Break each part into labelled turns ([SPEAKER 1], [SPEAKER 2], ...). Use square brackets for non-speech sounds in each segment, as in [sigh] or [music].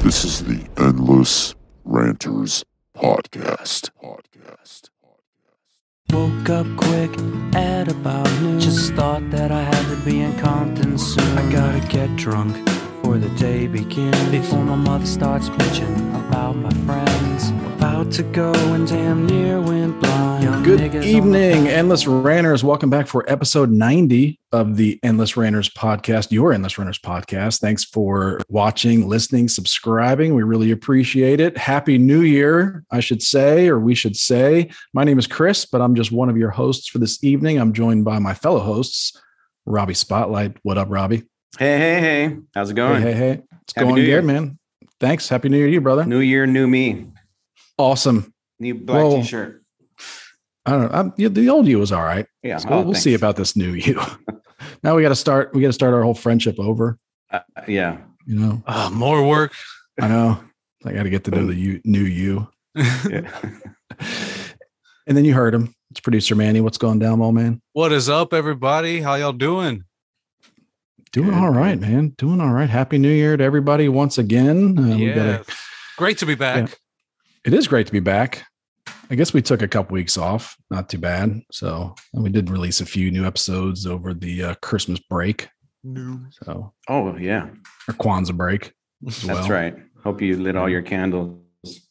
[SPEAKER 1] This is the Endless Ranters Podcast. Podcast.
[SPEAKER 2] Woke up quick at about noon. Just thought that I had to be in Compton soon. I gotta get drunk before the day begins. Before my mother starts bitching about my friends. About to go and damn near went blind. Young niggas
[SPEAKER 3] Good
[SPEAKER 2] on the
[SPEAKER 3] evening, Endless Ranners. Welcome back for episode 90 of the Endless Ranners podcast, your Endless Ranners podcast. Thanks for watching, listening, subscribing. We really appreciate it. Happy New Year, I should say, or we should say. My name is Chris, but I'm just one of your hosts for this evening. I'm joined by my fellow hosts, Robbie Spotlight. What up, Robbie?
[SPEAKER 4] Hey, hey, hey. How's it
[SPEAKER 3] Hey,
[SPEAKER 4] going?
[SPEAKER 3] hey, hey. It's
[SPEAKER 4] Happy
[SPEAKER 3] going
[SPEAKER 4] New Year.
[SPEAKER 3] good, man. Thanks. Happy New Year to you, brother.
[SPEAKER 4] New year, new me.
[SPEAKER 3] awesome.
[SPEAKER 4] New black
[SPEAKER 3] Whoa.
[SPEAKER 4] t-shirt.
[SPEAKER 3] I don't know. I'm, yeah, the old you was all right.
[SPEAKER 4] Yeah.
[SPEAKER 3] So we'll,
[SPEAKER 4] oh,
[SPEAKER 3] we'll see
[SPEAKER 4] thanks.
[SPEAKER 3] about this new you. [laughs] now we got to start. We got to start our whole friendship over.
[SPEAKER 4] Uh,
[SPEAKER 3] [laughs]
[SPEAKER 4] yeah.
[SPEAKER 3] You know,
[SPEAKER 5] Uh, more work.
[SPEAKER 3] I know. I got to get to know the you, new you.
[SPEAKER 4] yeah.
[SPEAKER 3] And then you heard him. It's producer Manny. What's going down, old man?
[SPEAKER 5] what is up, everybody? How y'all doing?
[SPEAKER 3] Doing
[SPEAKER 4] Good,
[SPEAKER 3] all right, man. Doing all right. Happy New Year to everybody once again. Uh, we
[SPEAKER 5] yeah,
[SPEAKER 3] gotta-
[SPEAKER 5] great to be back.
[SPEAKER 3] it is great to be back. I guess we took a couple weeks off. Not too bad. So and we did release a few new episodes over the uh, Christmas break. So
[SPEAKER 4] Oh, yeah.
[SPEAKER 3] or Kwanzaa break. As well.
[SPEAKER 4] That's right. Hope you lit all your candles. [laughs]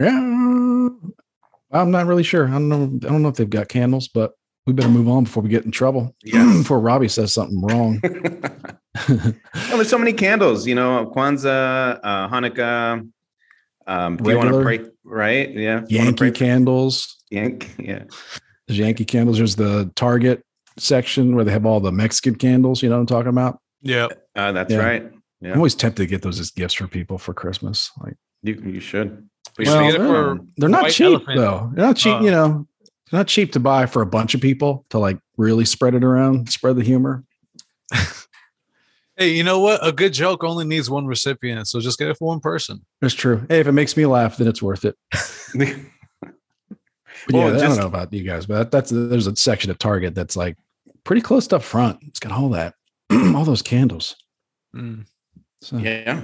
[SPEAKER 3] Yeah, uh, I'm not really sure. I don't know. I don't know if they've got candles, but we better move on before we get in trouble.
[SPEAKER 4] Yeah.
[SPEAKER 3] [clears throat] before Robbie says something
[SPEAKER 4] [laughs]
[SPEAKER 3] wrong.
[SPEAKER 4] well, Oh, there's
[SPEAKER 3] [laughs]
[SPEAKER 4] so many candles, you know, Kwanzaa, uh, Hanukkah. Um, do you want to
[SPEAKER 3] Regular.
[SPEAKER 4] break, right? Yeah. You wanna
[SPEAKER 3] Yankee
[SPEAKER 4] break-
[SPEAKER 3] candles.
[SPEAKER 4] Yank. Yeah.
[SPEAKER 3] There's Yankee candles. There's the Target section where they have all the Mexican candles. You know what I'm talking about?
[SPEAKER 5] Yeah.
[SPEAKER 4] Uh, that's
[SPEAKER 3] Yeah.
[SPEAKER 4] right. Yeah.
[SPEAKER 3] I'm always tempted to get those as gifts for people for Christmas. Like
[SPEAKER 4] You, you should.
[SPEAKER 5] We
[SPEAKER 3] should get
[SPEAKER 5] it for-
[SPEAKER 3] they're not
[SPEAKER 5] White
[SPEAKER 3] cheap
[SPEAKER 5] elephant.
[SPEAKER 3] though. They're not cheap.
[SPEAKER 5] Uh.
[SPEAKER 3] you know, they're not cheap to buy for a bunch of people to like really spread it around, spread the humor.
[SPEAKER 5] Hey, you know what? A good joke only needs one recipient, so just get it for one person.
[SPEAKER 3] It's true. Hey, if it makes me laugh, then it's worth it.
[SPEAKER 4] [laughs]
[SPEAKER 3] But
[SPEAKER 4] Well,
[SPEAKER 3] yeah, I
[SPEAKER 4] just-
[SPEAKER 3] don't know about you guys, but that's there's a section at Target that's like pretty close to up front. It's got all that, [clears throat] all those candles.
[SPEAKER 5] Mm.
[SPEAKER 3] So
[SPEAKER 4] Yeah.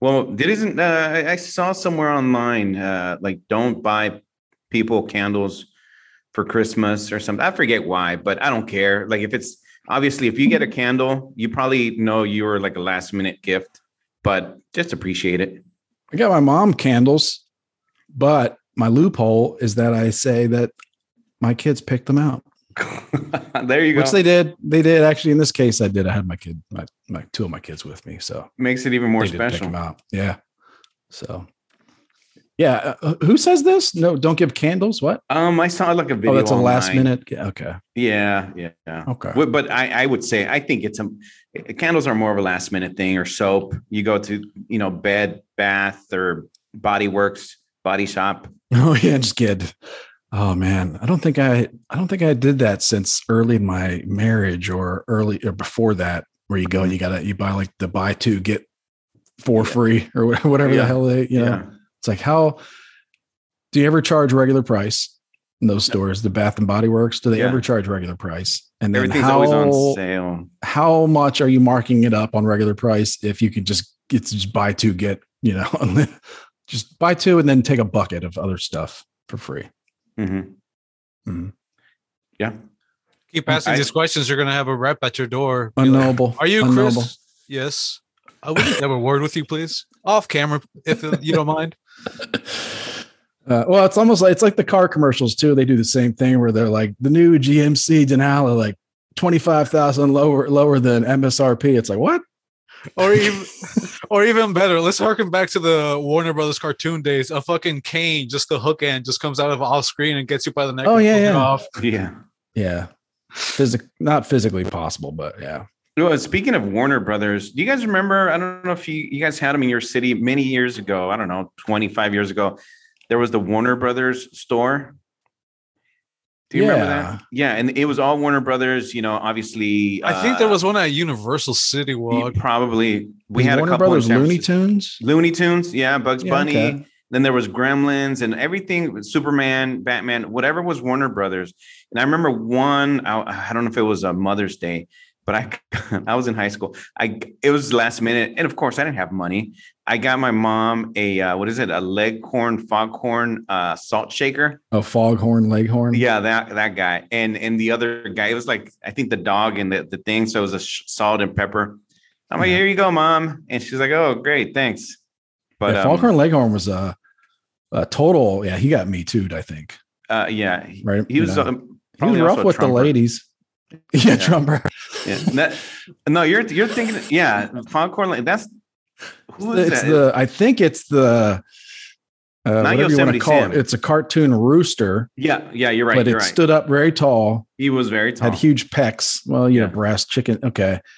[SPEAKER 4] Well, there isn't. Uh, I- I saw somewhere online, uh, like don't buy people candles for Christmas or something. I forget why, but I don't care. Like if it's obviously if you get a candle, you probably know you were like a last minute gift, but just appreciate it. [laughs]
[SPEAKER 3] I got my mom candles, but my loophole is that I say that my kids picked them out,
[SPEAKER 4] there you go.
[SPEAKER 3] which they did. They did actually. In this case, I did. I had my kid, my, my two of my kids with me, so
[SPEAKER 4] Makes it even more
[SPEAKER 3] they did pick
[SPEAKER 4] special.
[SPEAKER 3] them out. Yeah. So. Yeah, uh, who says this? No, don't give candles. What?
[SPEAKER 4] Um, I saw like a video.
[SPEAKER 3] Oh, that's a last
[SPEAKER 4] online.
[SPEAKER 3] minute. Okay,
[SPEAKER 4] Yeah, yeah, yeah.
[SPEAKER 3] okay.
[SPEAKER 4] Well, But I, I would say I think it's a candles are more of a last minute thing or soap. You go to you know bed, bath, or Body Works, Body Shop.
[SPEAKER 3] [laughs] Oh yeah, just kid. Oh man, I don't think I I don't think I did that since early in my marriage or early or before that, where you go and you gotta you buy like the buy two get four
[SPEAKER 4] Mm-hmm. Yeah.
[SPEAKER 3] free or wha- whatever
[SPEAKER 4] Yeah.
[SPEAKER 3] the hell they you know. It's like how do you ever charge regular price in those stores, the Bath and Body Works? Do they
[SPEAKER 4] Yeah.
[SPEAKER 3] ever charge regular price? And then
[SPEAKER 4] everything's
[SPEAKER 3] how
[SPEAKER 4] always on sale.
[SPEAKER 3] how much are you marking it up on regular price if you could just it's just buy two get you know [laughs] just buy two and then take a bucket of other stuff for free.
[SPEAKER 4] Mhm.
[SPEAKER 3] Mm,
[SPEAKER 5] Keep asking
[SPEAKER 4] I-
[SPEAKER 5] these questions. You're gonna have a rep at your door. Be like,
[SPEAKER 3] Unknowable.
[SPEAKER 5] Are you
[SPEAKER 3] Unknowable.
[SPEAKER 5] Chris? Yes. I would like to have a word with you, please, off camera, if you don't mind.
[SPEAKER 3] Uh, well, it's almost like it's like the car commercials too. They do the same thing where they're like the new GMC Denali, like twenty five thousand lower lower than MSRP. It's like what?
[SPEAKER 5] Or even, [laughs] or even better, let's harken back to the Warner Brothers cartoon days. A fucking cane, just the hook end, just comes out of off screen and gets you by the neck.
[SPEAKER 3] Oh,
[SPEAKER 5] and
[SPEAKER 3] yeah,
[SPEAKER 5] pulls you
[SPEAKER 3] yeah.
[SPEAKER 5] Off.
[SPEAKER 4] Yeah.
[SPEAKER 3] Yeah, Physic- not physically possible, but yeah.
[SPEAKER 4] Well, speaking of Warner Brothers, do you guys remember? I don't know if you, you guys had them in your city many years ago. I don't know, 25 years ago. There was the Warner Brothers store. Do you remember that? Yeah. And it was all Warner Brothers, you know, obviously.
[SPEAKER 5] I think there
[SPEAKER 4] uh,
[SPEAKER 5] was one at Universal City Walk.
[SPEAKER 4] Probably we
[SPEAKER 3] The
[SPEAKER 4] had
[SPEAKER 3] Warner
[SPEAKER 4] a couple in
[SPEAKER 3] Brothers
[SPEAKER 4] San
[SPEAKER 3] Looney
[SPEAKER 4] Francisco.
[SPEAKER 3] Tunes.
[SPEAKER 4] Looney Tunes, yeah, Bugs
[SPEAKER 3] Yeah,
[SPEAKER 4] Bunny,
[SPEAKER 3] okay.
[SPEAKER 4] Then there was Gremlins and everything, Superman, Batman, whatever was Warner Brothers. And I remember one, I, I don't know if it was a Mother's Day, but I [laughs] I was in high school. I it was last minute, and of course I didn't have money. I got my mom a uh, what is it? A leghorn foghorn uh, salt shaker.
[SPEAKER 3] A Oh, foghorn leghorn.
[SPEAKER 4] Yeah, that that guy, and and the other guy. It was like I think the dog and the, the thing. So it was a sh- salt and pepper. I'm like,
[SPEAKER 3] Yeah.
[SPEAKER 4] here you go, mom, and she's like, oh, great, thanks. But
[SPEAKER 3] yeah,
[SPEAKER 4] um,
[SPEAKER 3] Foghorn Leghorn was a, a total. Yeah, he got me too. I think.
[SPEAKER 4] uh, yeah, he,
[SPEAKER 3] Right.
[SPEAKER 4] he was
[SPEAKER 3] Yeah.
[SPEAKER 4] um,
[SPEAKER 3] He was
[SPEAKER 4] probably also
[SPEAKER 3] rough
[SPEAKER 4] a
[SPEAKER 3] with the
[SPEAKER 4] trumper.
[SPEAKER 3] ladies. [laughs] Yeah,
[SPEAKER 4] Yeah.
[SPEAKER 3] Trumper.
[SPEAKER 4] Yeah, that- no, you're you're thinking, yeah, foghorn. Like, that's who is
[SPEAKER 3] It's
[SPEAKER 4] that?
[SPEAKER 3] the. I think it's the. Uh, whatever you want to
[SPEAKER 4] Yosemite
[SPEAKER 3] call
[SPEAKER 4] Sam.
[SPEAKER 3] it. It's a cartoon rooster,
[SPEAKER 4] yeah, yeah, you're right.
[SPEAKER 3] but it
[SPEAKER 4] You're right.
[SPEAKER 3] stood up very tall.
[SPEAKER 4] he was very tall.
[SPEAKER 3] had
[SPEAKER 4] [laughs]
[SPEAKER 3] huge pecs. Well, you know,
[SPEAKER 4] Yeah.
[SPEAKER 3] brass chicken. Okay.
[SPEAKER 4] [laughs]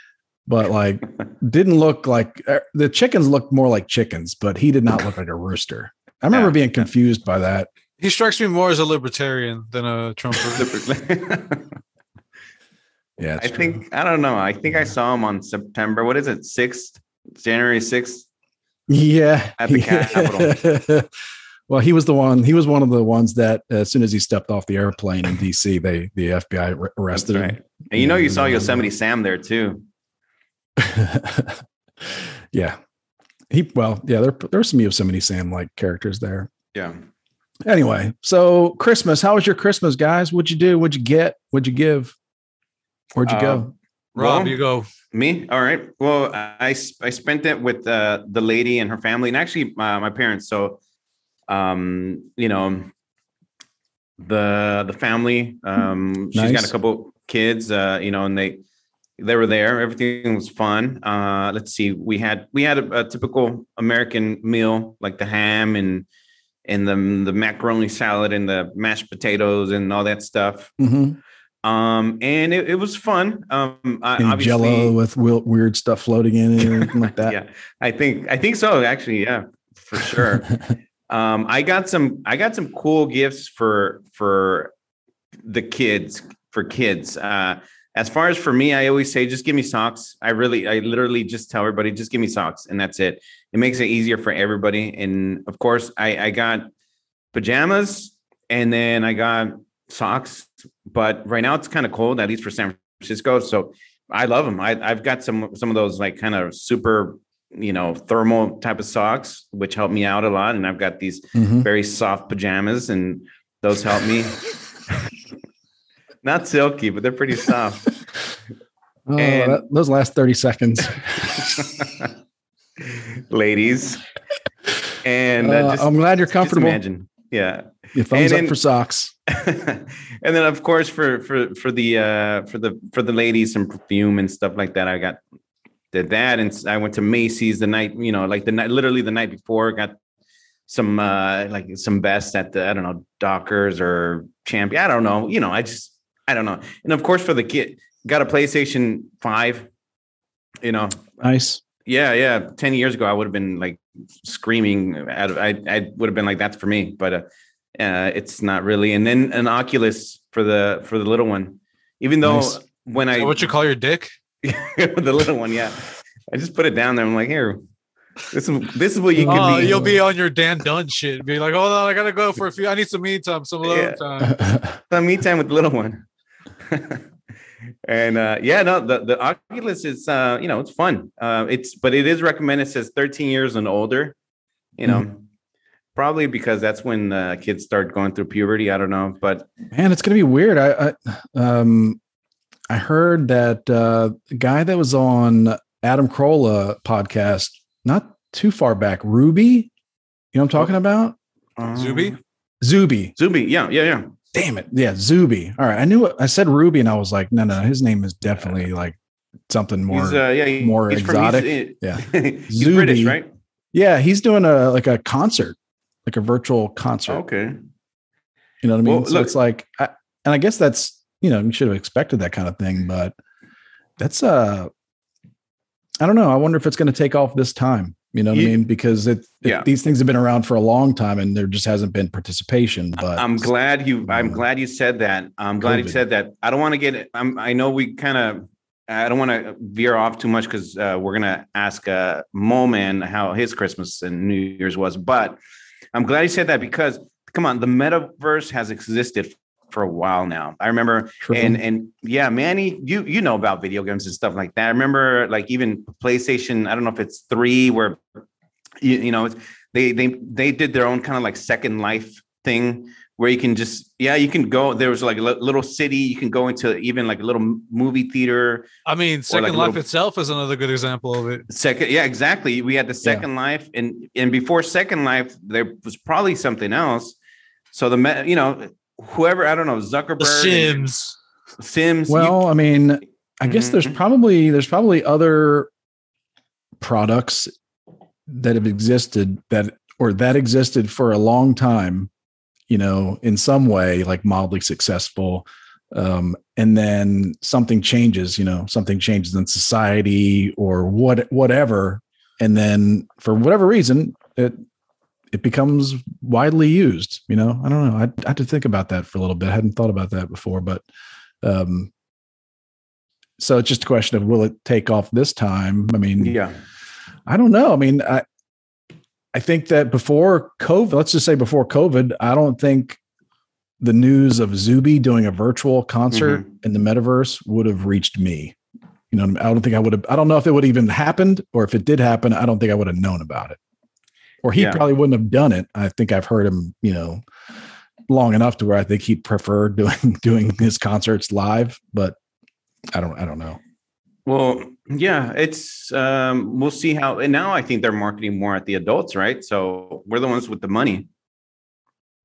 [SPEAKER 3] But like, didn't look like uh, the chickens looked more like chickens, but he did not look like a rooster. I remember
[SPEAKER 4] Yeah.
[SPEAKER 3] being confused by that.
[SPEAKER 5] He strikes me more as a libertarian than a Trumper.
[SPEAKER 4] [laughs]
[SPEAKER 3] Yeah.
[SPEAKER 4] I
[SPEAKER 3] it's true.
[SPEAKER 4] think I don't know. I think I
[SPEAKER 3] Yeah.
[SPEAKER 4] saw him on September. What is it? Sixth, January sixth.
[SPEAKER 3] Yeah.
[SPEAKER 4] At the Capitol.
[SPEAKER 3] [laughs] well, he was the one. He was one of the ones that, uh, as soon as he stepped off the airplane in D.C., they the FBI ar- arrested
[SPEAKER 4] right.
[SPEAKER 3] him.
[SPEAKER 4] And you know
[SPEAKER 3] Yeah,
[SPEAKER 4] you saw
[SPEAKER 3] remember.
[SPEAKER 4] Yosemite Sam there too.
[SPEAKER 3] [laughs] yeah. He well, yeah. There there were some Yosemite Sam like characters there.
[SPEAKER 4] Yeah.
[SPEAKER 3] anyway, so Christmas. How was your Christmas, guys? What'd you do? What'd you get? What'd you give? Where'd you
[SPEAKER 4] Uh,
[SPEAKER 3] go?
[SPEAKER 5] Rob,
[SPEAKER 4] Well,
[SPEAKER 5] you go.
[SPEAKER 4] Me? All right. Well, I I spent it with uh, the lady and her family, and actually uh, my parents. So, um, you know, the the family. Um, she's got
[SPEAKER 3] Nice.
[SPEAKER 4] a couple kids. Uh, you know, and they they were there. Everything was fun. Uh, let's see. We had we had a, a typical American meal, like the ham and and the the macaroni salad and the mashed potatoes and all that stuff.
[SPEAKER 3] Mm-hmm.
[SPEAKER 4] Um, and it, it was fun. Um, I,
[SPEAKER 3] And
[SPEAKER 4] obviously.
[SPEAKER 3] Jello with wil- weird stuff floating in it or anything
[SPEAKER 4] [laughs]
[SPEAKER 3] like that.
[SPEAKER 4] Yeah, I think I think so. Actually, yeah,
[SPEAKER 3] [laughs]
[SPEAKER 4] for sure. um, I got some I got some cool gifts for for the kids for kids. Uh, as far as for me, I always say just give me socks. I really I literally just tell everybody just give me socks, and that's it. It makes it easier for everybody. And of course, I I got pajamas and then I got socks. But right now it's kind of cold, at least for San Francisco. So I love them. I, I've got some some of those like kind of super, you know, thermal type of socks, which help me out a lot. And I've got these
[SPEAKER 3] Mhm.
[SPEAKER 4] very soft pajamas, and those help me. [laughs] Not silky, but they're pretty soft.
[SPEAKER 3] Oh,
[SPEAKER 4] And-
[SPEAKER 3] that- those last thirty seconds.
[SPEAKER 4] Ladies. [laughs] And
[SPEAKER 3] Uh,
[SPEAKER 4] uh, just,
[SPEAKER 3] I'm glad you're
[SPEAKER 4] just
[SPEAKER 3] comfortable.
[SPEAKER 4] imagine. Yeah.
[SPEAKER 3] Your thumbs
[SPEAKER 4] And
[SPEAKER 3] up
[SPEAKER 4] in-
[SPEAKER 3] for socks.
[SPEAKER 4] [laughs] and then of course for for for the uh for the for the ladies some perfume and stuff like that i got did that and i went to macy's the night you know like the night literally the night before got some uh like some vests at the i don't know dockers or champion i don't know you know i just i don't know and of course for the kid got a playstation 5 you know
[SPEAKER 3] [laughs] Nice.
[SPEAKER 4] yeah yeah 10 years ago i would have been like screaming out of i, I would have been like that's for me but uh, uh it's not really and then an oculus for the for the little one even though
[SPEAKER 3] Nice.
[SPEAKER 4] when i
[SPEAKER 5] So what you call your dick?
[SPEAKER 4] [laughs] the little one yeah i just put it down there i'm like here this is this is what you
[SPEAKER 5] Oh,
[SPEAKER 4] can be
[SPEAKER 5] you'll be on your Dan Dunn shit. Be like, hold on, I gotta go for a few. I need some me time, some alone
[SPEAKER 4] Yeah.
[SPEAKER 5] time.
[SPEAKER 3] yeah,
[SPEAKER 4] some me time with the little one [laughs] and uh yeah no the the oculus is uh you know it's fun uh it's but it is recommended it says 13 years and older you know
[SPEAKER 3] Mm-hmm.
[SPEAKER 4] probably because that's when uh, kids start going through puberty i don't know but
[SPEAKER 3] man, it's gonna be weird. I, I um, I heard that uh, the guy that was on Adam Carolla podcast not too far back, Ruby. You know what I'm talking about?
[SPEAKER 4] um,
[SPEAKER 5] Zuby?
[SPEAKER 3] Zuby.
[SPEAKER 4] zuby yeah yeah yeah
[SPEAKER 3] Damn it. Yeah, Zuby. All right. I knew I said Ruby and I was like, no, no, his name is definitely like something more.
[SPEAKER 4] he's uh yeah he-
[SPEAKER 3] more
[SPEAKER 4] he's
[SPEAKER 3] exotic.
[SPEAKER 4] he's,
[SPEAKER 3] Yeah.
[SPEAKER 4] [laughs] he's british
[SPEAKER 3] Zuby.
[SPEAKER 4] right
[SPEAKER 3] yeah, he's doing a like a concert, like a virtual concert.
[SPEAKER 4] okay
[SPEAKER 3] You know what I mean?
[SPEAKER 4] Well,
[SPEAKER 3] so
[SPEAKER 4] look-
[SPEAKER 3] it's like I, and I guess that's, you know, you should have expected that kind of thing, but that's uh I don't know. I wonder if it's going to take off this time. You know what
[SPEAKER 4] You-
[SPEAKER 3] I mean? Because it, it-
[SPEAKER 4] Yeah.
[SPEAKER 3] these things have been around for a long time and there just hasn't been participation. But
[SPEAKER 4] I'm glad you. I'm
[SPEAKER 3] Mm.
[SPEAKER 4] glad you said that. I'm glad you
[SPEAKER 3] COVID.
[SPEAKER 4] said that. I don't want to get. I'm, I know we kind of. I don't want to veer off too much because uh, we're gonna ask uh, Mo Man how his Christmas and New Year's was, but I'm glad you said that because come on, the metaverse has existed for a while now. I remember
[SPEAKER 3] True.
[SPEAKER 4] and and yeah, Manny, you you know about video games and stuff like that. I remember like even PlayStation. I don't know if it's three where you, you know it's, they they they did their own kind of like Second Life thing where you can just yeah you can go there was like a li- little city you can go into even like a little m- movie theater
[SPEAKER 5] I mean, Second
[SPEAKER 4] like a
[SPEAKER 5] Life
[SPEAKER 4] little-
[SPEAKER 5] itself is another good example of it.
[SPEAKER 4] Second, yeah, exactly. We had the Second Life, and and before Second Life, there was probably something else. So the me- you know whoever I don't know Zuckerberg,
[SPEAKER 5] The
[SPEAKER 4] and
[SPEAKER 5] Sims.
[SPEAKER 4] Sims. you-
[SPEAKER 3] Well, I mean, I guess there's
[SPEAKER 4] Mhm.
[SPEAKER 3] probably there's probably other products that have existed that or that existed for a long time, you know, in some way like mildly successful um and then something changes, you know, something changes in society or what whatever and then for whatever reason it it becomes widely used, you know. I don't know. I, I had to think about that for a little bit. I hadn't thought about that before, but um so it's just a question of will it take off this time? I mean,
[SPEAKER 4] yeah,
[SPEAKER 3] I don't know. I mean, I I think that before COVID, let's just say before COVID, I don't think the news of Zuby doing a virtual concert in the metaverse would have reached me. You know, what I, mean? I don't think I would have. I don't know if it would have even happened, or if it did happen, I don't think I would have known about it. Or he
[SPEAKER 4] Yeah.
[SPEAKER 3] probably wouldn't have done it. I think I've heard him, you know, long enough to where I think he'd prefer doing [laughs] doing his concerts live. But I don't. I don't know.
[SPEAKER 4] well, yeah, it's um, we'll see how. And now I think they're marketing more at the adults, right? So we're the ones with the money.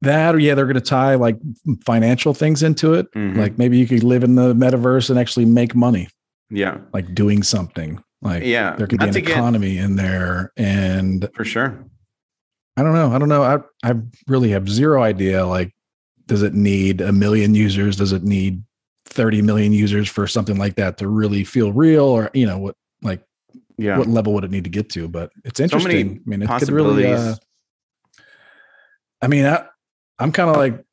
[SPEAKER 3] That or yeah, they're going to tie like financial things into it.
[SPEAKER 4] Mhm.
[SPEAKER 3] Like maybe you could live in the metaverse and actually make money,
[SPEAKER 4] yeah,
[SPEAKER 3] like doing something. Like
[SPEAKER 4] yeah,
[SPEAKER 3] there could be
[SPEAKER 4] Not
[SPEAKER 3] an
[SPEAKER 4] to get-
[SPEAKER 3] economy in there, and
[SPEAKER 4] for sure.
[SPEAKER 3] I don't know. I don't know. I I really have zero idea. Like, does it need a million users? Does it need thirty million users for something like that to really feel real? Or you know what like
[SPEAKER 4] Yeah,
[SPEAKER 3] what level would it need to get to? But it's
[SPEAKER 4] So many
[SPEAKER 3] interesting. I mean, it could really.
[SPEAKER 4] possibilities.
[SPEAKER 3] Uh, I mean, I, I'm kind of like,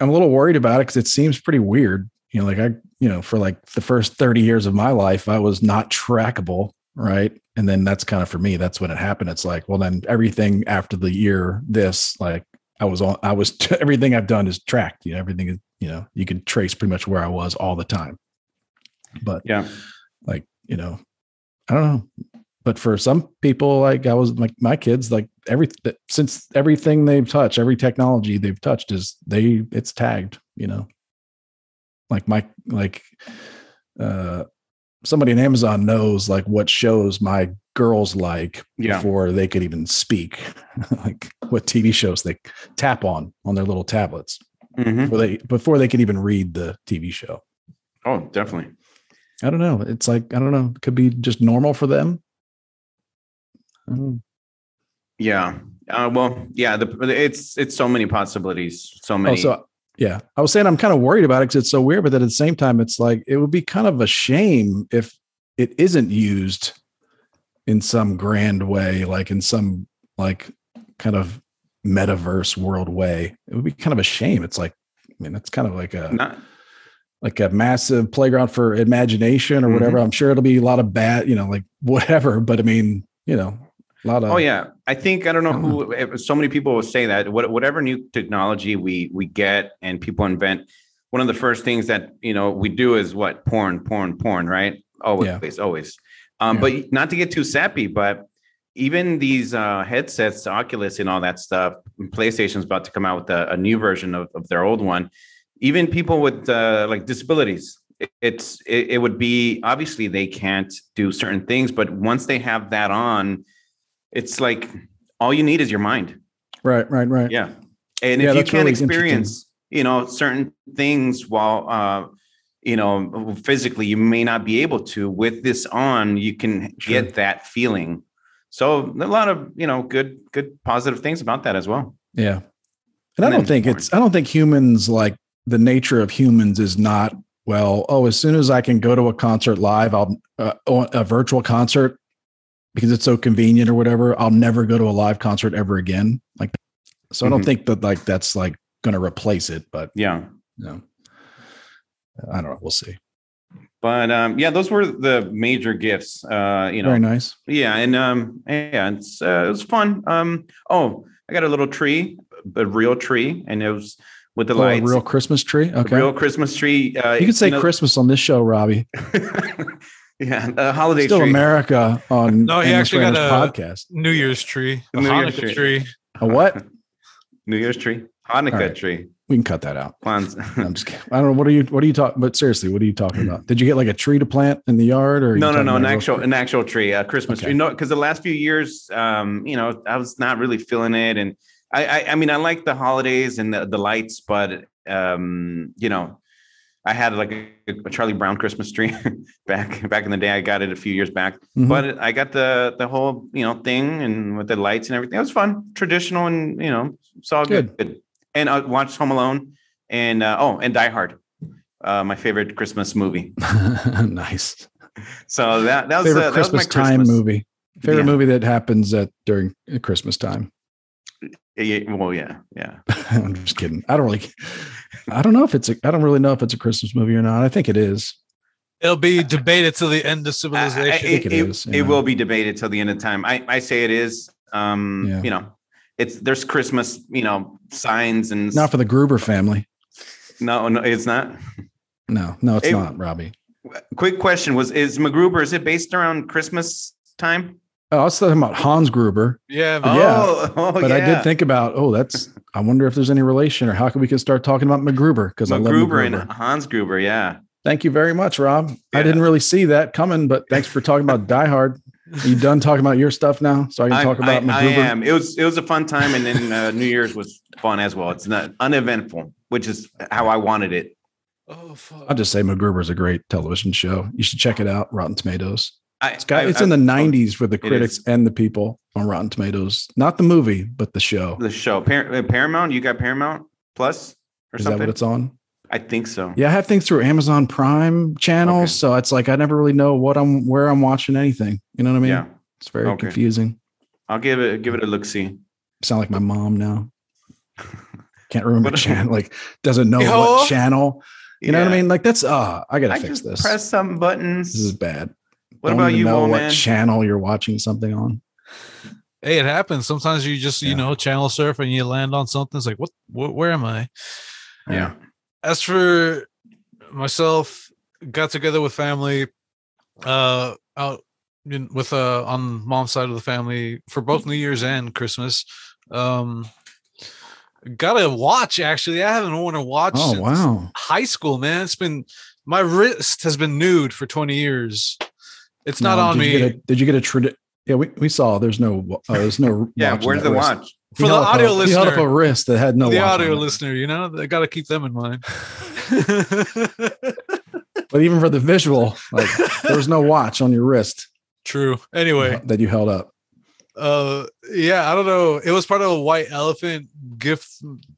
[SPEAKER 3] I'm a little worried about it because it seems pretty weird. You know, like I, you know, for like the first 30 years of my life, I was not trackable, right? And then that's kind of for me. That's when it happened. It's like, well, then everything after the year, this, like, I was on. I was [laughs] everything I've done is tracked. You know, everything is. You know, you can trace pretty much where I was all the time. But
[SPEAKER 4] yeah,
[SPEAKER 3] like you know i don't know but for some people like i was like my kids like every th- since everything they've touched every technology they've touched is they it's tagged you know like my like uh somebody in amazon knows like what shows my girls like
[SPEAKER 4] Yeah.
[SPEAKER 3] before they could even speak [laughs] like what tv shows they tap on on their little tablets
[SPEAKER 4] Mhm.
[SPEAKER 3] before they before they could even read the tv show
[SPEAKER 4] oh, definitely.
[SPEAKER 3] I don't know. It's like I don't know. It could be just normal for them. I don't know.
[SPEAKER 4] Yeah. Uh, well, yeah, the, it's it's so many possibilities, so many.
[SPEAKER 3] Oh, so yeah, I was saying I'm kind of worried about it because it's so weird. But then at the same time, it's like it would be kind of a shame if it isn't used in some grand way, like in some like kind of metaverse world way. It would be kind of a shame. It's like I mean, it's kind of like a
[SPEAKER 4] not,
[SPEAKER 3] like a massive playground for imagination
[SPEAKER 4] Mm-hmm.
[SPEAKER 3] or whatever. I'm sure it'll be a lot of bad, you know, like whatever. But I mean, you know, a lot of
[SPEAKER 4] Oh yeah, I think I don't know
[SPEAKER 3] I [laughs]
[SPEAKER 4] who. if- So many people will say that. What, whatever new technology we we get and people invent, one of the first things that you know we do is what porn, porn, porn, right? Always,
[SPEAKER 3] Yeah.
[SPEAKER 4] always. Um,
[SPEAKER 3] Yeah.
[SPEAKER 4] But not to get too sappy, but even these uh, headsets, Oculus, and all that stuff, and PlayStation's about to come out with a, a new version of, of their old one. Even people with uh, like disabilities, it- it's it, it would be obviously they can't do certain things, but once they have that on, it's like all you need is your mind.
[SPEAKER 3] Right, right, right.
[SPEAKER 4] Yeah. And
[SPEAKER 3] Yeah,
[SPEAKER 4] if you
[SPEAKER 3] that's
[SPEAKER 4] can't
[SPEAKER 3] really interesting.
[SPEAKER 4] experience, you know, certain things while uh you know physically you may not be able to with this on, you can
[SPEAKER 3] Sure.
[SPEAKER 4] get that feeling. So a lot of, you know, good good positive things about that as well.
[SPEAKER 3] Yeah. And,
[SPEAKER 4] And
[SPEAKER 3] I
[SPEAKER 4] then
[SPEAKER 3] don't think
[SPEAKER 4] porn.
[SPEAKER 3] it's I don't think humans like the nature of humans is not well, oh, as soon as I can go to a concert live, I'll uh, on a virtual concert because it's so convenient or whatever, I'll never go to a live concert ever again. Like so I don't
[SPEAKER 4] Mhm.
[SPEAKER 3] think that like that's like going to replace it, but
[SPEAKER 4] Yeah.
[SPEAKER 3] you know. I don't know, we'll see.
[SPEAKER 4] But um yeah, those were the major gifts. Uh, you know,
[SPEAKER 3] Very nice.
[SPEAKER 4] Yeah, and um, yeah, it's uh, it was fun. Um, oh, I got a little tree, a real tree, and it was with the
[SPEAKER 3] Oh, a
[SPEAKER 4] lights.
[SPEAKER 3] real Christmas tree.
[SPEAKER 4] a
[SPEAKER 3] Okay.
[SPEAKER 4] real Christmas tree. Uh,
[SPEAKER 3] you can say
[SPEAKER 4] know-
[SPEAKER 3] Christmas on this show, Robbie.
[SPEAKER 4] [laughs] yeah, a holiday
[SPEAKER 3] Still
[SPEAKER 4] tree.
[SPEAKER 3] America
[SPEAKER 4] [laughs]
[SPEAKER 3] on
[SPEAKER 5] No, he
[SPEAKER 3] Endless
[SPEAKER 5] actually got
[SPEAKER 3] Randers
[SPEAKER 5] a-
[SPEAKER 3] podcast.
[SPEAKER 5] New Year's tree, a
[SPEAKER 4] New Year's
[SPEAKER 5] Hanukkah
[SPEAKER 4] tree.
[SPEAKER 5] tree.
[SPEAKER 3] A what?
[SPEAKER 4] New Year's tree, Hanukkah
[SPEAKER 3] All right.
[SPEAKER 4] tree.
[SPEAKER 3] We can cut that out.
[SPEAKER 4] [laughs] Kwanzaa.
[SPEAKER 3] I'm just kidding. I don't know. What are you what are you talking but seriously, what are you talking about? Did you get like a tree to plant in the yard or are you
[SPEAKER 4] no, no,
[SPEAKER 3] talking
[SPEAKER 4] no,
[SPEAKER 3] about
[SPEAKER 4] an
[SPEAKER 3] a real
[SPEAKER 4] actual,
[SPEAKER 3] tree?
[SPEAKER 4] an actual tree, a Christmas
[SPEAKER 3] Okay.
[SPEAKER 4] tree. No, because the last few years, um, you know, I was not really feeling it, and I, I, I mean, I like the holidays and the, the lights, but um, you know, I had like a, a Charlie Brown Christmas tree [laughs] back back in the day. I got it a few years back,
[SPEAKER 3] Mhm.
[SPEAKER 4] but I got the the whole you know thing and with the lights and everything. It was fun, traditional, and you know, it's all good. good. And I watched Home Alone, and uh, oh, and Die Hard, uh, my favorite Christmas movie.
[SPEAKER 3] [laughs] nice.
[SPEAKER 4] So that that was,
[SPEAKER 3] Favorite
[SPEAKER 4] uh, that was my
[SPEAKER 3] Christmas time
[SPEAKER 4] Christmas.
[SPEAKER 3] movie. Favorite
[SPEAKER 4] Yeah.
[SPEAKER 3] movie that happens at during Christmas time. [laughs]
[SPEAKER 4] Yeah, well, yeah, yeah.
[SPEAKER 3] I'm just kidding. I don't really I don't know if it's a I don't really know if it's a Christmas movie or not. I think it is.
[SPEAKER 5] It'll be debated till the end of
[SPEAKER 4] I- I-
[SPEAKER 5] civilization.
[SPEAKER 3] think it
[SPEAKER 4] it, it-
[SPEAKER 3] is,
[SPEAKER 4] it
[SPEAKER 3] yeah.
[SPEAKER 4] will be debated till the end of time. I, I say it is. Um,
[SPEAKER 3] Yeah.
[SPEAKER 4] you know, it's there's Christmas, you know, signs and
[SPEAKER 3] Not for the Gruber family.
[SPEAKER 4] no, no, it's not.
[SPEAKER 3] No, no, it's
[SPEAKER 4] It-
[SPEAKER 3] not, Robbie.
[SPEAKER 4] Quick question was is MacGruber is it based around Christmas time?
[SPEAKER 3] Oh, I was talking about Hans Gruber,
[SPEAKER 5] yeah,
[SPEAKER 3] Oh,
[SPEAKER 5] man.
[SPEAKER 4] Oh, oh,
[SPEAKER 3] but I
[SPEAKER 4] yeah.
[SPEAKER 3] did think about, oh, that's I wonder if there's any relation or how can we can start talking about MacGruber because I love
[SPEAKER 4] MacGruber
[SPEAKER 3] MacGruber.
[SPEAKER 4] and Hans Gruber, yeah.
[SPEAKER 3] Thank you very much, Rob. I
[SPEAKER 4] Yeah.
[SPEAKER 3] didn't really see that coming, but thanks for talking about Die Hard. Are you done talking about your stuff now? So I can
[SPEAKER 4] I,
[SPEAKER 3] talk about
[SPEAKER 4] I, I
[SPEAKER 3] MacGruber.
[SPEAKER 4] am. It was it was a fun time, and then uh, New Year's was fun as well. It's not uneventful, which is how I wanted it.
[SPEAKER 5] Oh, fuck.
[SPEAKER 3] I'll just say MacGruber is a great television show. You should check it out. Rotten Tomatoes.
[SPEAKER 4] I,
[SPEAKER 3] It's got.
[SPEAKER 4] I-
[SPEAKER 3] it's in the
[SPEAKER 4] I-
[SPEAKER 3] '90s for the
[SPEAKER 4] is.
[SPEAKER 3] critics and the people on Rotten Tomatoes. Not the movie, but the show.
[SPEAKER 4] the show Par- uh, Paramount. You got Paramount Plus or
[SPEAKER 3] Is that
[SPEAKER 4] something?
[SPEAKER 3] what it's on?
[SPEAKER 4] I think so.
[SPEAKER 3] Yeah, I have things through Amazon Prime channels, so
[SPEAKER 4] Okay.
[SPEAKER 3] it's like I never really know what I'm where I'm watching anything. You know what I mean?
[SPEAKER 4] yeah.
[SPEAKER 3] It's very
[SPEAKER 4] Okay.
[SPEAKER 3] confusing.
[SPEAKER 4] I'll give it give it a look. See,
[SPEAKER 3] sound like my mom now. Can't remember
[SPEAKER 4] [laughs] What-
[SPEAKER 3] channel, like doesn't know
[SPEAKER 5] Yo.
[SPEAKER 3] what channel. You know what I mean? Like that's uh I gotta
[SPEAKER 4] I
[SPEAKER 3] fix
[SPEAKER 4] just
[SPEAKER 3] this.
[SPEAKER 4] press some buttons.
[SPEAKER 3] this is bad.
[SPEAKER 4] what
[SPEAKER 3] Don't
[SPEAKER 4] about
[SPEAKER 3] even
[SPEAKER 4] you,
[SPEAKER 3] know
[SPEAKER 4] old
[SPEAKER 3] what
[SPEAKER 4] man?
[SPEAKER 3] channel you're watching something on?
[SPEAKER 5] Hey, it happens. Sometimes you just,
[SPEAKER 3] Yeah.
[SPEAKER 5] you know, channel surf and you land on something. It's like, what, what where am I?
[SPEAKER 4] yeah.
[SPEAKER 5] As for myself, got together with family, uh, out in, with, uh, on mom's side of the family for both New Year's and Christmas. Um, got to watch actually. I haven't worn a watch.
[SPEAKER 3] Oh
[SPEAKER 5] since
[SPEAKER 3] wow.
[SPEAKER 5] high school, man. It's been my wrist has been nude for 20 years. It's not
[SPEAKER 3] No,
[SPEAKER 5] on
[SPEAKER 3] did
[SPEAKER 5] me.
[SPEAKER 3] You get a, did you get a tradi- yeah, we, we saw there's no uh, there's no
[SPEAKER 4] [laughs] Yeah.
[SPEAKER 3] watch in
[SPEAKER 4] Where's
[SPEAKER 3] that
[SPEAKER 4] the
[SPEAKER 3] wrist.
[SPEAKER 4] watch?
[SPEAKER 3] He
[SPEAKER 5] For the
[SPEAKER 3] held up a-
[SPEAKER 5] audio
[SPEAKER 3] He held up a
[SPEAKER 5] listener.
[SPEAKER 3] wrist that had no
[SPEAKER 5] the
[SPEAKER 3] watch
[SPEAKER 5] audio
[SPEAKER 3] on it.
[SPEAKER 5] listener, you know, I got to keep them
[SPEAKER 3] [laughs]
[SPEAKER 5] in mind. [laughs]
[SPEAKER 3] But even for the visual, like there
[SPEAKER 4] [laughs]
[SPEAKER 3] was no watch on your wrist
[SPEAKER 5] True. Anyway,
[SPEAKER 3] that you held up.
[SPEAKER 5] uh, yeah, I don't know. It was part of a white elephant gift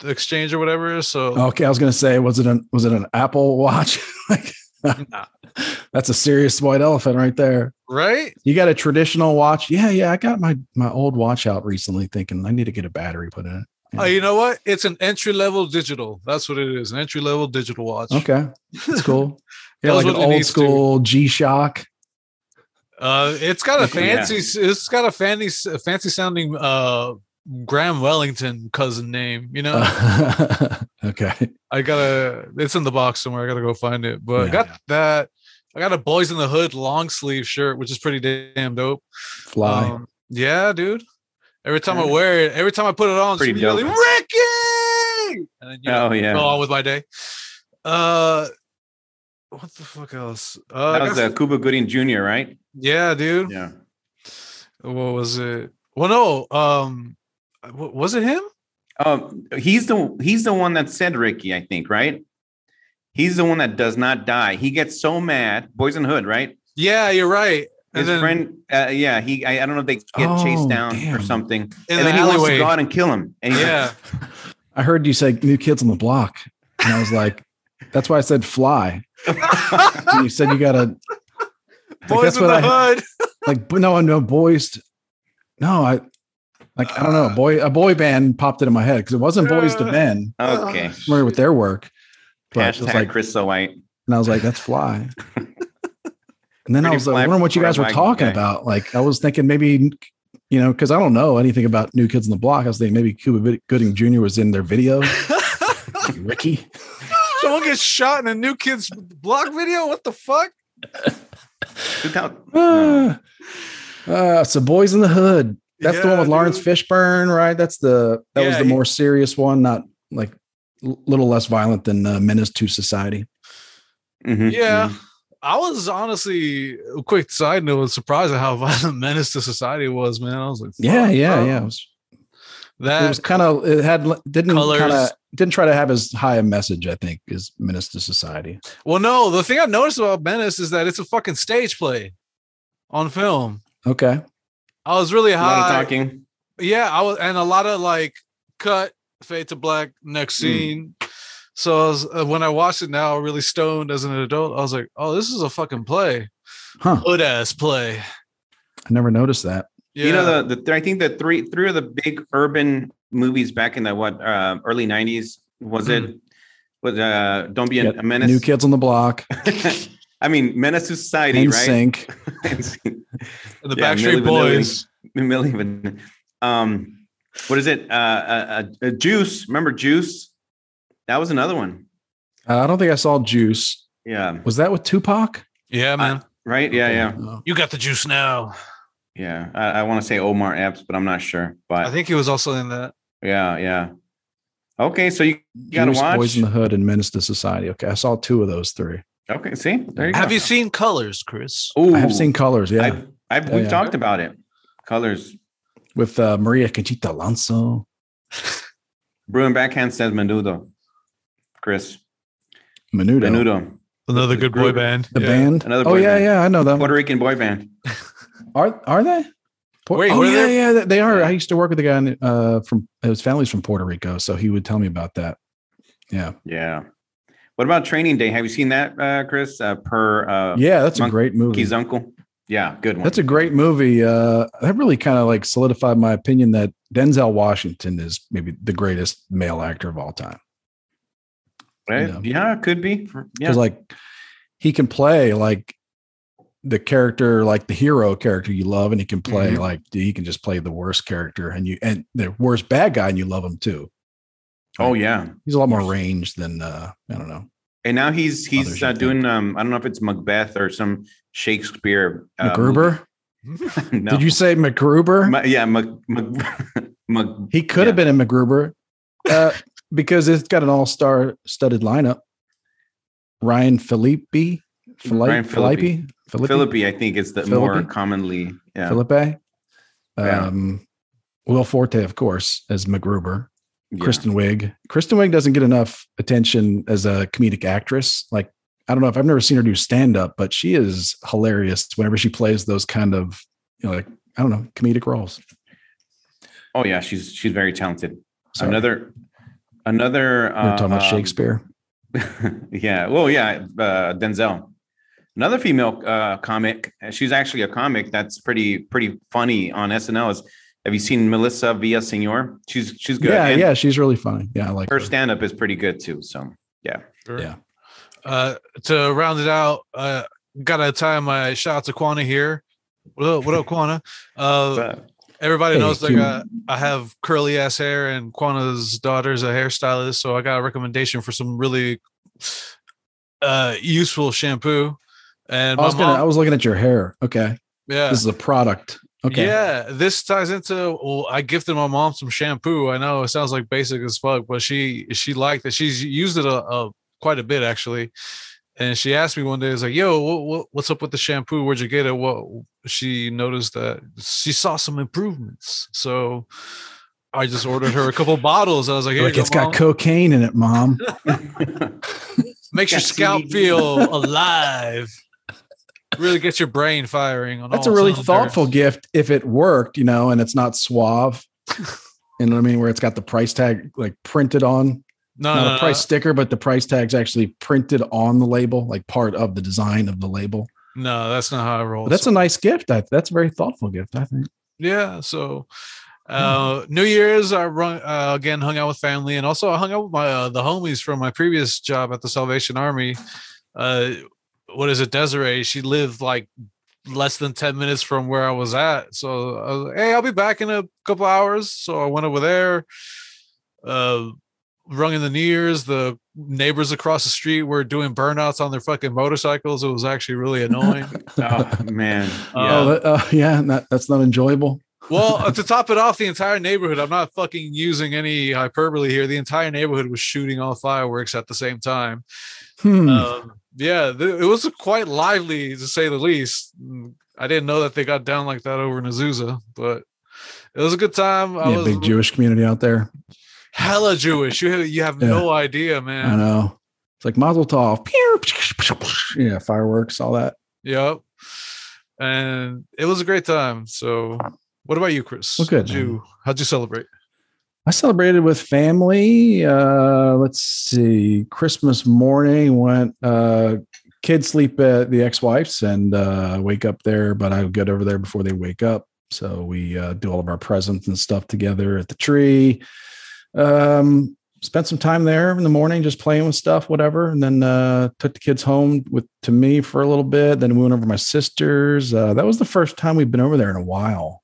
[SPEAKER 5] exchange or whatever. So
[SPEAKER 3] Okay, I was gonna say, was it an was it an Apple Watch? [laughs] like,
[SPEAKER 5] Nah.
[SPEAKER 3] [laughs] that's a serious white elephant right there.
[SPEAKER 5] right,
[SPEAKER 3] You got a traditional watch? Yeah, yeah. I got my my old watch out recently, thinking I need to get a battery put in it. Yeah.
[SPEAKER 5] uh, you know what? It's an entry level digital. That's what it is. An entry level digital watch.
[SPEAKER 3] Okay, that's
[SPEAKER 5] [laughs]
[SPEAKER 3] cool. yeah,
[SPEAKER 5] That was
[SPEAKER 3] like an
[SPEAKER 5] what it
[SPEAKER 3] old
[SPEAKER 5] needs to.
[SPEAKER 3] school G Shock.
[SPEAKER 5] Uh, it's got a
[SPEAKER 4] Yeah.
[SPEAKER 5] fancy. It's got a fancy, fancy sounding uh Graham Wellington cousin name. You know,
[SPEAKER 3] Uh. [laughs] okay,
[SPEAKER 5] I gotta. It's in the box somewhere. I gotta go find it. But
[SPEAKER 3] Yeah.
[SPEAKER 5] I got that. I got a Boys in the Hood long sleeve shirt, which is pretty damn dope.
[SPEAKER 3] fly.
[SPEAKER 5] Um, yeah, dude. Every time I
[SPEAKER 4] Yeah.
[SPEAKER 5] wear it, every time I put it on,
[SPEAKER 4] Pretty
[SPEAKER 5] pretty dope.
[SPEAKER 4] dope.
[SPEAKER 5] Ricky, and then you know,
[SPEAKER 4] Oh yeah.
[SPEAKER 5] go on with my day. Uh, what the fuck else? Uh, I
[SPEAKER 4] that was
[SPEAKER 5] got-
[SPEAKER 4] uh, Cuba Gooding Jr. Right?
[SPEAKER 5] yeah, dude.
[SPEAKER 4] Yeah.
[SPEAKER 5] what was it? Well, no, um, w- was it him?
[SPEAKER 4] Um, he's the he's the one that said Ricky, I think, right? He's the one that does not die. He gets so mad. Boys in the Hood, right?
[SPEAKER 5] Yeah, you're right. And
[SPEAKER 4] His
[SPEAKER 5] then
[SPEAKER 4] friend, uh, yeah, he. I, I don't know if they get
[SPEAKER 3] Oh,
[SPEAKER 4] chased down
[SPEAKER 3] damn.
[SPEAKER 4] or something,
[SPEAKER 5] in
[SPEAKER 4] and
[SPEAKER 5] the
[SPEAKER 4] then he wants to
[SPEAKER 5] alleyway.
[SPEAKER 4] go out and kill him. And he's like,
[SPEAKER 5] [laughs]
[SPEAKER 4] [laughs]
[SPEAKER 5] yeah,
[SPEAKER 3] I heard you say New Kids on the Block, and I was like, that's why I said
[SPEAKER 5] [laughs]
[SPEAKER 3] fly. And you said you got a Like,
[SPEAKER 5] boys
[SPEAKER 3] that's
[SPEAKER 5] in
[SPEAKER 3] what
[SPEAKER 5] the
[SPEAKER 3] I- [laughs]
[SPEAKER 5] hood. [laughs]
[SPEAKER 3] like but no no boys no i like i don't
[SPEAKER 4] Ah.
[SPEAKER 3] know boy a boy band popped into my head because it wasn't boys to
[SPEAKER 5] Uh,
[SPEAKER 3] men
[SPEAKER 4] okay.
[SPEAKER 3] familiar with their work but it was
[SPEAKER 4] Hashtag
[SPEAKER 3] like
[SPEAKER 4] Chris so white.
[SPEAKER 3] and i was like that's fly and then i
[SPEAKER 4] Pretty
[SPEAKER 3] was like
[SPEAKER 4] fly
[SPEAKER 3] wondering what you
[SPEAKER 4] for a
[SPEAKER 3] guys were
[SPEAKER 4] white
[SPEAKER 3] talking
[SPEAKER 4] guy.
[SPEAKER 3] about like i was thinking maybe You know, because I don't know anything about New Kids on the Block. I was thinking maybe Cuba Vid- Gooding Jr. was in their
[SPEAKER 4] [laughs]
[SPEAKER 3] video. Ricky.
[SPEAKER 5] Someone gets shot in a new kid's blog video. What the fuck?
[SPEAKER 3] [sighs]
[SPEAKER 4] Without- no.
[SPEAKER 3] Ah. Uh, so Boys in the Hood. That's the one
[SPEAKER 5] Yeah,
[SPEAKER 3] with Lawrence
[SPEAKER 5] dude.
[SPEAKER 3] Fishburne, right? That's the that was
[SPEAKER 5] Yeah,
[SPEAKER 3] the
[SPEAKER 5] he-
[SPEAKER 3] more serious one, not like a little less violent than uh, Menace to Society.
[SPEAKER 4] Mhm,
[SPEAKER 5] Yeah.
[SPEAKER 4] mhm.
[SPEAKER 5] I was honestly a quick side note was surprised at how [laughs] violent menace to society was, man. I was like,
[SPEAKER 3] Yeah,
[SPEAKER 5] fuck,
[SPEAKER 3] yeah,
[SPEAKER 5] Oh, bro.
[SPEAKER 3] yeah. It was,
[SPEAKER 5] That
[SPEAKER 3] kind of it had didn't
[SPEAKER 5] Colors.
[SPEAKER 3] kind of didn't try to have as high a message. I think as Menace to Society.
[SPEAKER 5] well, no, the thing I've noticed about Menace is that it's a fucking stage play on film.
[SPEAKER 3] Okay,
[SPEAKER 5] I was really
[SPEAKER 4] A lot of
[SPEAKER 5] high.
[SPEAKER 4] talking.
[SPEAKER 5] Yeah, I was, and a lot of like cut, fade to black, next
[SPEAKER 4] Mm.
[SPEAKER 5] scene. So I was, uh, when I watched it now, really stoned as an adult, I was like, "Oh, this is a fucking play,
[SPEAKER 3] huh?
[SPEAKER 5] good ass play."
[SPEAKER 3] I never noticed that.
[SPEAKER 5] Yeah.
[SPEAKER 4] You know, the, the I think the three three of the big urban movies back in the what uh, early '90s was
[SPEAKER 5] Mm-hmm.
[SPEAKER 4] it? Was uh, Don't Be a,
[SPEAKER 3] Yeah,
[SPEAKER 4] a Menace?
[SPEAKER 3] New Kids on the Block,
[SPEAKER 4] [laughs] I mean, Menace to Society,
[SPEAKER 3] In
[SPEAKER 4] right?
[SPEAKER 3] Sync.
[SPEAKER 4] [laughs]
[SPEAKER 5] the
[SPEAKER 4] yeah, Milli
[SPEAKER 5] Backstreet
[SPEAKER 4] Vanilli.
[SPEAKER 5] Boys.
[SPEAKER 4] Millie Van- um, what is it? Uh, uh, uh, Juice. Remember Juice? That was another one.
[SPEAKER 3] Uh, I don't think I saw Juice.
[SPEAKER 4] Yeah.
[SPEAKER 3] Was that with Tupac?
[SPEAKER 5] Yeah, man.
[SPEAKER 4] Right. Yeah. Yeah.
[SPEAKER 3] Oh.
[SPEAKER 5] you got the juice now.
[SPEAKER 4] Yeah. I, I want to say Omar Epps, but I'm not sure. But
[SPEAKER 5] I think he was also in that.
[SPEAKER 4] yeah. Yeah. Okay. So you, gotta
[SPEAKER 3] Juice,
[SPEAKER 4] watch.
[SPEAKER 3] Boys in the Hood and Menace to Society. Okay, I saw two of those three.
[SPEAKER 4] okay. See, there you
[SPEAKER 5] Have
[SPEAKER 4] go.
[SPEAKER 5] you seen Colors, Chris?
[SPEAKER 4] Ooh,
[SPEAKER 3] I have seen Colors, yeah,
[SPEAKER 4] I've, I've,
[SPEAKER 3] Yeah,
[SPEAKER 4] we've
[SPEAKER 3] yeah.
[SPEAKER 4] talked about it. Colors.
[SPEAKER 3] with uh, Maria Conchita Alonso.
[SPEAKER 4] Bruin backhand says Menudo. Chris.
[SPEAKER 3] Menudo,
[SPEAKER 4] Menudo.
[SPEAKER 5] Another
[SPEAKER 4] The
[SPEAKER 5] good boy
[SPEAKER 4] group-
[SPEAKER 5] band.
[SPEAKER 3] the
[SPEAKER 5] Yeah.
[SPEAKER 3] band.
[SPEAKER 4] Another
[SPEAKER 3] oh
[SPEAKER 4] boy
[SPEAKER 3] yeah,
[SPEAKER 4] band.
[SPEAKER 3] yeah, I know them.
[SPEAKER 4] Puerto Rican boy band.
[SPEAKER 3] Are are they? Por-
[SPEAKER 5] Wait,
[SPEAKER 3] oh
[SPEAKER 5] were
[SPEAKER 3] yeah,
[SPEAKER 5] there-
[SPEAKER 3] yeah, they are.
[SPEAKER 4] Yeah.
[SPEAKER 3] I used to work with a guy in, uh, from his family's from Puerto Rico, so he would tell me about that. Yeah,
[SPEAKER 4] Yeah. What about Training Day? Have you seen that, uh, Chris? Uh, per uh,
[SPEAKER 3] yeah, that's a
[SPEAKER 4] Monk-
[SPEAKER 3] great movie.
[SPEAKER 4] Monkey's Uncle. Yeah, good one.
[SPEAKER 3] That's a great movie. Uh, that really kind of like solidified my opinion that Denzel Washington is maybe the greatest male actor of all time.
[SPEAKER 4] Right?
[SPEAKER 3] yeah.
[SPEAKER 4] Yeah. it could be. Yeah.
[SPEAKER 3] Because like he can play like the character, like the hero character you love, and he can play
[SPEAKER 4] Mhm.
[SPEAKER 3] like he can just play the worst character and you and the worst bad guy, and you love him too.
[SPEAKER 4] oh yeah.
[SPEAKER 3] He's a lot more range than uh, I don't know
[SPEAKER 4] And now he's
[SPEAKER 3] Others
[SPEAKER 4] he's
[SPEAKER 3] I
[SPEAKER 4] uh,
[SPEAKER 3] think.
[SPEAKER 4] doing um I don't know if it's Macbeth or some Shakespeare. Uh,
[SPEAKER 3] MacGruber.
[SPEAKER 4] movie. [laughs] No.
[SPEAKER 3] Did you say MacGruber?
[SPEAKER 4] Ma- yeah, Mac, [laughs] Mac, Mac,
[SPEAKER 3] he could have been in MacGruber
[SPEAKER 4] [laughs]
[SPEAKER 3] uh, because it's got an all-star studded lineup. Ryan Filippi, Filippi,
[SPEAKER 4] Ryan
[SPEAKER 3] Filippi,
[SPEAKER 4] Phillippe.
[SPEAKER 3] Filippi,
[SPEAKER 4] Philippi, I think is the more
[SPEAKER 3] Philippi?
[SPEAKER 4] commonly. Yeah.
[SPEAKER 3] Philippi.
[SPEAKER 4] Yeah.
[SPEAKER 3] Um, Will Forte, of course, as MacGruber.
[SPEAKER 4] yeah.
[SPEAKER 3] Kristen Wiig. Kristen Wiig doesn't get enough attention as a comedic actress. Like I don't know if I've never seen her do stand up, but she is hilarious whenever she plays those kind of you know like I don't know comedic roles.
[SPEAKER 4] Oh yeah, she's she's very talented.
[SPEAKER 3] Sorry.
[SPEAKER 4] Another another
[SPEAKER 3] We're talking about
[SPEAKER 4] um,
[SPEAKER 3] Shakespeare.
[SPEAKER 4] [laughs] yeah. Well, yeah. Uh, Denzel, another female uh, comic. She's actually a comic that's pretty pretty funny on SNL. Is have you seen Melissa Villaseñor? She's she's good.
[SPEAKER 3] Yeah,
[SPEAKER 4] And
[SPEAKER 3] yeah, she's really funny. Yeah, I like
[SPEAKER 4] Her
[SPEAKER 3] her.
[SPEAKER 4] stand up is pretty good too. So
[SPEAKER 5] Sure.
[SPEAKER 3] Yeah.
[SPEAKER 5] Uh, to round it out, uh, gotta tie my shout out to Quana here. What up, what up, Quana?
[SPEAKER 3] [laughs]
[SPEAKER 5] Uh,
[SPEAKER 4] but,
[SPEAKER 5] everybody
[SPEAKER 3] Hey,
[SPEAKER 5] knows that
[SPEAKER 3] Q.
[SPEAKER 5] I, I have curly ass hair, and Quana's daughter's a hairstylist, so I got a recommendation for some really uh useful shampoo. And
[SPEAKER 3] I
[SPEAKER 5] my
[SPEAKER 3] was gonna,
[SPEAKER 5] mom-
[SPEAKER 3] I was looking at your hair. Okay,
[SPEAKER 5] yeah,
[SPEAKER 3] this is a product. Okay,
[SPEAKER 5] Yeah, this ties into. Well, I gifted my mom some shampoo. I know it sounds like basic as fuck, but she she liked it. She's used it a, a quite a bit actually. And she asked me one day, "Is like, yo, what, what, what's up with the shampoo? Where'd you get it?" Well, she noticed that she saw some improvements, so I just ordered her a couple bottles. I was like, "Here
[SPEAKER 3] like
[SPEAKER 5] you
[SPEAKER 3] it's
[SPEAKER 5] go,
[SPEAKER 3] got
[SPEAKER 5] Mom.
[SPEAKER 3] cocaine in it,
[SPEAKER 4] [laughs]
[SPEAKER 3] mom.
[SPEAKER 5] makes your
[SPEAKER 4] got
[SPEAKER 5] scalp
[SPEAKER 4] CBD."
[SPEAKER 5] feel alive." Really gets your brain firing on.
[SPEAKER 3] That's a
[SPEAKER 5] all
[SPEAKER 3] really
[SPEAKER 4] Oh,
[SPEAKER 5] cylinders.
[SPEAKER 3] thoughtful gift if it worked, you know, and it's not suave. You know what I mean? Where it's got the price tag like printed on,
[SPEAKER 5] No,
[SPEAKER 3] not
[SPEAKER 5] no,
[SPEAKER 3] a
[SPEAKER 5] no,
[SPEAKER 3] price sticker, but the price tag's actually printed on the label, like part of the design of the label.
[SPEAKER 5] no, that's not how I roll.
[SPEAKER 3] But that's a nice gift. I, that's a very thoughtful gift, I think.
[SPEAKER 5] yeah so uh new year's i run uh, again hung out with family and also i hung out with my uh, the homies from my previous job at the salvation army uh what is it desiree she lived like less than 10 minutes from where I was at. So I was like, hey, I'll be back in a couple hours. So I went over there, uh, rung in the ears. The neighbors across the street were doing burnouts on their fucking motorcycles. It was actually really annoying.
[SPEAKER 4] Oh man.
[SPEAKER 3] [laughs] Oh,
[SPEAKER 5] Um,
[SPEAKER 3] that, uh, yeah, that, that's not enjoyable.
[SPEAKER 5] well, uh, to top it off, the entire neighborhood, I'm not fucking using any hyperbole here. The entire neighborhood was shooting off fireworks at the same time.
[SPEAKER 3] Hmm.
[SPEAKER 5] Um, yeah, th- it was quite lively to say the least. Mm, I didn't know that they got down like that over in Azusa, but it was a good time. I
[SPEAKER 3] yeah,
[SPEAKER 5] was
[SPEAKER 3] big Jewish community out there.
[SPEAKER 5] hella Jewish. You have, you have
[SPEAKER 3] Yeah.
[SPEAKER 5] no idea, man.
[SPEAKER 3] I know. It's like Mazel Tov. Pew, psh, psh, psh, psh. Yeah, fireworks, all that.
[SPEAKER 5] Yep. And it was a great time. So, what about you, Chris?
[SPEAKER 3] Well, good,
[SPEAKER 5] How'd
[SPEAKER 3] man.
[SPEAKER 5] you, how'd you celebrate?
[SPEAKER 3] I celebrated with family. Uh, let's see, Christmas morning went. Uh, kids sleep at the ex-wife's and uh, wake up there, but I get over there before they wake up. So we uh, do all of our presents and stuff together at the tree. Um, spent some time there in the morning, just playing with stuff, whatever, and then uh, took the kids home with to me for a little bit. Then we went over to my sister's. Uh, that was the first time we've been over there in a while.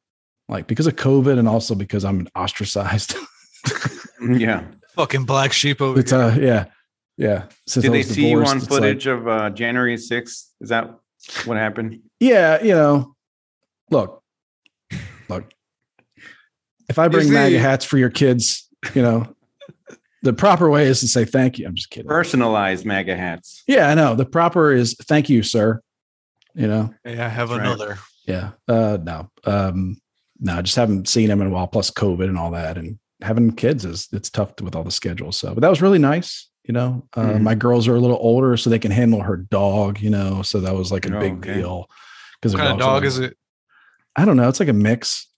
[SPEAKER 3] Like because of COVID and also because I'm ostracized.
[SPEAKER 4] Yeah.
[SPEAKER 5] Fucking black sheep over
[SPEAKER 3] It's
[SPEAKER 5] here.
[SPEAKER 3] uh yeah. Yeah. Since
[SPEAKER 4] Did
[SPEAKER 3] I
[SPEAKER 4] they
[SPEAKER 3] was
[SPEAKER 4] see you
[SPEAKER 3] divorced,
[SPEAKER 4] on
[SPEAKER 3] it's like-
[SPEAKER 4] footage of uh, January 6th? Is that what happened?
[SPEAKER 3] yeah, you know. Look. Look. If I bring
[SPEAKER 5] see-
[SPEAKER 3] MAGA hats for your kids, you know, the proper way is to say thank you. I'm just kidding.
[SPEAKER 4] Personalized MAGA hats.
[SPEAKER 3] Yeah, I know. The proper is thank you, sir. You know.
[SPEAKER 5] yeah, I have
[SPEAKER 4] That's right.
[SPEAKER 5] another.
[SPEAKER 3] Yeah. Uh no. Um no, I just haven't seen him in a while, plus COVID and all that. And having kids is it's tough with all the schedules. So but that was really nice. You know, uh,
[SPEAKER 4] Mhm.
[SPEAKER 3] my girls are a little older, so they can handle her dog, you know. So that was like a
[SPEAKER 4] Oh,
[SPEAKER 3] big
[SPEAKER 4] okay.
[SPEAKER 3] deal. Because
[SPEAKER 5] What kind of dog is it?
[SPEAKER 3] I don't know. It's like a mix.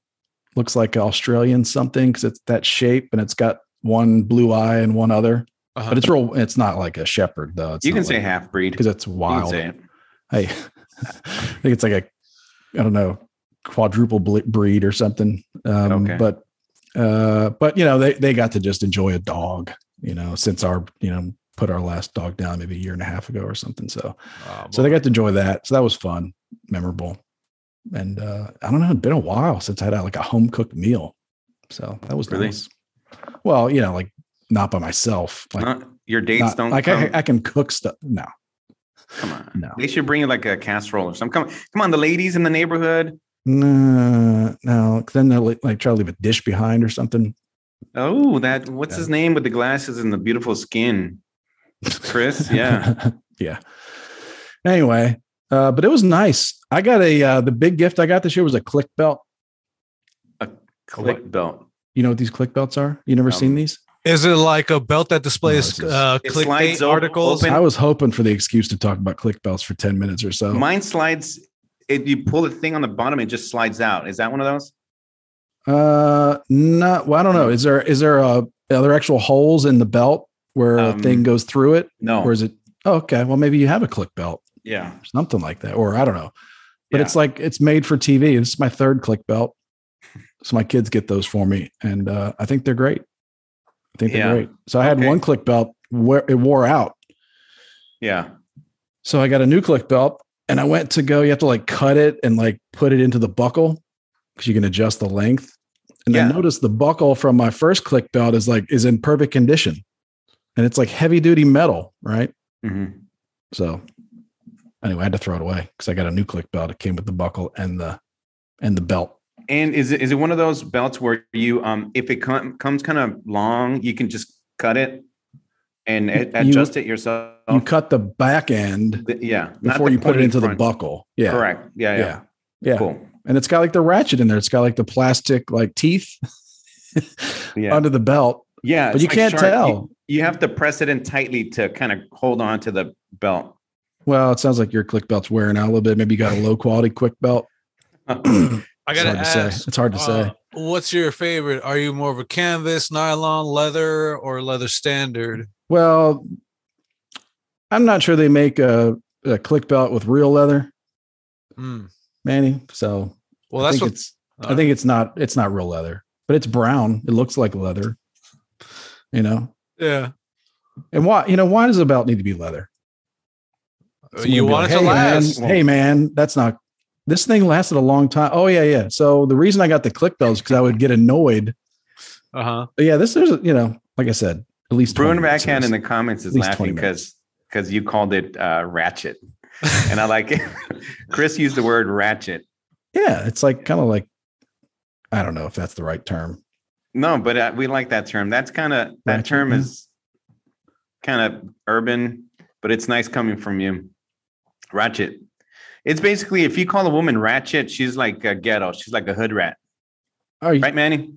[SPEAKER 3] Looks like Australian something because it's that shape and it's got one blue eye and one other.
[SPEAKER 5] Uh-huh.
[SPEAKER 3] But it's real it's not like a shepherd though. It's
[SPEAKER 4] You can
[SPEAKER 3] not
[SPEAKER 4] say
[SPEAKER 3] like,
[SPEAKER 4] half breed.
[SPEAKER 3] because it's
[SPEAKER 4] You can
[SPEAKER 3] wild.
[SPEAKER 4] say it.
[SPEAKER 3] I, [laughs] I think it's like a, I don't know, quadruple ble- breed or something. Um,
[SPEAKER 4] Okay.
[SPEAKER 3] But, uh, but you know, they they got to just enjoy a dog. You know, since our you know put our last dog down maybe a year and a half ago or something. So
[SPEAKER 5] Oh,
[SPEAKER 3] so they got to enjoy that. So that was fun, memorable, and uh, I don't know. It'd been a while since I had like a home cooked meal. So that was
[SPEAKER 4] Really?
[SPEAKER 3] nice. Well, you know, like not by myself. Like,
[SPEAKER 4] Not- your dates
[SPEAKER 3] not-
[SPEAKER 4] don't
[SPEAKER 3] like
[SPEAKER 4] come.
[SPEAKER 3] I, I can cook stuff. No,
[SPEAKER 4] come on.
[SPEAKER 3] no.
[SPEAKER 4] They should bring you like a casserole or something. Come, come on, the ladies in the neighborhood.
[SPEAKER 3] No, no. 'cause Then they'll like, like try to leave a dish behind or something.
[SPEAKER 4] Oh, that what's
[SPEAKER 3] Yeah.
[SPEAKER 4] his name with the glasses and the beautiful skin?
[SPEAKER 3] [laughs]
[SPEAKER 4] Chris, yeah.
[SPEAKER 3] yeah. Anyway, uh, but it was nice. I got a uh, the big gift I got this year was a click belt.
[SPEAKER 4] Click belt.
[SPEAKER 3] You know what these click belts are? You never
[SPEAKER 4] Um,
[SPEAKER 3] seen these?
[SPEAKER 5] Is it like a belt that displays
[SPEAKER 3] No, it's
[SPEAKER 5] uh,
[SPEAKER 4] It
[SPEAKER 5] clickbait
[SPEAKER 4] slides o-
[SPEAKER 5] articles?
[SPEAKER 4] open.
[SPEAKER 3] I was hoping for the excuse to talk about click belts for ten minutes or so.
[SPEAKER 4] Mine slides. If you pull the thing on the bottom, it just slides out. Is that one of those?
[SPEAKER 3] uh, no. Well, I don't know. Is there is there uh are there actual holes in the belt where
[SPEAKER 4] Um,
[SPEAKER 3] a thing goes through it,
[SPEAKER 4] No.
[SPEAKER 3] or is it? Oh, okay. Well, maybe you have a click belt,
[SPEAKER 4] yeah.
[SPEAKER 3] something like that, or I don't know. but
[SPEAKER 4] Yeah.
[SPEAKER 3] it's like it's made for TV. This is my third click belt. So my kids get those for me, and uh, I think they're great. I think they're
[SPEAKER 4] Yeah.
[SPEAKER 3] great. So I had
[SPEAKER 4] Okay.
[SPEAKER 3] one click belt where it wore out.
[SPEAKER 4] Yeah.
[SPEAKER 3] So I got a new click belt, and I went to go. You have to like cut it and like put it into the buckle because you can adjust the length. And
[SPEAKER 4] Yeah.
[SPEAKER 3] I noticed the buckle from my first click belt is like is in perfect condition, and it's like heavy duty metal, right?
[SPEAKER 4] Mhm.
[SPEAKER 3] So anyway, I had to throw it away because I got a new click belt. It came with the buckle and the and the belt.
[SPEAKER 4] And is it is it one of those belts where you um if it com- comes kind of long, you can just cut it and a-
[SPEAKER 3] You-
[SPEAKER 4] adjust it yourself?
[SPEAKER 3] you cut the back end
[SPEAKER 4] The- yeah. not
[SPEAKER 3] before
[SPEAKER 4] the
[SPEAKER 3] you put it
[SPEAKER 4] pointy
[SPEAKER 3] into the
[SPEAKER 4] front.
[SPEAKER 3] buckle. Yeah.
[SPEAKER 4] Correct. Yeah.
[SPEAKER 3] Yeah.
[SPEAKER 4] Yeah.
[SPEAKER 3] Yeah.
[SPEAKER 4] Cool.
[SPEAKER 3] And it's got like the ratchet in there. It's got like the plastic like teeth
[SPEAKER 4] [laughs] Yeah.
[SPEAKER 3] under the belt.
[SPEAKER 4] yeah.
[SPEAKER 3] Um, But
[SPEAKER 4] it's
[SPEAKER 3] you
[SPEAKER 4] like
[SPEAKER 3] can't
[SPEAKER 4] sharp. You-
[SPEAKER 3] tell.
[SPEAKER 4] You, have to press it in tightly to kind of hold on to the belt.
[SPEAKER 3] [clears throat] Well, it sounds like your click belt's wearing out a little bit. Maybe you got a low quality quick belt.
[SPEAKER 5] I gotta
[SPEAKER 3] it's hard to
[SPEAKER 5] ask.
[SPEAKER 3] say. It's hard to
[SPEAKER 5] uh,
[SPEAKER 3] say.
[SPEAKER 5] what's your favorite? Are you more of a canvas, nylon, leather, or leather standard?
[SPEAKER 3] Well, I'm not sure they make a, a click belt with real leather,
[SPEAKER 5] Hmm.
[SPEAKER 3] Manny. So
[SPEAKER 5] Well,
[SPEAKER 3] I
[SPEAKER 5] that's
[SPEAKER 3] think
[SPEAKER 5] what
[SPEAKER 3] it's I think it's not it's not real leather, but it's brown. It looks like leather. You know?
[SPEAKER 5] yeah.
[SPEAKER 3] And why you know, why does a belt need to be leather? Someone
[SPEAKER 5] Uh, you
[SPEAKER 3] would be
[SPEAKER 5] want
[SPEAKER 3] like,
[SPEAKER 5] it
[SPEAKER 3] "Hey, man,"
[SPEAKER 5] to last.
[SPEAKER 3] hey man, that's not this thing lasted a long time. Oh yeah, yeah. So the reason I got the click bells because I would get annoyed.
[SPEAKER 5] Uh huh.
[SPEAKER 3] But yeah, this is you know, like I said, at least
[SPEAKER 4] Bruin
[SPEAKER 3] 20 minutes
[SPEAKER 4] Backhand in
[SPEAKER 3] this.
[SPEAKER 4] the comments is
[SPEAKER 3] At least
[SPEAKER 4] laughing
[SPEAKER 3] 20
[SPEAKER 4] because because you called it uh,
[SPEAKER 3] [laughs]
[SPEAKER 4] ratchet, and I like it. Chris used the word ratchet.
[SPEAKER 3] yeah, it's like kind of like I don't know if that's the right term.
[SPEAKER 4] No, but uh, we like that term. That's kind of that
[SPEAKER 3] Ratchet,
[SPEAKER 4] term
[SPEAKER 3] yeah.
[SPEAKER 4] is
[SPEAKER 3] Mm-hmm.
[SPEAKER 4] kind of urban, but it's nice coming from you. Ratchet. It's basically if you call a woman ratchet, she's like a ghetto. She's like a hood rat,
[SPEAKER 3] Are you,
[SPEAKER 4] right, Manny?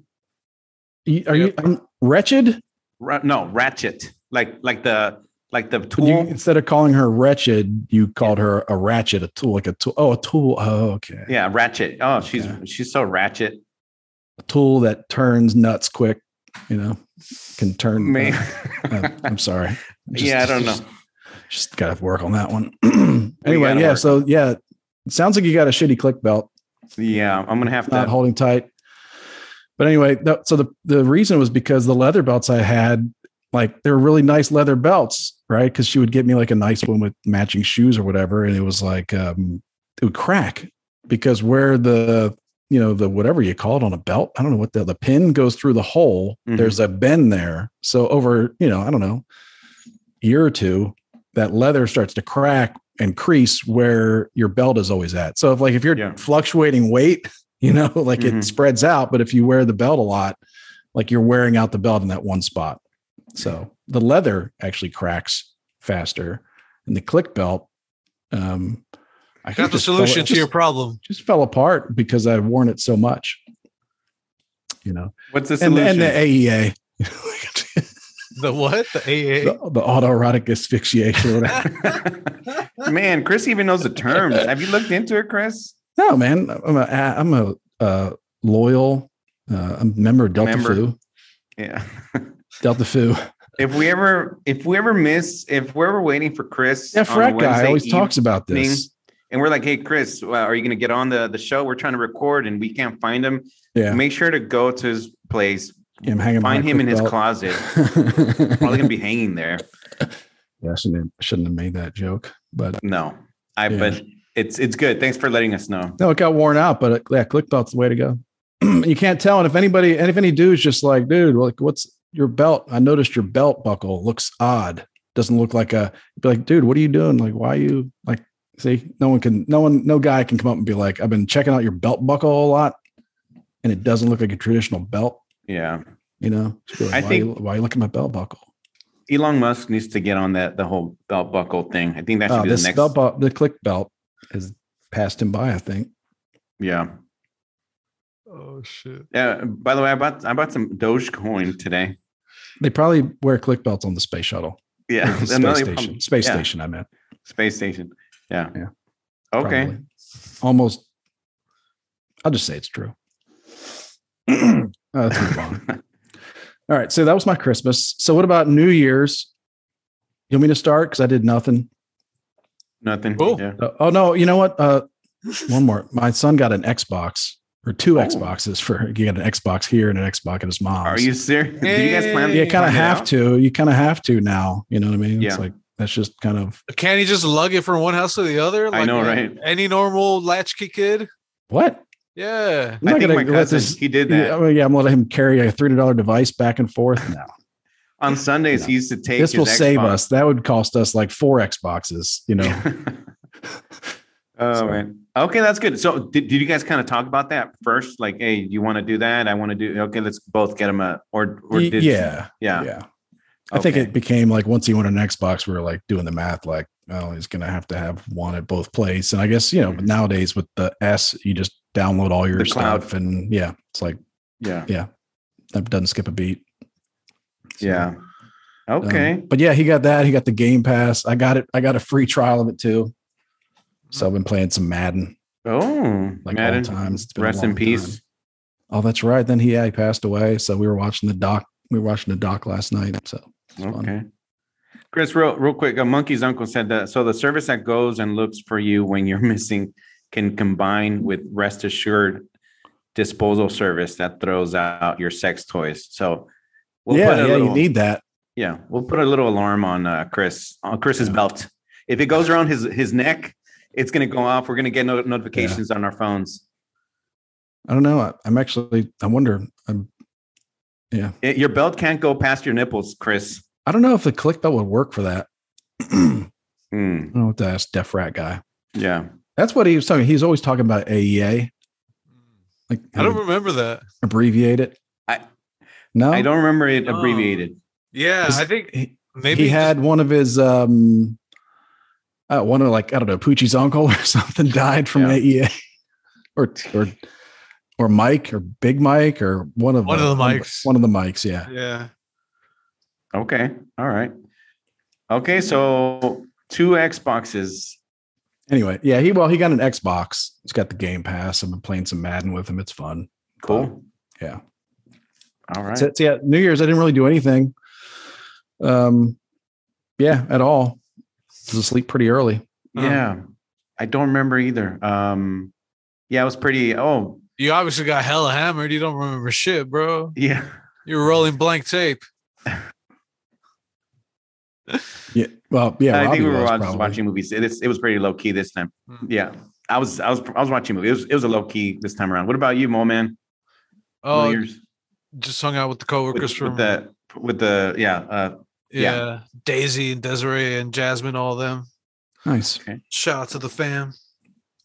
[SPEAKER 3] you- are you I'm wretched?
[SPEAKER 4] Ra- no, ratchet. Like like the like the
[SPEAKER 3] But you,
[SPEAKER 4] tool.
[SPEAKER 3] instead of calling her wretched, you called her a ratchet, a tool, like a tool. Oh, a tool. Oh, okay.
[SPEAKER 4] yeah, ratchet. Oh, she's
[SPEAKER 3] Okay.
[SPEAKER 4] she's so ratchet.
[SPEAKER 3] A tool that turns nuts quick. You know, can turn.
[SPEAKER 4] Man.
[SPEAKER 3] Uh,
[SPEAKER 4] [laughs]
[SPEAKER 3] I'm sorry.
[SPEAKER 4] yeah, I
[SPEAKER 3] [laughs]
[SPEAKER 4] don't know.
[SPEAKER 3] Just got to work on that one. [clears throat] anyway,
[SPEAKER 4] gotta
[SPEAKER 3] yeah.
[SPEAKER 4] work.
[SPEAKER 3] So yeah, it sounds like you got a shitty click belt,
[SPEAKER 4] Yeah, I'm gonna have
[SPEAKER 3] not
[SPEAKER 4] to.
[SPEAKER 3] holding tight. But anyway, th- so the the reason was because the leather belts I had, like they were really nice leather belts, right? Because she would get me like a nice one with matching shoes or whatever, and it was like um, it would crack because where the you know the whatever you call it on a belt, I don't know what the the pin goes through the hole.
[SPEAKER 4] Mhm.
[SPEAKER 3] There's a bend there, so over you know I don't know year or two, that leather starts to crack and crease where your belt is always at. So if like if you're
[SPEAKER 4] Yeah.
[SPEAKER 3] fluctuating weight, [laughs] you know, like
[SPEAKER 5] Mm-hmm.
[SPEAKER 4] Mhm.
[SPEAKER 3] it spreads out, but if you wear the belt a lot, like you're wearing out the belt in that one spot. So the leather actually cracks faster and the click belt um I think
[SPEAKER 5] Got the
[SPEAKER 3] just fell-
[SPEAKER 5] solution to
[SPEAKER 3] just-
[SPEAKER 5] your problem.
[SPEAKER 3] just fell apart because I've worn it so much. You know,
[SPEAKER 4] What's the
[SPEAKER 3] and,
[SPEAKER 4] solution?
[SPEAKER 3] and the E AEA,
[SPEAKER 5] The what? The
[SPEAKER 3] [laughs] the, the autoerotic asphyxiation. or whatever.
[SPEAKER 4] [laughs] Man, Chris even knows the terms. Have you looked into it, Chris?
[SPEAKER 3] No, man, I'm a I'm a uh, loyal uh, I'm a member of Delta
[SPEAKER 4] Member.
[SPEAKER 3] Phi.
[SPEAKER 4] Yeah.
[SPEAKER 3] Delta
[SPEAKER 4] [laughs]
[SPEAKER 3] Phi.
[SPEAKER 4] If we ever, if we ever miss, if we're ever waiting for Chris,
[SPEAKER 3] That
[SPEAKER 4] on a
[SPEAKER 3] frat guy
[SPEAKER 4] Wednesday
[SPEAKER 3] always
[SPEAKER 4] eve-
[SPEAKER 3] talks about this.
[SPEAKER 4] and we're like, "Hey, Chris, uh, are you going to get on the the show? We're trying to record, and we can't find him.
[SPEAKER 3] Yeah, [laughs]
[SPEAKER 4] Make sure to go to his place,
[SPEAKER 3] him hanging.
[SPEAKER 4] find him in his
[SPEAKER 3] closet.
[SPEAKER 4] closet. Probably going to be [laughs] hanging there.
[SPEAKER 3] yeah, I shouldn't have, shouldn't have made that joke, but
[SPEAKER 4] No, I.
[SPEAKER 3] Yeah.
[SPEAKER 4] But it's it's good. Thanks for letting us know.
[SPEAKER 3] no, it got worn out. But uh, yeah, click belt's the way to go. [clears throat] you can't tell, and if anybody and if any dude's just like, dude, like what's your belt? I noticed your belt buckle looks odd. Doesn't look like a. Be like, dude, what are you doing? Like, why you like? See, no one can, no one, no guy can come up and be like, I've been checking out your belt buckle a lot, and it doesn't look like a traditional belt.
[SPEAKER 4] Yeah,
[SPEAKER 3] You know, Just be like,
[SPEAKER 4] I
[SPEAKER 3] why
[SPEAKER 4] think-
[SPEAKER 3] you, why you look at my belt buckle?
[SPEAKER 4] Elon Musk needs to get on that the whole belt buckle thing. I think that should
[SPEAKER 3] Oh,
[SPEAKER 4] be the
[SPEAKER 3] this
[SPEAKER 4] next.
[SPEAKER 3] belt, bu- the click belt, has passed him by. I think.
[SPEAKER 4] yeah.
[SPEAKER 5] AA. Oh shit.
[SPEAKER 4] Uh, by the way, I bought I bought some Dogecoin today.
[SPEAKER 3] They probably wear click belts on the space shuttle,
[SPEAKER 4] Yeah,
[SPEAKER 3] Or
[SPEAKER 4] [laughs]
[SPEAKER 3] the [laughs] space
[SPEAKER 4] Another-
[SPEAKER 3] station. space
[SPEAKER 4] yeah,
[SPEAKER 3] station, I meant.
[SPEAKER 4] Space station. Yeah.
[SPEAKER 3] Yeah.
[SPEAKER 4] Okay.
[SPEAKER 3] probably. Almost. I'll just say it's true. [clears throat] Uh, let's move on.
[SPEAKER 4] [laughs]
[SPEAKER 3] All right. So that was my Christmas. So what about New Year's? You want me to start? Because I did nothing.
[SPEAKER 4] Nothing.
[SPEAKER 5] Cool.
[SPEAKER 4] Yeah.
[SPEAKER 3] Uh, oh no! You know what? Uh, one more. My son got an Xbox or two
[SPEAKER 4] Oh.
[SPEAKER 3] Xboxes for. He got an Xbox here and an Xbox at his mom's.
[SPEAKER 4] Are you serious? Do you guys plan?
[SPEAKER 5] Hey.
[SPEAKER 3] You kind
[SPEAKER 4] plan
[SPEAKER 3] of
[SPEAKER 4] it
[SPEAKER 3] have
[SPEAKER 4] out?
[SPEAKER 3] to. You kind of have to now. You know what I mean?
[SPEAKER 4] Yeah.
[SPEAKER 3] It's like that's just kind of
[SPEAKER 5] Can he just lug it from one house to the other?
[SPEAKER 4] I know,
[SPEAKER 5] a-
[SPEAKER 4] right?
[SPEAKER 5] Any normal latchkey kid?
[SPEAKER 3] what?
[SPEAKER 5] Yeah.
[SPEAKER 3] I'm not
[SPEAKER 4] I think
[SPEAKER 3] gonna
[SPEAKER 4] my
[SPEAKER 3] let
[SPEAKER 4] cousin
[SPEAKER 3] this-
[SPEAKER 4] he did that
[SPEAKER 3] Yeah, well, yeah, I'm gonna let him carry a three hundred dollar device back and forth
[SPEAKER 4] [laughs]
[SPEAKER 3] now.
[SPEAKER 4] on Sundays. He used to take
[SPEAKER 3] this
[SPEAKER 4] his
[SPEAKER 3] will save
[SPEAKER 4] Xbox.
[SPEAKER 3] us. That would cost us like four Xboxes, you know.
[SPEAKER 4] [laughs] oh
[SPEAKER 3] So-
[SPEAKER 4] man. Okay, that's good. So did, did you guys kind of talk about that first? Like, hey, you want to do that? I want to do. Okay, let's both get him a or or
[SPEAKER 3] Y-
[SPEAKER 4] did
[SPEAKER 3] yeah,
[SPEAKER 4] yeah.
[SPEAKER 3] yeah. I think
[SPEAKER 4] Okay.
[SPEAKER 3] it became like once he went an Xbox, we were like doing the math, like, oh, he's gonna have to have one at both places. And I guess you know, but nowadays with the S, you just download all your
[SPEAKER 4] The cloud.
[SPEAKER 3] stuff, and yeah, it's like
[SPEAKER 4] yeah
[SPEAKER 3] that doesn't skip a beat. So,
[SPEAKER 4] yeah.
[SPEAKER 3] um,
[SPEAKER 4] Okay.
[SPEAKER 3] but yeah, he got that. He got the Game Pass. I got it. I got a free trial of it too. So I've been playing some Madden.
[SPEAKER 4] oh,
[SPEAKER 3] like
[SPEAKER 4] Madden.
[SPEAKER 3] all times. It's been a
[SPEAKER 4] Rest in
[SPEAKER 3] long
[SPEAKER 4] peace.
[SPEAKER 3] time. Oh, that's right. Then he, yeah, he passed away. So we were watching the doc. We were watching the doc last night. So It's fun.
[SPEAKER 4] Okay. Chris, real real quick, a monkey's uncle said that so the service that goes and looks for you when you're [laughs] missing can combine with rest assured disposal service that throws out your sex toys. So we'll
[SPEAKER 3] yeah,
[SPEAKER 4] put a
[SPEAKER 3] yeah,
[SPEAKER 4] little,
[SPEAKER 3] you need that.
[SPEAKER 4] yeah, we'll put a little alarm on uh, Chris on Chris's
[SPEAKER 3] Yeah.
[SPEAKER 4] belt. If it goes around his his neck, it's going to go off. We're going to get no- notifications on our phones.
[SPEAKER 3] I don't know. I, I'm actually. I wonder. I'm,
[SPEAKER 4] It- your belt can't go past your nipples, Chris.
[SPEAKER 3] I don't know if the click bell would work for that. [clears throat] I
[SPEAKER 4] Hmm.
[SPEAKER 3] don't know what to ask Def Rat guy.
[SPEAKER 4] yeah.
[SPEAKER 3] That's what he was talking. He's always talking about AEA. Like
[SPEAKER 5] I don't remember that.
[SPEAKER 3] abbreviate it.
[SPEAKER 4] I-
[SPEAKER 3] no,
[SPEAKER 4] I don't remember it
[SPEAKER 5] Oh.
[SPEAKER 4] abbreviated.
[SPEAKER 5] Yeah,
[SPEAKER 3] Is-
[SPEAKER 5] I think
[SPEAKER 3] He,
[SPEAKER 5] maybe
[SPEAKER 3] he
[SPEAKER 5] just-
[SPEAKER 3] had one of his um, uh, one of like I don't know Poochie's uncle [laughs] or something died from AEA, or or or Mike or Big Mike or one of
[SPEAKER 5] One of the mics.
[SPEAKER 3] One of the mics, yeah.
[SPEAKER 5] Yeah,
[SPEAKER 4] Okay. All right. Okay. So two Xboxes.
[SPEAKER 3] Anyway, yeah, he well he got an Xbox. He's got the Game Pass. I've been playing some Madden with him. It's fun.
[SPEAKER 4] Cool.
[SPEAKER 3] Yeah.
[SPEAKER 4] All right.
[SPEAKER 3] That's it. So, yeah, New Year's I didn't really do anything. Um, yeah, at all. I was asleep pretty early.
[SPEAKER 5] Uh,
[SPEAKER 4] Yeah.
[SPEAKER 3] um,
[SPEAKER 4] I don't remember either. Um, yeah, I was pretty. Oh,
[SPEAKER 5] you obviously got hella hammered. You don't remember shit, bro.
[SPEAKER 4] yeah.
[SPEAKER 5] You were rolling blank tape.
[SPEAKER 3] Yeah. Well, yeah.
[SPEAKER 4] [laughs] I
[SPEAKER 3] Robbie
[SPEAKER 4] think we were
[SPEAKER 3] was
[SPEAKER 4] watching,
[SPEAKER 3] probably.
[SPEAKER 4] watching movies. It, is- it was pretty low key this time.
[SPEAKER 5] Mm.
[SPEAKER 4] Yeah. I was I was I was watching a movie. It was it was a low key this time around. What about you, Mo man?
[SPEAKER 5] Oh,
[SPEAKER 4] New Year's-
[SPEAKER 5] just hung out with the coworkers
[SPEAKER 4] with, with
[SPEAKER 5] from
[SPEAKER 4] the with the yeah. Uh,
[SPEAKER 5] yeah, Daisy and Desiree and Jasmine, all them.
[SPEAKER 3] Nice.
[SPEAKER 5] Shout out to the fam.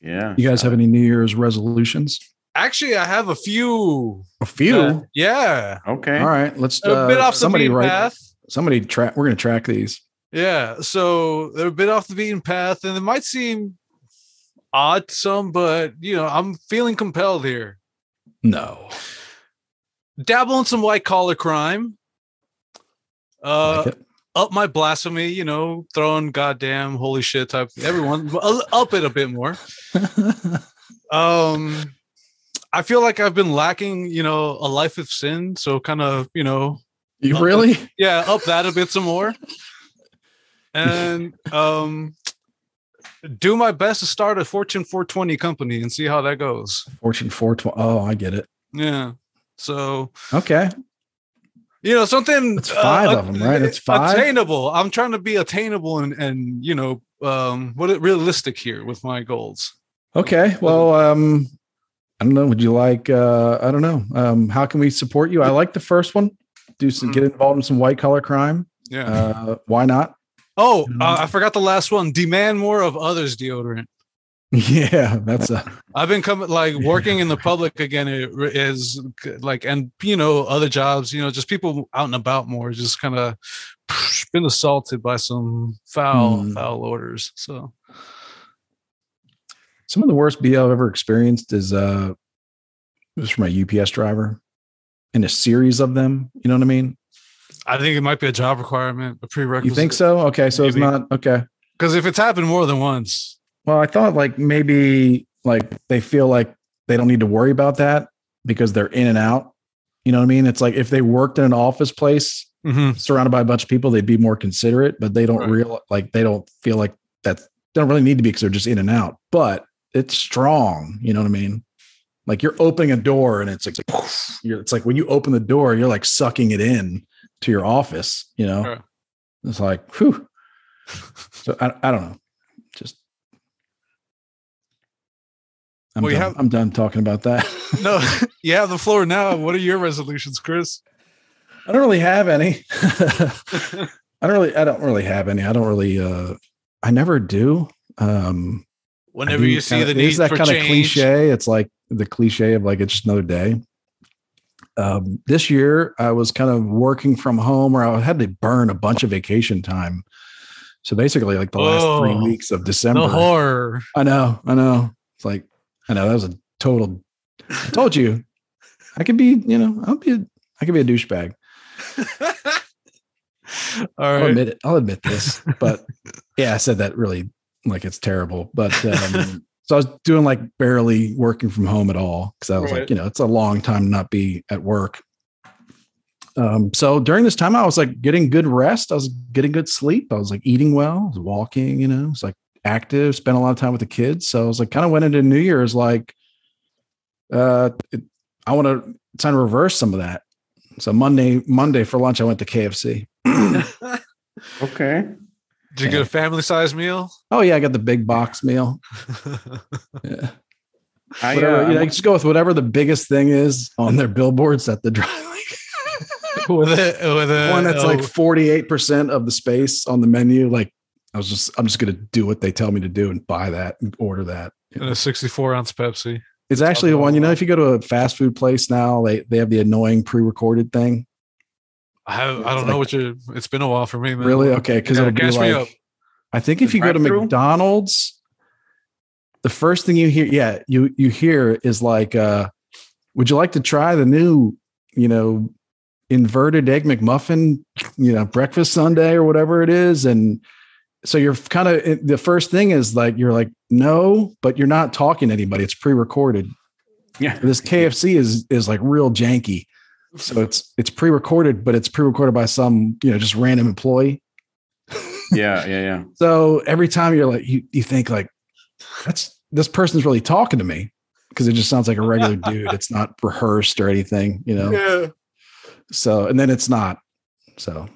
[SPEAKER 4] yeah.
[SPEAKER 3] You guys have any New Year's resolutions?
[SPEAKER 5] Actually, I have a few.
[SPEAKER 3] A few.
[SPEAKER 5] Uh, yeah,
[SPEAKER 4] Okay.
[SPEAKER 3] All right. Let's
[SPEAKER 5] a
[SPEAKER 3] uh,
[SPEAKER 5] bit off the
[SPEAKER 3] somebody
[SPEAKER 5] beaten
[SPEAKER 3] write
[SPEAKER 5] path.
[SPEAKER 3] somebody track. We're gonna track these.
[SPEAKER 5] Yeah, so they're a bit off the beaten path, and it might seem odd to some, but you know, I'm feeling compelled here.
[SPEAKER 3] No.
[SPEAKER 5] Dabble in some white collar crime. Uh,
[SPEAKER 3] Like it.
[SPEAKER 5] up my blasphemy, you know, throwing goddamn holy shit type. Everyone u- up it a
[SPEAKER 3] [laughs]
[SPEAKER 5] bit more. Um, I feel like I've been lacking, you know, a life of sin. So kind of, you know,
[SPEAKER 3] you really?
[SPEAKER 5] yeah, up that a bit some more.
[SPEAKER 3] [laughs]
[SPEAKER 5] And um, do my best to start a Fortune 420 company and see how that goes.
[SPEAKER 3] Fortune 420. Oh, I get it.
[SPEAKER 5] Yeah. So
[SPEAKER 3] Okay.
[SPEAKER 5] you know something uh,
[SPEAKER 3] That's five of 'em, right? That's five?
[SPEAKER 5] attainable i'm trying to be attainable and and you know um what it- realistic here with my goals
[SPEAKER 3] Okay. Well, um, I don't know. Would you like? Uh, I don't know. Um, how can we support you? I like the first one. Do some get involved in some white collar crime.
[SPEAKER 5] yeah
[SPEAKER 3] Uh, why not? [laughs]
[SPEAKER 5] oh
[SPEAKER 3] Mhm.
[SPEAKER 5] uh, i forgot the last one demand more of others deodorant
[SPEAKER 3] Yeah, that's uh, a
[SPEAKER 5] i've been coming like
[SPEAKER 3] Yeah.
[SPEAKER 5] working in the public again it re- is g- like and you know other jobs you know just people out and about more just kind of been assaulted by some foul
[SPEAKER 3] Hmm.
[SPEAKER 5] foul orders so
[SPEAKER 3] some of the worst BL I've ever experienced is uh, it was from a UPS driver, and a series of them. You know what I mean?
[SPEAKER 5] i think it might be a job requirement a prerequisite
[SPEAKER 3] You think so? Okay, so it's
[SPEAKER 5] Maybe.
[SPEAKER 3] not okay.
[SPEAKER 5] because if it's happened more than once
[SPEAKER 3] Well, I thought like maybe like they feel like they don't need to worry about that because they're in and out. You know what I mean? It's like if they worked in an office place
[SPEAKER 5] hmm
[SPEAKER 3] surrounded by a bunch of people, they'd be more considerate, but they don't
[SPEAKER 5] Right.
[SPEAKER 3] real like they don't feel like that's they don't really need to be because they're just in and out. But it's strong, you know what I mean? Like you're opening a door and it's like [laughs] you're, it's like when you open the door, you're like sucking it in to your office, you know?
[SPEAKER 5] Right.
[SPEAKER 3] It's like, whew. So I, I don't know. Just I'm,
[SPEAKER 5] Well, you
[SPEAKER 3] done.
[SPEAKER 5] have-
[SPEAKER 3] I'm done talking about that. [laughs]
[SPEAKER 5] No, [laughs] you have the floor now. What are your resolutions, Chris?
[SPEAKER 3] I don't really have
[SPEAKER 5] [laughs]
[SPEAKER 3] any. [laughs] I don't really I don't really have any. I don't really uh I never do. Um I
[SPEAKER 5] Whenever
[SPEAKER 3] do
[SPEAKER 5] you see
[SPEAKER 3] kinda-
[SPEAKER 5] the
[SPEAKER 3] it is
[SPEAKER 5] need
[SPEAKER 3] that
[SPEAKER 5] for
[SPEAKER 3] kind
[SPEAKER 5] change,
[SPEAKER 3] of cliche. It's like the cliche of like it's just another day. Um this year I was kind of working from home or I had to burn a bunch of vacation time. So basically like the last
[SPEAKER 5] Oh,
[SPEAKER 3] three weeks of December.
[SPEAKER 5] the horror.
[SPEAKER 3] I know, I know. It's like I know that was a total. I told you, I could be. You know, I'll be. A, I could be a douchebag.
[SPEAKER 5] All
[SPEAKER 3] I'll
[SPEAKER 5] right.
[SPEAKER 3] admit it. I'll admit this. But yeah, I said that really like it's terrible. But um, so I was doing like barely working from home at all because I was
[SPEAKER 5] Right.
[SPEAKER 3] like, you know, it's a long time to not be at work. Um, so during this time, I was like getting good rest. I was getting good sleep. I was like eating well. I was walking. You know, I was like active. Spent a lot of time with the kids. So I was like, kind of went into New Year's like, uh, it, I want to try to reverse some of that. So Monday, Monday for lunch, I went to KFC.
[SPEAKER 4] Okay.
[SPEAKER 5] Did you get a family
[SPEAKER 3] [laughs]
[SPEAKER 5] size meal?
[SPEAKER 3] Oh yeah, I got the big box meal. Yeah.
[SPEAKER 4] I,
[SPEAKER 3] whatever,
[SPEAKER 4] uh,
[SPEAKER 3] you know, just go with whatever the biggest thing is on their billboards at the driveway.
[SPEAKER 5] with a, with a,
[SPEAKER 3] One that's
[SPEAKER 5] oh,
[SPEAKER 3] like forty eight percent of the space on the menu. Like I was just, I'm just gonna do what they tell me to do and buy that and order that.
[SPEAKER 5] and a 64 ounce Pepsi.
[SPEAKER 3] It's actually the one. You know, if you go to a fast food place now, they they have the annoying pre recorded thing.
[SPEAKER 5] I have,
[SPEAKER 3] It's
[SPEAKER 5] I don't know
[SPEAKER 3] like-
[SPEAKER 5] what you're. It's been a while for me, man.
[SPEAKER 3] Really? Okay, because
[SPEAKER 5] Yeah,
[SPEAKER 3] it'll be
[SPEAKER 5] gas me up.
[SPEAKER 3] like. I think if
[SPEAKER 4] The
[SPEAKER 3] you go to
[SPEAKER 4] drive-thru?
[SPEAKER 3] McDonald's, the first thing you hear, yeah, you you hear is like, uh, "Would you like to try the new, you know, inverted egg McMuffin, you know, breakfast Sunday or whatever it is?" And so you're kind of the first thing is like you're like, "No," but you're not talking to anybody. It's pre-recorded.
[SPEAKER 4] [laughs] yeah.
[SPEAKER 3] This KFC is is like real janky, so it's it's pre-recorded, but it's pre-recorded by some you know just random employee.
[SPEAKER 4] yeah, yeah, yeah.
[SPEAKER 3] So every time you're like, you, you think like, that's this person's really talking to me because it just sounds like a
[SPEAKER 4] [laughs]
[SPEAKER 3] regular dude. It's not rehearsed or anything, you know.
[SPEAKER 5] Yeah.
[SPEAKER 3] So and then it's not. So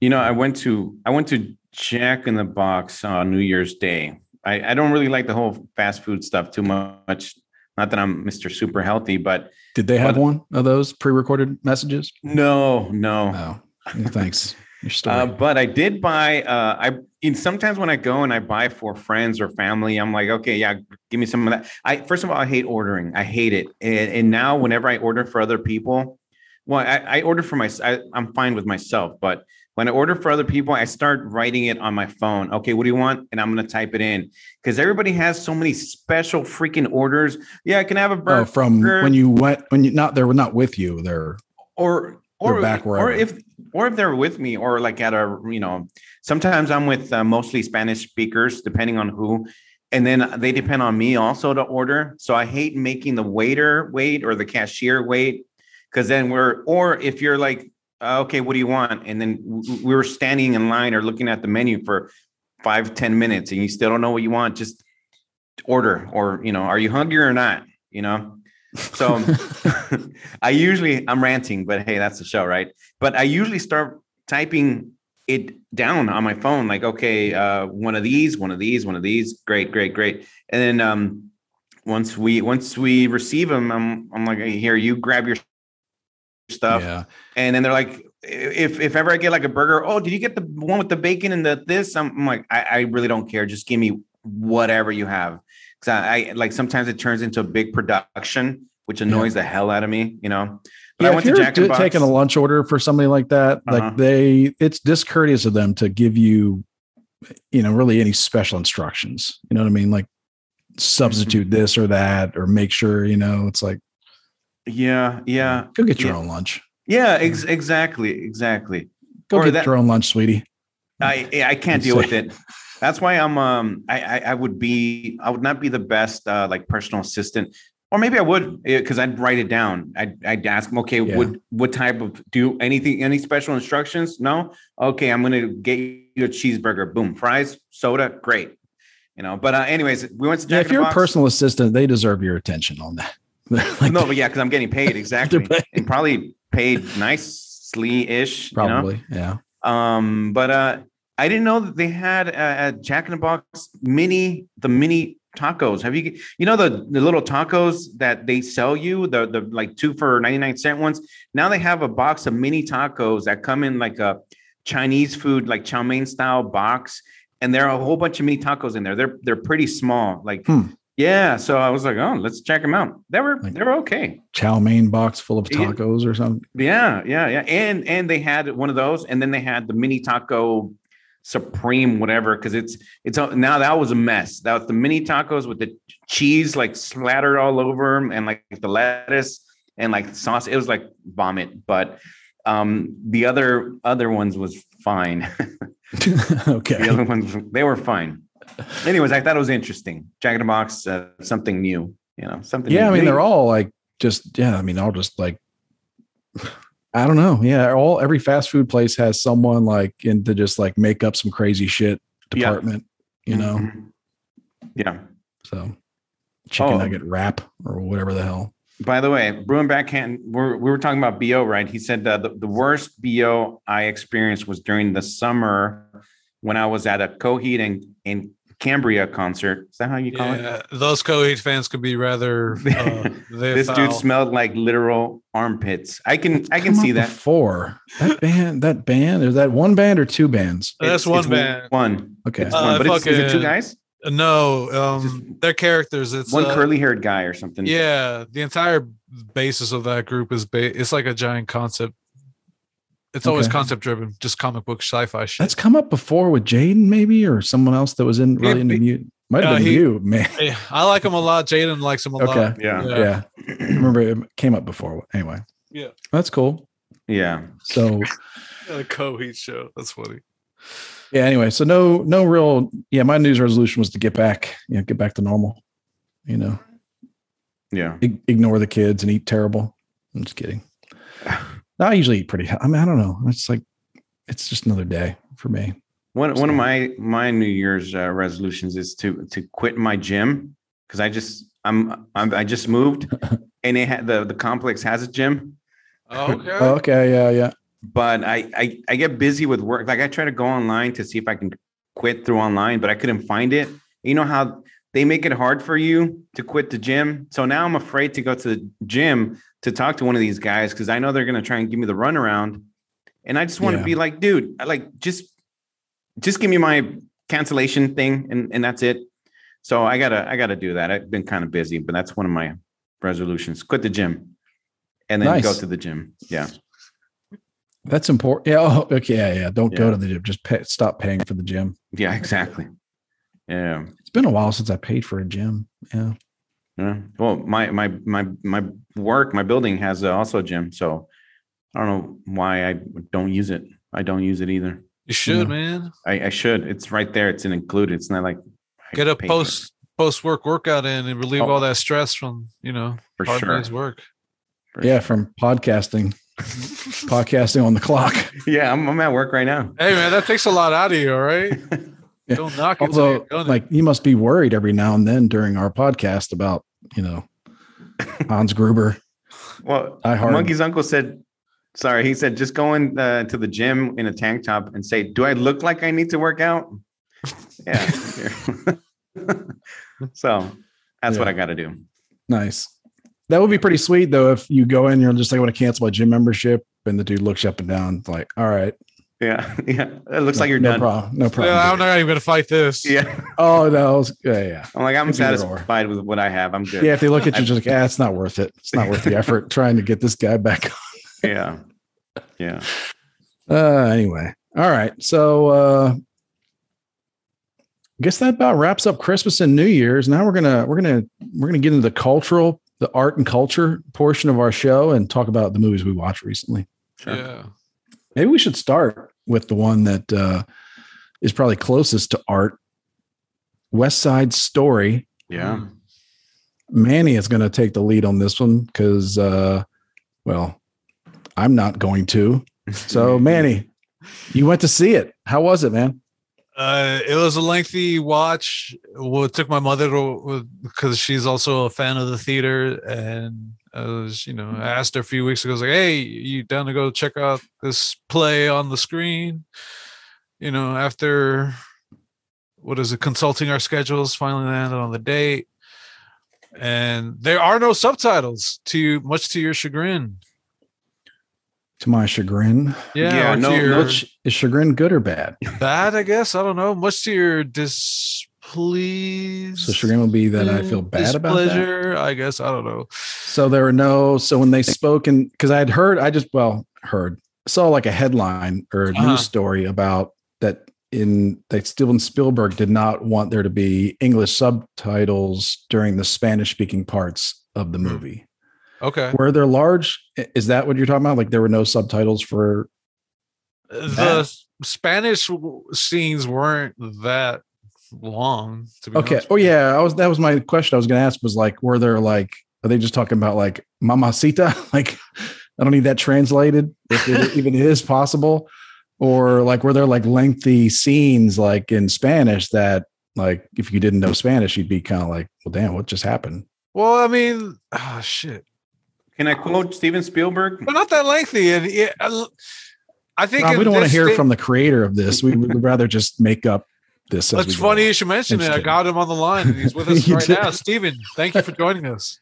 [SPEAKER 4] You know, I went to I went to Jack in the Box on New Year's Day. I, I don't really like the whole fast food stuff too much. Not that I'm Mr. Super Healthy, but
[SPEAKER 3] did they have
[SPEAKER 4] But-
[SPEAKER 3] one of those pre-recorded messages?
[SPEAKER 4] no, no.
[SPEAKER 3] No. Thanks. Your story.
[SPEAKER 4] [laughs]
[SPEAKER 3] Oh,
[SPEAKER 4] Uh, but I did buy. Uh, I in sometimes when I go and I buy for friends or family, I'm like, okay, yeah, give me some of that. I first of all, I hate ordering. I hate it. And, and now whenever I order for other people, well, I, I order for my. I, I'm fine with myself, but when I order for other people, I start writing it on my phone. Okay, what do you want? And I'm gonna type it in because everybody has so many special freaking orders. Yeah, I can have a
[SPEAKER 3] oh,
[SPEAKER 4] burger
[SPEAKER 3] from when you went when you not they're not with you. They're
[SPEAKER 4] or
[SPEAKER 3] They're
[SPEAKER 4] or
[SPEAKER 3] back wherever.
[SPEAKER 4] or if or if they're with me or like at a you know sometimes i'm with uh, mostly spanish speakers depending on who and then they depend on me also to order so i hate making the waiter wait or the cashier wait because then we're or if you're like uh, okay what do you want and then w- we were standing in line or looking at the menu for five ten minutes and you still don't know what you want just order or you know are you hungry or not you know so [laughs] I usually I'm ranting, but hey, that's the show, right? But I usually start typing it down on my phone, like okay, uh, one of these, one of these, one of these, great, great, great, and then um, once we once we receive them, I'm I'm like hey, here, you grab your stuff,
[SPEAKER 3] yeah.
[SPEAKER 4] and then they're like. If if ever I get like a burger, oh, did you get the one with the bacon and the this? I'm, I'm like, I, I really don't care. Just give me whatever you have, because I, I like sometimes it turns into a big production, which annoys the hell out of me, you know. But I
[SPEAKER 3] yeah,
[SPEAKER 4] went
[SPEAKER 3] if
[SPEAKER 4] to
[SPEAKER 3] you're
[SPEAKER 4] Jack in
[SPEAKER 3] do-
[SPEAKER 4] the Box.
[SPEAKER 3] taking a lunch order for somebody like that,
[SPEAKER 4] Uh-huh.
[SPEAKER 3] like they, it's discourteous of them to give you, you know, really any special instructions. You know what I mean? Like substitute
[SPEAKER 4] Mm-hmm.
[SPEAKER 3] this or that, or make sure you know. It's like
[SPEAKER 4] yeah, yeah,
[SPEAKER 3] go get your
[SPEAKER 4] Uh, Yeah.
[SPEAKER 3] own lunch.
[SPEAKER 4] yeah. Ex- exactly, exactly.
[SPEAKER 3] Go
[SPEAKER 4] Or
[SPEAKER 3] get
[SPEAKER 4] that-
[SPEAKER 3] your own lunch, sweetie.
[SPEAKER 4] I I- I can't deal with it. That's why I'm um I I, I would be I would not be the best uh, like personal assistant. Or maybe I would because I'd write it down. I'd, I'd ask them, okay,
[SPEAKER 3] Yeah.
[SPEAKER 4] what what type of do you- anything any special instructions? No, okay, I'm gonna get you a cheeseburger. Boom, fries, soda, great. You know, but uh, anyways, we went to
[SPEAKER 3] Yeah, if
[SPEAKER 4] Jack in the
[SPEAKER 3] you're a
[SPEAKER 4] Box.
[SPEAKER 3] personal assistant, they deserve your attention on that. [laughs] like,
[SPEAKER 4] no, but yeah, because I'm getting
[SPEAKER 3] [laughs]
[SPEAKER 4] paid exactly,
[SPEAKER 3] paid.
[SPEAKER 4] and probably paid nicely ish. You know?
[SPEAKER 3] probably. Yeah.
[SPEAKER 4] Um, but uh, I didn't know that they had uh, at Jack in the Box mini the mini tacos. Have you you know the the little tacos that they sell you the the like two for ninety nine cent ones? Now they have a box of mini tacos that come in like a Chinese food like chow mein style box, and there are a whole bunch of mini tacos in there. They're they're pretty small, like.
[SPEAKER 3] Hmm.
[SPEAKER 4] Yeah, so I was like, oh, let's check them out. They were
[SPEAKER 3] Like-
[SPEAKER 4] they were okay.
[SPEAKER 3] Chow mein box full of
[SPEAKER 4] Yeah.
[SPEAKER 3] tacos or something. [laughs]
[SPEAKER 4] Yeah, yeah, yeah. And and they had one of those, and then they had the mini taco supreme, whatever, because it's it's all- now that was a mess. That was the mini tacos with the cheese like slathered all over them and like the lettuce and like sauce. It was like vomit, but um the other other ones was fine. [laughs]
[SPEAKER 3] okay.
[SPEAKER 4] the other ones they were fine. Anyways, I thought it was interesting. Jack in the Box, uh, something new, you know, something
[SPEAKER 3] yeah
[SPEAKER 4] new.
[SPEAKER 3] i mean
[SPEAKER 4] They-
[SPEAKER 3] they're all like just yeah i mean all just like [sighs] i don't know yeah all every fast food place has someone like into just like make up some crazy shit
[SPEAKER 4] Yeah.
[SPEAKER 3] department you know
[SPEAKER 4] Mhm. Yeah.
[SPEAKER 3] so chicken
[SPEAKER 4] Oh.
[SPEAKER 3] nugget wrap or whatever the hell
[SPEAKER 4] By the way, Bruin backhand. We're, we were talking about bo, right? He said uh, the the worst bo I experienced was during the summer when I was at a Coheed and and Cambria concert. Is that how you call it?
[SPEAKER 5] Yeah, those Coheed fans could be
[SPEAKER 3] [laughs]
[SPEAKER 5] rather. Uh, they
[SPEAKER 4] This dude
[SPEAKER 5] foul.
[SPEAKER 4] smelled like literal armpits. I can I can
[SPEAKER 3] Come
[SPEAKER 4] see
[SPEAKER 3] up
[SPEAKER 4] that.
[SPEAKER 3] before that band, that band, or that one band or two bands.
[SPEAKER 5] That's
[SPEAKER 4] It's-
[SPEAKER 5] one
[SPEAKER 4] it's
[SPEAKER 5] band.
[SPEAKER 4] One.
[SPEAKER 3] Okay,
[SPEAKER 4] It's
[SPEAKER 5] Uh,
[SPEAKER 4] one. But it's, is it two
[SPEAKER 5] fucking-
[SPEAKER 4] guys?
[SPEAKER 5] No, um,
[SPEAKER 4] Just-
[SPEAKER 5] their characters. It's
[SPEAKER 4] One
[SPEAKER 5] uh,
[SPEAKER 4] curly haired guy or something.
[SPEAKER 5] Yeah, the entire basis of that group is ba- it's like a giant concept. It's always
[SPEAKER 3] Okay.
[SPEAKER 5] concept driven, just comic book sci-fi shit.
[SPEAKER 3] that's come up before with Jaden, maybe, or someone else that was in really
[SPEAKER 5] Yeah,
[SPEAKER 3] into
[SPEAKER 5] be-
[SPEAKER 3] mute. Might have
[SPEAKER 5] uh,
[SPEAKER 3] been
[SPEAKER 5] he-
[SPEAKER 3] you, man.
[SPEAKER 5] Yeah, I like him a lot. Jaden likes him a
[SPEAKER 3] Okay.
[SPEAKER 5] lot.
[SPEAKER 4] Yeah.
[SPEAKER 5] Yeah.
[SPEAKER 3] Yeah,
[SPEAKER 4] [clears throat]
[SPEAKER 3] remember it came up before. Anyway,
[SPEAKER 5] Yeah.
[SPEAKER 3] that's cool.
[SPEAKER 4] Yeah.
[SPEAKER 3] So
[SPEAKER 5] Yeah, the Coheed show. That's funny.
[SPEAKER 3] yeah, anyway, so no, no real. Yeah, my news resolution was to get back, you know, get back to normal. You know,
[SPEAKER 4] Yeah.
[SPEAKER 3] ig- ignore the kids and eat terrible. I'm just
[SPEAKER 4] [sighs]
[SPEAKER 3] kidding. I usually eat pretty. he- I mean, I don't know. It's like it's just another day for me.
[SPEAKER 4] One one of my my New Year's uh, resolutions is to to quit my gym because I just I'm, I'm I just moved and it had the the complex has a gym,
[SPEAKER 5] Okay.
[SPEAKER 3] Oh, okay, yeah, yeah.
[SPEAKER 4] but I, I I get busy with work. Like I try to go online to see if I can quit through online, but I couldn't find it. You know how they make it hard for you to quit the gym. So now I'm afraid to go to the gym to talk to one of these guys because I know they're gonna try and give me the runaround. And I just want to
[SPEAKER 3] Yeah.
[SPEAKER 4] be like, dude, I like just just give me my cancellation thing and, and that's it. So I gotta I gotta do that. I've been kind of busy, but that's one of my resolutions. Quit the gym and then go
[SPEAKER 3] Nice.
[SPEAKER 4] to the gym. Yeah.
[SPEAKER 3] That's important. Yeah. Oh, okay. Yeah. Yeah. Don't go
[SPEAKER 4] Yeah.
[SPEAKER 3] to the gym. Just pay, stop paying for the gym.
[SPEAKER 4] Yeah, exactly. Yeah.
[SPEAKER 3] It's been a while since I paid for a gym. Yeah.
[SPEAKER 4] Yeah. Well, my my my my work, my building has uh, also a gym, so I don't know why I don't use it. I don't use it either.
[SPEAKER 5] You should,
[SPEAKER 3] Yeah.
[SPEAKER 5] man.
[SPEAKER 4] I, I should. It's right there. It's included. It's not like I
[SPEAKER 5] Get a
[SPEAKER 4] pay for it,
[SPEAKER 5] post post work workout in and relieve
[SPEAKER 4] Oh.
[SPEAKER 5] all that stress from you know
[SPEAKER 4] for
[SPEAKER 5] hard
[SPEAKER 4] sure.
[SPEAKER 5] day's work.
[SPEAKER 4] for
[SPEAKER 3] Yeah. From
[SPEAKER 4] [laughs]
[SPEAKER 3] podcasting, podcasting on the clock.
[SPEAKER 4] sure. Yeah, I'm, I'm at work right now.
[SPEAKER 5] Hey man, that takes a lot out of you. All [laughs] right.
[SPEAKER 3] Yeah.
[SPEAKER 5] Don't knock it. till
[SPEAKER 3] Although,
[SPEAKER 5] you've done it.
[SPEAKER 3] like, you must be worried every now and then during our podcast about, you
[SPEAKER 4] [laughs]
[SPEAKER 3] know, Hans Gruber.
[SPEAKER 4] Well,
[SPEAKER 3] I Uh, hard.
[SPEAKER 4] Monkey's uncle said, "Sorry," he said, "Just go in uh, to the gym in a tank top and say, do I look like I need to work
[SPEAKER 5] [laughs]
[SPEAKER 4] out?'" Yeah. [laughs] so that's what
[SPEAKER 3] Yeah.
[SPEAKER 4] I got to do.
[SPEAKER 3] Nice. That would be pretty sweet though if you go in, you're just like, I want to cancel my gym membership, and the dude looks you up and down, it's like, all right,
[SPEAKER 4] Yeah, [laughs] yeah. It looks
[SPEAKER 3] no,
[SPEAKER 4] like you're
[SPEAKER 3] no
[SPEAKER 4] done.
[SPEAKER 3] problem, no problem.
[SPEAKER 5] Yeah, I'm not even gonna fight this.
[SPEAKER 4] Yeah.
[SPEAKER 3] oh no, it's- yeah, yeah,
[SPEAKER 4] I'm like, I'm
[SPEAKER 3] Could be either or.
[SPEAKER 4] satisfied with what I have. I'm good.
[SPEAKER 3] yeah. If they look at
[SPEAKER 4] I-
[SPEAKER 3] you, just like, ah, it's not worth it. It's not
[SPEAKER 4] [laughs]
[SPEAKER 3] worth the effort trying to get this guy back. on.
[SPEAKER 4] Yeah. Yeah.
[SPEAKER 3] Uh, anyway, all right. So, uh, I guess that about wraps up Christmas and New Year's. Now we're gonna we're gonna we're gonna get into the cultural, the art and culture portion of our show, and talk about the movies we watched recently.
[SPEAKER 4] Sure.
[SPEAKER 5] Yeah.
[SPEAKER 3] Maybe we should start with the one that uh, is probably closest to art. West Side Story.
[SPEAKER 4] Yeah.
[SPEAKER 5] Mm.
[SPEAKER 3] Manny is going to take the lead on this one because, uh, well, I'm not going to.
[SPEAKER 5] [laughs]
[SPEAKER 3] So, Manny, you went to see it. How was it, man?
[SPEAKER 5] Uh, it was a lengthy watch. Well, it took my mother to because she's also a fan of the theater, and I was, you
[SPEAKER 4] Mm-hmm.
[SPEAKER 5] know, I asked her a few weeks ago. I was like, "Hey, you down to go check out this play on the screen?" You know, after what is it? Consulting our schedules, finally landed on the date, and there are no subtitles. To much to your chagrin,
[SPEAKER 3] To my chagrin,
[SPEAKER 5] yeah,
[SPEAKER 4] Yeah,
[SPEAKER 5] or to
[SPEAKER 4] no- no
[SPEAKER 5] your-
[SPEAKER 3] which is chagrin good or bad?
[SPEAKER 5] bad, I guess. I don't know. Much to your displease.
[SPEAKER 3] So, chagrin would be that I feel bad about that.
[SPEAKER 5] Mm, displeasure, I guess. I don't know.
[SPEAKER 3] So there were no. So when they spoke, and because I had heard, I just well heard saw like a headline or a
[SPEAKER 5] Uh-huh.
[SPEAKER 3] news story about that in that Steven Spielberg did not want there to be English subtitles during the Spanish speaking parts of the
[SPEAKER 5] Hmm.
[SPEAKER 3] movie.
[SPEAKER 5] Okay.
[SPEAKER 3] Were there large? Is that what you're talking about? Like there were no subtitles for?
[SPEAKER 5] The s- Spanish w- scenes weren't that long, to be
[SPEAKER 3] Okay.
[SPEAKER 5] honest
[SPEAKER 3] Oh
[SPEAKER 5] with you.
[SPEAKER 3] yeah, I was. That was my question. I was going to ask was like, were there like? Are they just talking about like mamacita? [laughs] Like, I don't need that translated if
[SPEAKER 5] [laughs]
[SPEAKER 3] it even is possible. Or like, were there like lengthy scenes like in Spanish that like if you didn't know Spanish, you'd be kind of like, well, damn, what just happened?
[SPEAKER 5] Well, I mean, ah, shit.
[SPEAKER 4] Can I quote Steven Spielberg?
[SPEAKER 5] But not that lengthy. And yeah, I, l- I think
[SPEAKER 3] Rob,
[SPEAKER 5] in
[SPEAKER 3] we don't want to
[SPEAKER 5] this
[SPEAKER 3] hear
[SPEAKER 5] thing-
[SPEAKER 3] from the creator of this. We, we would rather just make up this. as
[SPEAKER 5] That's
[SPEAKER 3] we go
[SPEAKER 5] funny you should mention
[SPEAKER 3] I'm
[SPEAKER 5] it.
[SPEAKER 3] just
[SPEAKER 5] I
[SPEAKER 3] kidding.
[SPEAKER 5] got him on the line and he's with
[SPEAKER 3] [laughs]
[SPEAKER 5] us
[SPEAKER 3] You
[SPEAKER 5] right
[SPEAKER 3] did.
[SPEAKER 5] now. Steven, thank you for joining us.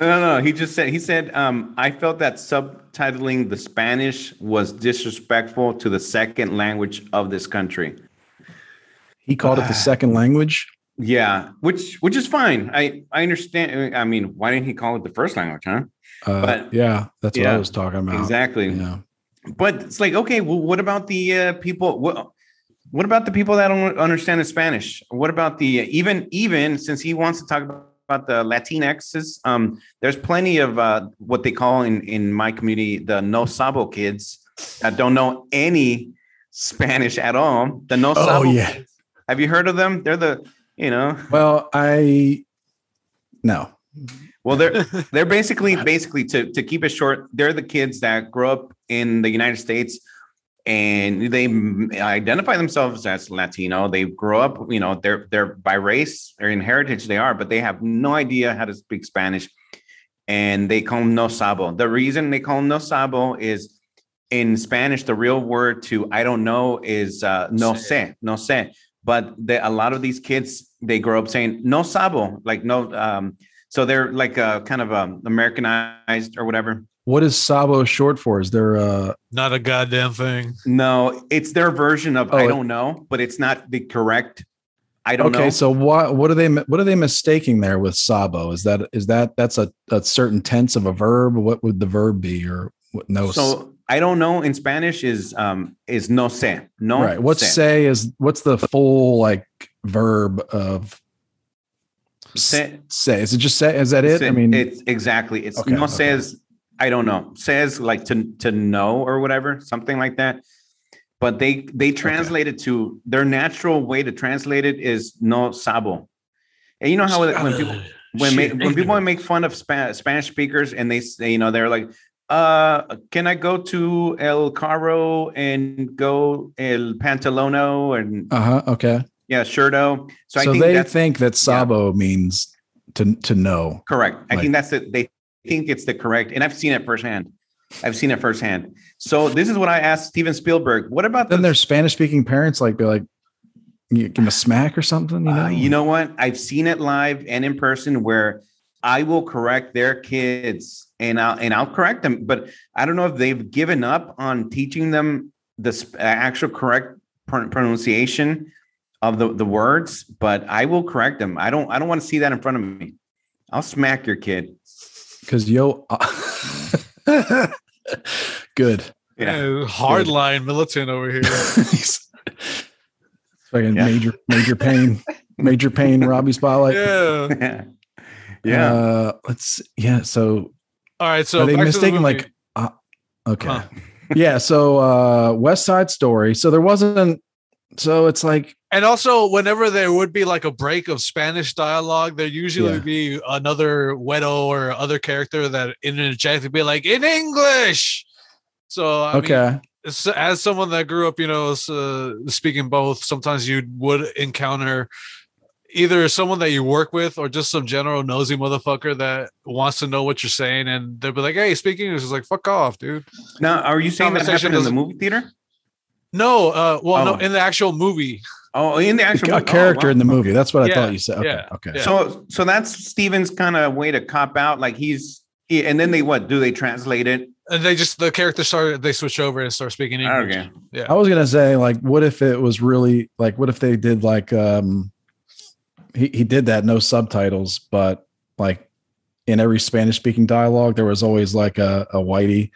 [SPEAKER 4] No, no, no. He just said he said um, I felt that subtitling the Spanish was disrespectful to the second language of this country.
[SPEAKER 3] He called it the
[SPEAKER 5] Ah.
[SPEAKER 3] second language.
[SPEAKER 4] Yeah, which which is fine. I I understand. I mean, why didn't he call it the first language, huh?
[SPEAKER 3] Uh,
[SPEAKER 4] But-
[SPEAKER 3] yeah, that's what I
[SPEAKER 4] yeah,
[SPEAKER 3] was talking about.
[SPEAKER 4] Exactly.
[SPEAKER 3] Yeah.
[SPEAKER 4] But it's like, okay, well, what about the uh, people? What, what about the people that don't understand the Spanish? What about the uh, even even since he wants to talk about, about the Latinxes? Um, there's plenty of uh, what they call in in my community the no sabo kids that don't know any Spanish at all. The no
[SPEAKER 3] Oh,
[SPEAKER 4] sabo.
[SPEAKER 3] yeah.
[SPEAKER 4] kids. Have you heard of them? They're the you know
[SPEAKER 3] Well, I no.
[SPEAKER 4] well they're they're basically basically to to keep it short they're the kids that grow up in the united states and they m- identify themselves as latino they grow up you know they're they're by race or in heritage they are but they have no idea how to speak spanish and they call them no sabo the reason they call them no sabo is in spanish the real word to i don't know is uh, no sé no sé but the, a lot of these kids they grow up saying no sabo like no um, so they're like uh kind of um, Americanized or whatever.
[SPEAKER 3] What is Sabo short for? Is there uh
[SPEAKER 5] Not a goddamn thing.
[SPEAKER 4] No, it's their version of
[SPEAKER 3] Oh,
[SPEAKER 4] I
[SPEAKER 3] it-
[SPEAKER 4] don't know, but it's not the correct. I don't
[SPEAKER 3] okay?
[SPEAKER 4] know.
[SPEAKER 3] So what what are they what are they mistaking there with Sabo? Is that is that that's a, a certain tense of a verb? What would the verb be or what no?
[SPEAKER 4] so I don't know in Spanish is um is no sé. No.
[SPEAKER 3] right. What's
[SPEAKER 4] sé.
[SPEAKER 3] say is what's the full like verb of
[SPEAKER 4] Say-
[SPEAKER 3] say? Is it just say? Is that it? I
[SPEAKER 4] Say-
[SPEAKER 3] mean,
[SPEAKER 4] it's exactly. It's
[SPEAKER 3] Okay,
[SPEAKER 4] no
[SPEAKER 3] okay.
[SPEAKER 4] says I don't know. Says like to to know or whatever, something like that. But they they translate it to their natural way to translate it is no sabo. And you know how when people when ma-
[SPEAKER 5] Shit,
[SPEAKER 4] when people
[SPEAKER 5] ignorant.
[SPEAKER 4] make fun of Spa- Spanish speakers and they say, you know, they're like, uh, can I go to El Carro and go El Pantalono and
[SPEAKER 3] uh huh. Okay.
[SPEAKER 4] yeah, Shirto?
[SPEAKER 3] So,
[SPEAKER 4] So, I think
[SPEAKER 3] they
[SPEAKER 4] that's
[SPEAKER 3] think that Sabo means to to know.
[SPEAKER 4] correct. I
[SPEAKER 3] like-
[SPEAKER 4] think that's it. They think it's the correct, and I've seen it firsthand. I've seen it firsthand. So this is what I asked Steven Spielberg. What about
[SPEAKER 3] Then
[SPEAKER 4] the-
[SPEAKER 3] their Spanish speaking parents like be like, you give 'em a smack or something. You know.
[SPEAKER 4] Uh, you know what? I've seen it live and in person where I will correct their kids and I'll and I'll correct them, but I don't know if they've given up on teaching them the sp- uh, actual correct pron- pronunciation of the, the words. But I will correct them. I don't I don't want to see that in front of me. I'll smack your kid.
[SPEAKER 3] Because yo, uh, [laughs] good. [laughs]
[SPEAKER 4] Yeah.
[SPEAKER 5] Yeah, Eh, hardline militant over here.
[SPEAKER 3] He's- Fucking
[SPEAKER 4] Yeah.
[SPEAKER 3] major, major pain, major pain. Robbie spotlight.
[SPEAKER 5] yeah.
[SPEAKER 4] yeah. [laughs] Yeah.
[SPEAKER 3] Uh, let's. Yeah. So
[SPEAKER 5] All right. So
[SPEAKER 3] are they
[SPEAKER 5] back to the
[SPEAKER 3] mistaken?
[SPEAKER 5] movie.
[SPEAKER 3] Like, uh, okay.
[SPEAKER 5] Huh.
[SPEAKER 3] [laughs] Yeah. So uh, West Side Story. So there wasn't. So it's like
[SPEAKER 5] And also, whenever there would be like a break of Spanish dialogue, there usually
[SPEAKER 3] Yeah.
[SPEAKER 5] would be another Wedo or other character that interject would be like in English. So I mean,
[SPEAKER 3] okay.
[SPEAKER 5] s- as someone that grew up, you know, s- uh, speaking both, sometimes you would encounter either someone that you work with or just some general nosy motherfucker that wants to know what you're saying, and they'll be like, "Hey, speaking English." It's like, "Fuck off, dude."
[SPEAKER 4] now, are you saying that
[SPEAKER 5] conversation
[SPEAKER 4] happened in the
[SPEAKER 5] doesn't-
[SPEAKER 4] movie theater?
[SPEAKER 5] No, uh, well, no,
[SPEAKER 4] Oh.
[SPEAKER 5] in the actual movie,
[SPEAKER 4] Oh, in the actual
[SPEAKER 3] a
[SPEAKER 4] movie. Oh,
[SPEAKER 3] character
[SPEAKER 4] wow.
[SPEAKER 3] in the movie. That's what I
[SPEAKER 5] Yeah,
[SPEAKER 3] thought you said. Okay.
[SPEAKER 5] yeah,
[SPEAKER 3] okay.
[SPEAKER 5] yeah.
[SPEAKER 4] So so that's Steven's kind of way to cop out. Like he's he- and then they what do they translate it?
[SPEAKER 5] and they just the character started they switch over and start speaking English.
[SPEAKER 4] Okay.
[SPEAKER 3] I was gonna say, like, what if it was really like, what if they did like, um, he he did that no subtitles, but like in every Spanish speaking dialogue, there was always like a a whitey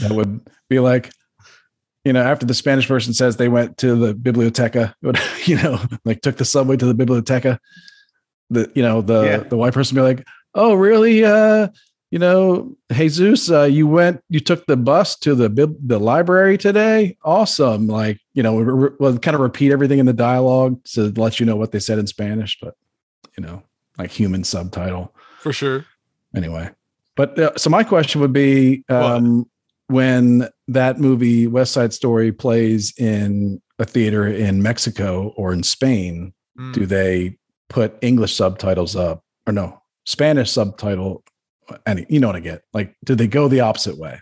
[SPEAKER 3] that would be like, you know, after the Spanish person says they went to the biblioteca, [laughs] you know, like took the subway to the biblioteca, the you know the
[SPEAKER 4] Yeah.
[SPEAKER 3] the white person be like, oh really, uh, you know, Jesus, uh, you went, you took the bus to the bib- the library today. Awesome! Like, you know, re- re- well, kind of repeat everything in the dialogue to let you know what they said in Spanish, but you know, like human subtitle
[SPEAKER 5] for sure.
[SPEAKER 3] anyway. But uh, so my question would be, um, when that movie West Side Story plays in a theater in Mexico or in Spain,
[SPEAKER 5] Mm.
[SPEAKER 3] do they put English subtitles up or no Spanish subtitle? Any, you know what I get? Like, do they go the opposite way?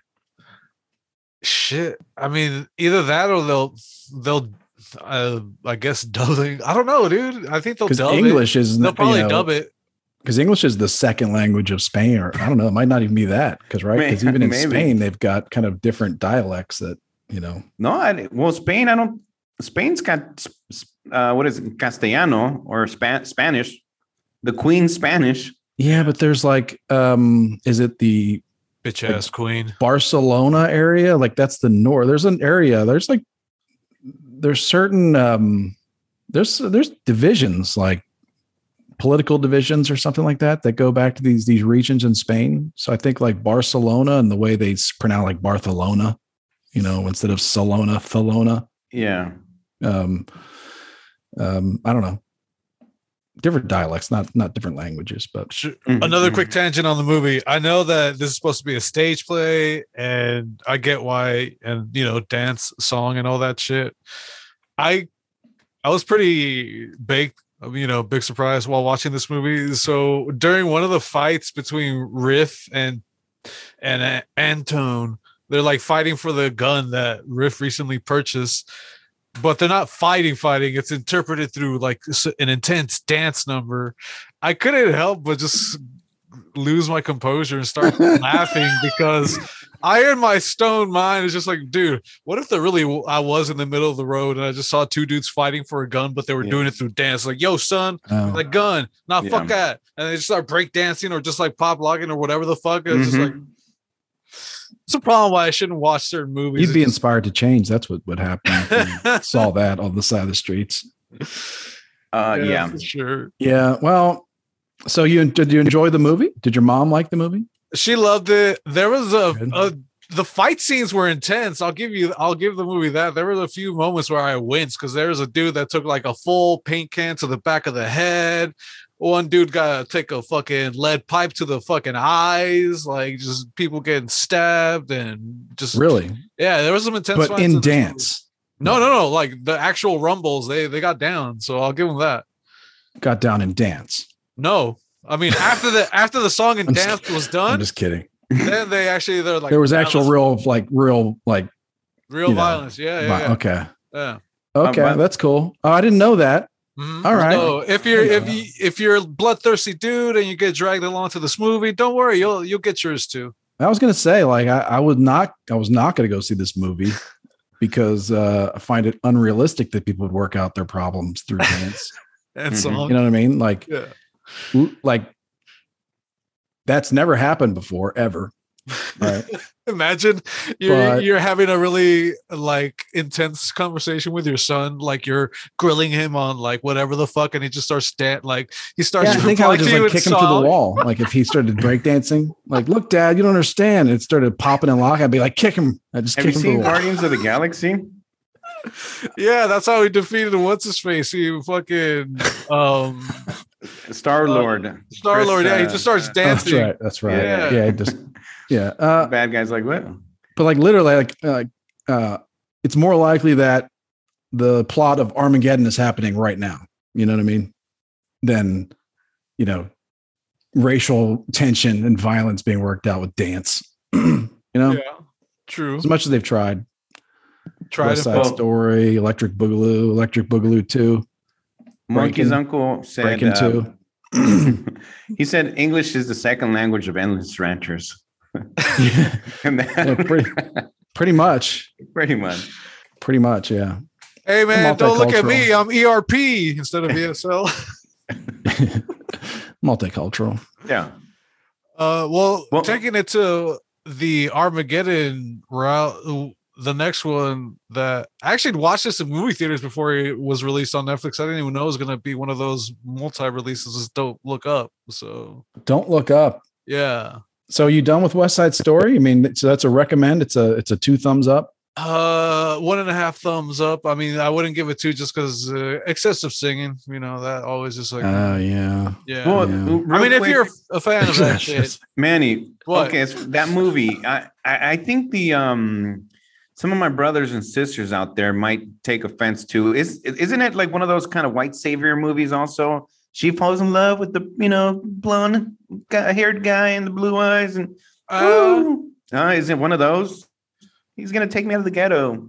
[SPEAKER 5] shit i mean either that or they'll they'll uh, i guess dubbing i don't know dude i think they'll
[SPEAKER 3] because
[SPEAKER 5] dub
[SPEAKER 3] English is
[SPEAKER 5] it they'll probably dub it
[SPEAKER 3] because English is the second language of Spain, or I don't know, it might not even be that because right, because even in
[SPEAKER 4] Maybe.
[SPEAKER 3] Spain they've got kind of different dialects that you know.
[SPEAKER 4] No, I, well, Spain, I don't. Spain's got uh, what is it, Castellano or Spa- Spanish? The Queen's Spanish.
[SPEAKER 3] Yeah, but there's like, um, is it the
[SPEAKER 5] bitch
[SPEAKER 3] Like-
[SPEAKER 5] ass queen
[SPEAKER 3] Barcelona area? Like that's the north. There's an area. There's like, there's certain um, there's there's divisions like political divisions or something like that that go back to these these regions in Spain. So I think like Barcelona and the way they s- pronounce like Barcelona, you know, instead of Salona, Thalona.
[SPEAKER 4] Yeah,
[SPEAKER 3] um, um, I don't know, different dialects, not not different languages, but
[SPEAKER 5] Sh-
[SPEAKER 4] Mhm.
[SPEAKER 5] another quick tangent on the movie i know that this is supposed to be a stage play and i get why and you know dance song and all that shit i i was pretty big you know big surprise while watching this movie so during one of the fights between riff and and uh, antone they're like fighting for the gun that riff recently purchased but they're not fighting fighting it's interpreted through like s- an intense dance number i couldn't help but just lose my composure and start [laughs] laughing because i in my stone mind is just like dude what if there really w- i was in the middle of the road and i just saw two dudes fighting for a gun but they were
[SPEAKER 4] Yeah. Uh-huh.
[SPEAKER 5] doing it through dance like yo son
[SPEAKER 3] um,
[SPEAKER 5] like gun not
[SPEAKER 4] Yeah.
[SPEAKER 5] fuck that and they just start break dancing or just like pop locking or whatever the fuck it's just
[SPEAKER 4] Mhm.
[SPEAKER 5] like
[SPEAKER 4] Mm-hmm.
[SPEAKER 5] it's a problem why i shouldn't watch certain movies
[SPEAKER 3] you'd be
[SPEAKER 4] [laughs]
[SPEAKER 5] [laughs] It's
[SPEAKER 3] inspired to change. That's what would happen. If
[SPEAKER 5] [laughs]
[SPEAKER 3] you
[SPEAKER 5] just-
[SPEAKER 3] saw that on the side of the streets.
[SPEAKER 4] Uh, yeah.
[SPEAKER 5] for sure
[SPEAKER 3] Yeah. Well, so you did you enjoy the movie? Did your mom like the movie?
[SPEAKER 5] she loved it there was a,
[SPEAKER 3] Good.
[SPEAKER 5] a the fight scenes were intense i'll give you i'll give the movie that there was a few moments where i winced because there was a dude that took like a full paint can to the back of the head one dude got to take a fucking lead pipe to the fucking eyes like just people getting stabbed and just
[SPEAKER 3] Really?
[SPEAKER 5] Yeah, there was some intense.
[SPEAKER 3] But
[SPEAKER 5] fights
[SPEAKER 3] in
[SPEAKER 5] this movie.
[SPEAKER 3] dance,
[SPEAKER 5] No, no, no. Like the actual rumbles, they they got down. So I'll give them that.
[SPEAKER 3] got down in dance.
[SPEAKER 5] No, I mean after the after the song and
[SPEAKER 3] I'm just
[SPEAKER 5] dance was
[SPEAKER 3] I'm
[SPEAKER 5] done,
[SPEAKER 3] just kidding.
[SPEAKER 5] then they actually they're like
[SPEAKER 3] there was
[SPEAKER 5] "Nah,
[SPEAKER 3] actual
[SPEAKER 5] let's-
[SPEAKER 3] real, like real, like
[SPEAKER 5] real
[SPEAKER 3] you know, uh,
[SPEAKER 5] violence. Yeah, yeah,
[SPEAKER 3] vi-
[SPEAKER 5] yeah.
[SPEAKER 3] okay,
[SPEAKER 5] yeah.
[SPEAKER 3] okay,
[SPEAKER 4] but-
[SPEAKER 3] that's cool. Oh, I didn't know that.
[SPEAKER 5] Mhm.
[SPEAKER 3] All right.
[SPEAKER 5] So if you're
[SPEAKER 3] There you
[SPEAKER 5] if
[SPEAKER 3] go.
[SPEAKER 5] you if you're a bloodthirsty dude and you get dragged along to this movie, don't worry, you'll you'll get yours too.
[SPEAKER 3] I was gonna say, like, I, I would not, I was not gonna go see this
[SPEAKER 5] [laughs]
[SPEAKER 3] movie because uh, I find it unrealistic that people would work out their problems
[SPEAKER 5] [laughs]
[SPEAKER 3] through dance.
[SPEAKER 5] And
[SPEAKER 4] Mhm.
[SPEAKER 5] so
[SPEAKER 3] Mm-hmm. you know what I mean? Like,
[SPEAKER 5] yeah.
[SPEAKER 3] l- like that's never happened before
[SPEAKER 5] [laughs]
[SPEAKER 3] ever. Right?
[SPEAKER 5] Imagine you're
[SPEAKER 3] But-
[SPEAKER 5] you're having a really like intense conversation with your son, like you're grilling him on like whatever the fuck, and he just starts stat like he starts.
[SPEAKER 3] yeah, I think I would
[SPEAKER 5] replying
[SPEAKER 3] just
[SPEAKER 5] to you
[SPEAKER 3] like
[SPEAKER 5] in
[SPEAKER 3] kick him to the
[SPEAKER 5] song.
[SPEAKER 3] wall. Like if he started breakdancing, like, look, Dad, you don't understand. It started popping and locking. I'd be like, kick him. I just
[SPEAKER 4] Have you
[SPEAKER 3] kick him to the
[SPEAKER 4] seen
[SPEAKER 3] wall.
[SPEAKER 4] Guardians of the Galaxy?
[SPEAKER 5] Yeah, that's how he defeated what's his face. He fucking
[SPEAKER 3] [laughs]
[SPEAKER 5] um
[SPEAKER 4] Star
[SPEAKER 5] Uh,
[SPEAKER 4] Lord.
[SPEAKER 5] Star Lord. Yeah, he just starts
[SPEAKER 3] That's
[SPEAKER 5] dancing.
[SPEAKER 3] right. uh, That's right. Yeah,
[SPEAKER 5] Yeah.
[SPEAKER 3] it just yeah. Uh,
[SPEAKER 4] Bad guys like what?
[SPEAKER 3] but like literally like uh, uh it's more likely that the plot of armageddon is happening right now you know what i mean than you know racial tension and violence being worked out with dance [clears throat] you know
[SPEAKER 5] Yeah, true.
[SPEAKER 3] as much as they've tried
[SPEAKER 5] Tried
[SPEAKER 3] west
[SPEAKER 5] and
[SPEAKER 3] side
[SPEAKER 5] failed.
[SPEAKER 4] Well-
[SPEAKER 3] story electric boogaloo electric boogaloo 2
[SPEAKER 4] Monkey's
[SPEAKER 3] Breaking-
[SPEAKER 4] uncle said.
[SPEAKER 3] breaking
[SPEAKER 4] uh,
[SPEAKER 3] two
[SPEAKER 4] [clears throat] he said English is the second language of endless ranchers. [laughs] and that,
[SPEAKER 3] Yeah, pretty- pretty much
[SPEAKER 4] [laughs] pretty much.
[SPEAKER 3] pretty much yeah [laughs]
[SPEAKER 5] Hey man, don't look at me.
[SPEAKER 3] multicultural.
[SPEAKER 5] I'm ERP instead of E ESL.
[SPEAKER 3] multicultural
[SPEAKER 4] Yeah.
[SPEAKER 5] Uh, well,
[SPEAKER 4] Well-
[SPEAKER 5] taking it to the Armageddon route, the next one that I actually watched this in movie theaters before it was released on Netflix. I didn't even know it was going to be one of those multi releases. Just don't look up. So,
[SPEAKER 3] don't look up
[SPEAKER 5] yeah.
[SPEAKER 3] so you done with west side story i mean so that's a recommend it's a it's a two thumbs up
[SPEAKER 5] Uh, one and a half thumbs up. I mean, I wouldn't give it two just because uh, excessive singing, you know, that always is like,
[SPEAKER 3] Oh yeah.
[SPEAKER 5] yeah.
[SPEAKER 4] Well,
[SPEAKER 3] Yeah.
[SPEAKER 4] real
[SPEAKER 5] I mean, if
[SPEAKER 4] quick-
[SPEAKER 5] you're a fan of that shit,
[SPEAKER 4] Manny,
[SPEAKER 5] What?
[SPEAKER 4] okay, it's that movie. I, I I think the um some of my brothers and sisters out there might take offense to is isn't it like one of those kind of white savior movies also? She falls in love with the you know blonde guy, haired guy and the blue eyes and
[SPEAKER 5] uh,
[SPEAKER 4] ooh. Uh, is it one of those? He's gonna take me out of the ghetto.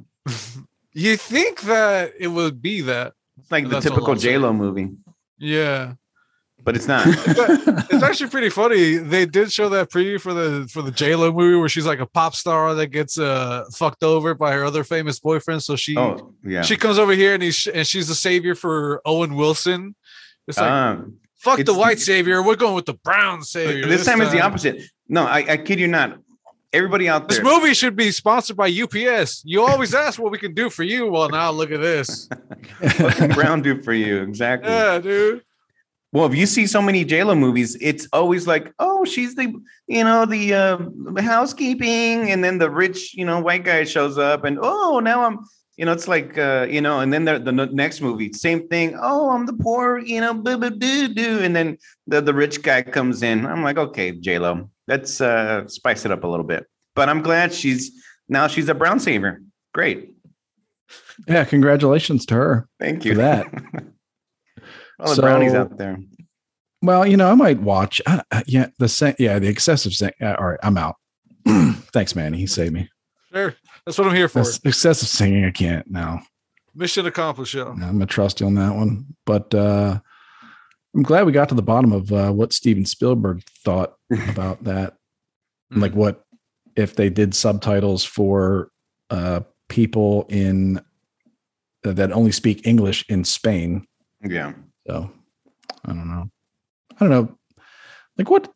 [SPEAKER 5] you think that it would be that?
[SPEAKER 4] It's like the
[SPEAKER 5] That's all
[SPEAKER 4] typical
[SPEAKER 5] I'm saying.
[SPEAKER 4] J Lo movie,
[SPEAKER 5] Yeah,
[SPEAKER 4] but it's
[SPEAKER 5] [laughs]
[SPEAKER 4] not.
[SPEAKER 5] it's actually pretty funny. They did show that preview for the for the J Lo movie where she's like a pop star that gets uh fucked over by her other famous boyfriend. So she
[SPEAKER 4] oh yeah.
[SPEAKER 5] she comes over here and he's and she's the savior for Owen Wilson. It's like
[SPEAKER 4] Um,
[SPEAKER 5] fuck the
[SPEAKER 4] it's-
[SPEAKER 5] white savior. We're going with the brown savior. uh,
[SPEAKER 4] this, time, it's the opposite. No, I, I kid you not. Everybody out
[SPEAKER 5] This
[SPEAKER 4] there,
[SPEAKER 5] movie should be sponsored by UPS. You always ask what we can do for you. Well, now look
[SPEAKER 4] [laughs]
[SPEAKER 5] at this.
[SPEAKER 4] what can Brown do for you exactly.
[SPEAKER 5] Yeah, dude.
[SPEAKER 4] Well, if you see so many JLo movies, it's always like, oh, she's the, you know, the uh, housekeeping, and then the rich, you know, white guy shows up, and oh, now I'm, you know, it's like, uh, you know, and then the, the n- next movie, same thing. Oh, I'm the poor, you know, boo boo doo doo, and then the the rich guy comes in. I'm like, okay, JLo, let's uh, spice it up a little bit. But I'm glad she's now she's a brown savior. Great,
[SPEAKER 3] [laughs] Yeah, congratulations to her.
[SPEAKER 4] thank you.
[SPEAKER 3] For that.
[SPEAKER 4] [laughs] All the
[SPEAKER 3] So-
[SPEAKER 4] brownies out there.
[SPEAKER 3] Well, you know, I might watch. Uh, uh, yeah, the sa- yeah, the excessive. San- uh, all right, I'm out. [clears throat] Thanks, man. He saved me.
[SPEAKER 5] Sure. That's what I'm here for.
[SPEAKER 3] That's excessive singing, I can't now.
[SPEAKER 5] Mission accomplished, yo.
[SPEAKER 3] I'm gonna trust you on that one. But uh, I'm glad we got to the bottom of uh, what Steven Spielberg thought about that. And, Like, what if they did subtitles for uh, people in uh, that only speak English in Spain?
[SPEAKER 4] Yeah,
[SPEAKER 3] So I don't know. I don't know. Like what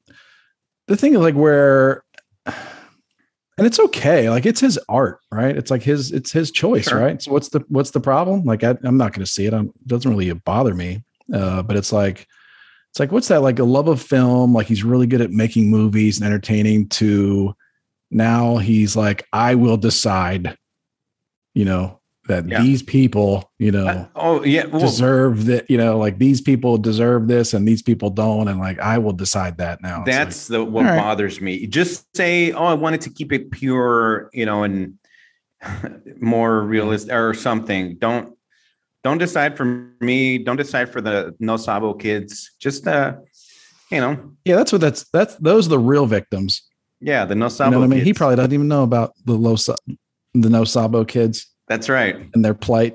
[SPEAKER 3] the thing is like where and it's okay. Like it's his art, right? It's like his it's his choice,
[SPEAKER 4] Sure.
[SPEAKER 3] right? So what's the what's the problem? Like I, I'm not gonna see it. i it doesn't really bother me. Uh, but it's like it's like what's that like a love of film? Like he's really good at making movies and entertaining to now he's like, I will decide, you know, that
[SPEAKER 4] Yeah.
[SPEAKER 3] these people, you know
[SPEAKER 4] Uh, oh yeah. Well,
[SPEAKER 3] deserve that you know like these people deserve this and these people don't and like i will decide that now It's like,
[SPEAKER 4] That's the what
[SPEAKER 3] all right.
[SPEAKER 4] bothers me. Just say, oh, I wanted to keep it pure, you know, and [laughs] more realist or something. Don't don't decide for me. Don't decide for the no sabo kids. Just uh, you know,
[SPEAKER 3] yeah that's what that's that's those are the real victims
[SPEAKER 4] yeah, the no
[SPEAKER 3] you
[SPEAKER 4] sabo.
[SPEAKER 3] know what i mean
[SPEAKER 4] kids.
[SPEAKER 3] he probably doesn't even know about the low Sa- the no sabo kids
[SPEAKER 4] That's right.
[SPEAKER 3] and their plight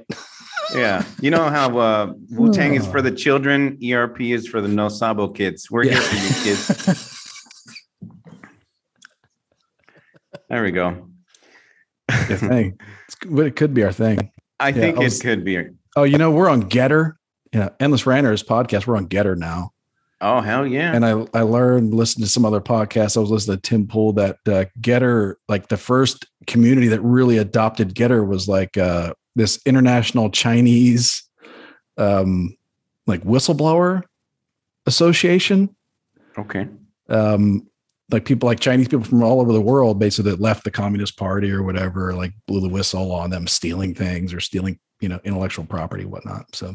[SPEAKER 4] Yeah, you know how uh, Wu Tang is
[SPEAKER 3] Oh.
[SPEAKER 4] for the children. ERP is for the no sabo kids. We're here for you kids.
[SPEAKER 3] [laughs]
[SPEAKER 4] There we go.
[SPEAKER 3] Your thing it's, but it could be our thing
[SPEAKER 4] I think
[SPEAKER 3] I was-
[SPEAKER 4] it could be.
[SPEAKER 3] oh you know we're on getter yeah endless ranters podcast we're on getter now
[SPEAKER 4] Oh hell yeah!
[SPEAKER 3] and I I learned listening to some other podcasts. I was listening to Tim Pool that uh, Getter, like the first community that really adopted Getter was like uh, this international Chinese, um, like whistleblower association.
[SPEAKER 4] okay.
[SPEAKER 3] Um, like people like Chinese people from all over the world, basically that left the Communist Party or whatever, like blew the whistle on them stealing things or stealing you know intellectual property whatnot. So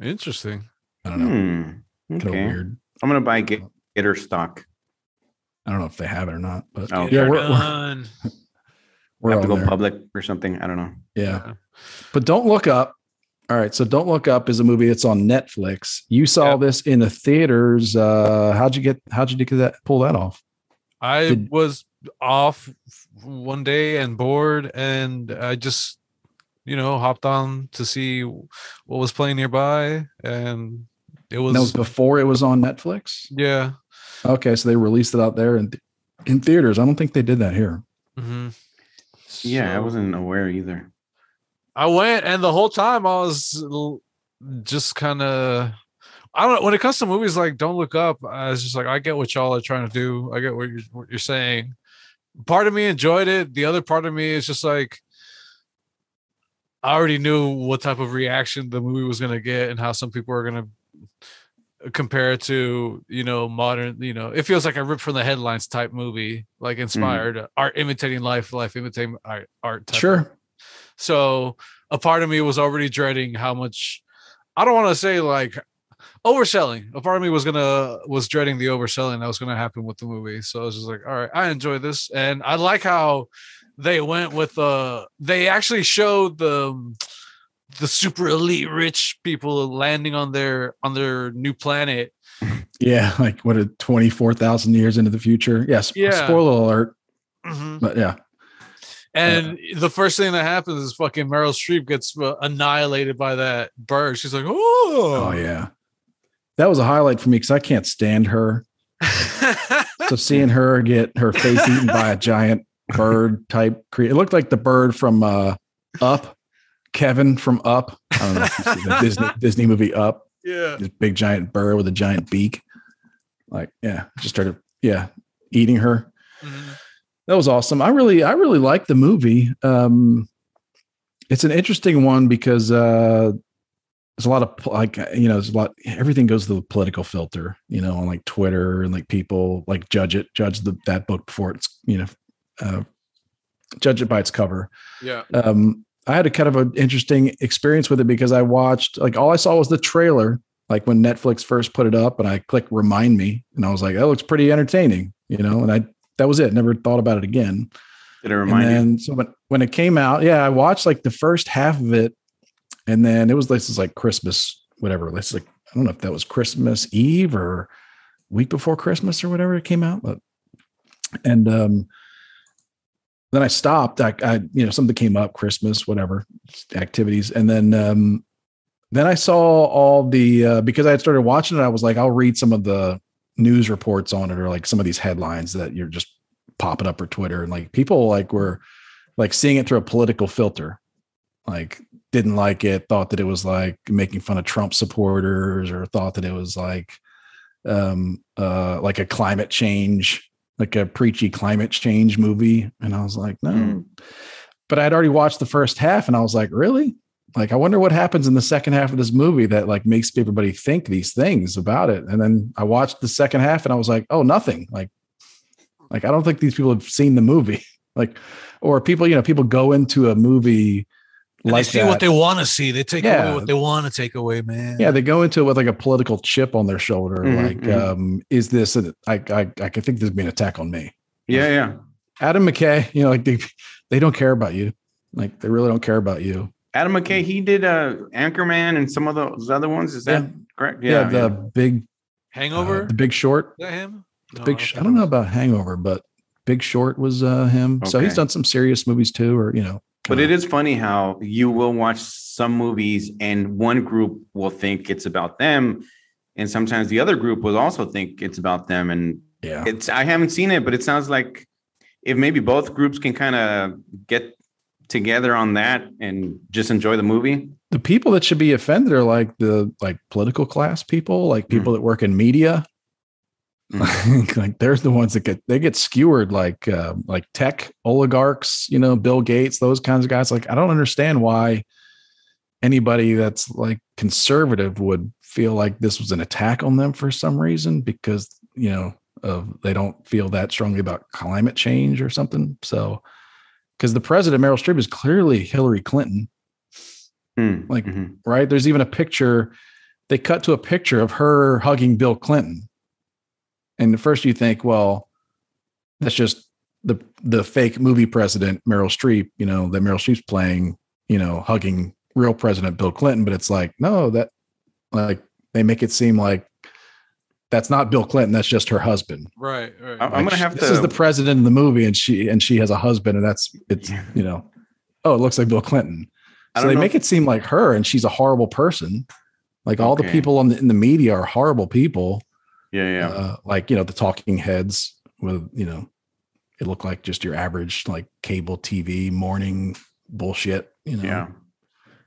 [SPEAKER 5] Interesting.
[SPEAKER 3] I don't know,
[SPEAKER 4] Hmm.
[SPEAKER 3] kind of
[SPEAKER 4] Okay.
[SPEAKER 3] weird.
[SPEAKER 4] I'm gonna buy Get- Gator stock.
[SPEAKER 3] I don't know if they have it or not, but
[SPEAKER 4] Oh,
[SPEAKER 3] yeah, we're, we're,
[SPEAKER 5] done.
[SPEAKER 3] we're
[SPEAKER 4] have to
[SPEAKER 3] on
[SPEAKER 4] go
[SPEAKER 3] there.
[SPEAKER 4] public or something. I don't know.
[SPEAKER 3] Yeah. But Don't Look Up. All right. So Don't Look Up is a movie that's on Netflix. You saw
[SPEAKER 5] Yeah.
[SPEAKER 3] this in the theaters. Uh how'd you get how'd you get that pull that off?
[SPEAKER 5] I
[SPEAKER 3] Did-
[SPEAKER 5] was off one day and bored, and I just, you know, hopped on to see what was playing nearby, and it was,
[SPEAKER 3] And that was before it was on Netflix.
[SPEAKER 5] yeah.
[SPEAKER 3] Okay, so they released it out there in in theaters. I don't think they did that here.
[SPEAKER 5] hmm
[SPEAKER 4] Yeah, I wasn't aware either.
[SPEAKER 5] I went, and the whole time I was l- just kind of. I don't. When it comes to movies like Don't Look Up, I was just like, I get what y'all are trying to do. I get what you're what you're saying. Part of me enjoyed it. The other part of me is just like, I already knew what type of reaction the movie was going to get, and how some people are going to compare it to you know modern. You know, it feels like a rip from the headlines type movie, like inspired uh, art imitating life, life imitating art. art type of
[SPEAKER 3] Sure.
[SPEAKER 5] so a part of me was already dreading how much I don't want to say like overselling. A part of me was gonna was dreading the overselling that was gonna happen with the movie. So I was just like, all right, I enjoy this, and I like how they went with uh they actually showed the um, the super elite rich people landing on their on their new planet.
[SPEAKER 3] Yeah, [laughs] like what a twenty four thousand years into the future. Yes.
[SPEAKER 5] Yeah.
[SPEAKER 3] Mm-hmm. Spoiler alert. But yeah.
[SPEAKER 5] And the first thing that happens is fucking Meryl Streep gets uh, annihilated by that bird. She's like,
[SPEAKER 3] Oh
[SPEAKER 5] oh,
[SPEAKER 3] yeah, that was a highlight for me because I can't stand her. So seeing her get her face eaten by a giant bird type creature, it looked like the bird from uh, Up, Kevin from Up. I don't know if you've seen the Disney Disney movie Up.
[SPEAKER 5] [laughs] yeah.
[SPEAKER 3] This big giant bird with a giant beak. Like yeah, just started yeah eating her.
[SPEAKER 5] Mhm.
[SPEAKER 3] that was awesome. I really, I really like the movie. Um, it's an interesting one because uh, there's a lot of pl- like you know, there's a lot. Everything goes through the political filter, you know, on like Twitter and like people like judge it, judge the, that book before it's you know, uh, judge it by its cover
[SPEAKER 5] Yeah.
[SPEAKER 3] um, I had a kind of an interesting experience with it because I watched like all I saw was the trailer, like when Netflix first put it up, and I clicked remind me, and I was like, that looks pretty entertaining, you know, and I that was it. Never thought about it again.
[SPEAKER 4] Did it remind
[SPEAKER 3] and
[SPEAKER 4] you?
[SPEAKER 3] then, So when, when it came out, yeah, I watched like the first half of it, and then it was this is like Christmas, whatever. This is like I don't know if that was Christmas Eve or week before Christmas or whatever it came out, but and um, then I stopped. I, I you know something came up, Christmas, whatever activities, and then um, then I saw all the uh, because I had started watching it. I was like, I'll read some of the news reports on it or like some of these headlines that you're just popping up or Twitter, and like people like were like seeing it through a political filter, like didn't like it, thought that it was like making fun of Trump supporters, or thought that it was like um uh like a climate change, like a preachy climate change movie, and I was like, no.
[SPEAKER 4] Mm.
[SPEAKER 3] But I'd already watched the first half, and I was like, really? Like, I wonder what happens in the second half of this movie that like makes everybody think these things about it. And then I watched the second half, and I was like, oh, nothing. Like. Like, I don't think these people have seen the movie. [laughs] Like, or people, you know, people go into a movie
[SPEAKER 5] And
[SPEAKER 3] like
[SPEAKER 5] they see
[SPEAKER 3] that.
[SPEAKER 5] what they want to see. They take
[SPEAKER 3] Yeah.
[SPEAKER 5] away what they want to take away, man.
[SPEAKER 3] yeah, they go into it with like a political chip on their shoulder.
[SPEAKER 4] Mhm,
[SPEAKER 3] like,
[SPEAKER 4] mhm.
[SPEAKER 3] um, is this? A, I, I, I could think this would be an attack on me.
[SPEAKER 4] Yeah, yeah.
[SPEAKER 3] Adam McKay, [laughs] you know, like they, they don't care about you. Like, they really don't care about you.
[SPEAKER 4] Adam McKay, he did uh, Anchorman and some of those other ones. Is that
[SPEAKER 3] Yeah.
[SPEAKER 4] correct?
[SPEAKER 3] Yeah, the big, uh,
[SPEAKER 5] Hangover. Oh,
[SPEAKER 3] the Big Short.
[SPEAKER 5] Is that him? No,
[SPEAKER 3] big, Sh- I
[SPEAKER 5] think
[SPEAKER 3] don't know
[SPEAKER 5] it
[SPEAKER 3] about
[SPEAKER 5] was-
[SPEAKER 3] Hangover, but Big Short was uh, him. So he's
[SPEAKER 4] Okay.
[SPEAKER 3] done some serious movies too, or you know.
[SPEAKER 4] But it is funny how you will watch some movies and one group will think it's about them, and sometimes the other group will also think it's about them. And
[SPEAKER 3] yeah,
[SPEAKER 4] it's I haven't seen it, but it sounds like if maybe both groups can kind of get together on that and just enjoy the movie.
[SPEAKER 3] the people that should be offended are like the like political class people, like people that work in media. [laughs] like they're the ones that get they get skewered, like uh, like tech oligarchs, you know, Bill Gates, those kinds of guys. Like I don't understand why anybody that's like conservative would feel like this was an attack on them for some reason because you know of they don't feel that strongly about climate change or something. So because the president Meryl Streep is clearly Hillary Clinton
[SPEAKER 4] Hmm.
[SPEAKER 3] Like-
[SPEAKER 4] Mhm.
[SPEAKER 3] right? There's even a picture. They cut to a picture of her hugging Bill Clinton. And at first you think, well, that's just the the fake movie president Meryl Streep, you know, that Meryl Streep's playing, you know, hugging real president Bill Clinton, but it's like, no, that like they make it seem like that's not Bill Clinton, that's just her husband.
[SPEAKER 5] Right. Right.
[SPEAKER 4] I- I'm
[SPEAKER 3] Like,
[SPEAKER 4] gonna have
[SPEAKER 3] this
[SPEAKER 4] to-
[SPEAKER 3] is the president in the movie and she and she has a husband and that's it's, you know, oh, it looks like Bill Clinton.
[SPEAKER 4] I
[SPEAKER 3] So
[SPEAKER 4] don't
[SPEAKER 3] they
[SPEAKER 4] know
[SPEAKER 3] make
[SPEAKER 4] if-
[SPEAKER 3] it seem like her and she's a horrible person. Like all the
[SPEAKER 4] Okay.
[SPEAKER 3] people on the, in the media are horrible people.
[SPEAKER 4] Yeah, yeah.
[SPEAKER 3] Uh, like, you know, the talking heads with, you know, it looked like just your average like cable TV morning bullshit, you know,
[SPEAKER 4] yeah.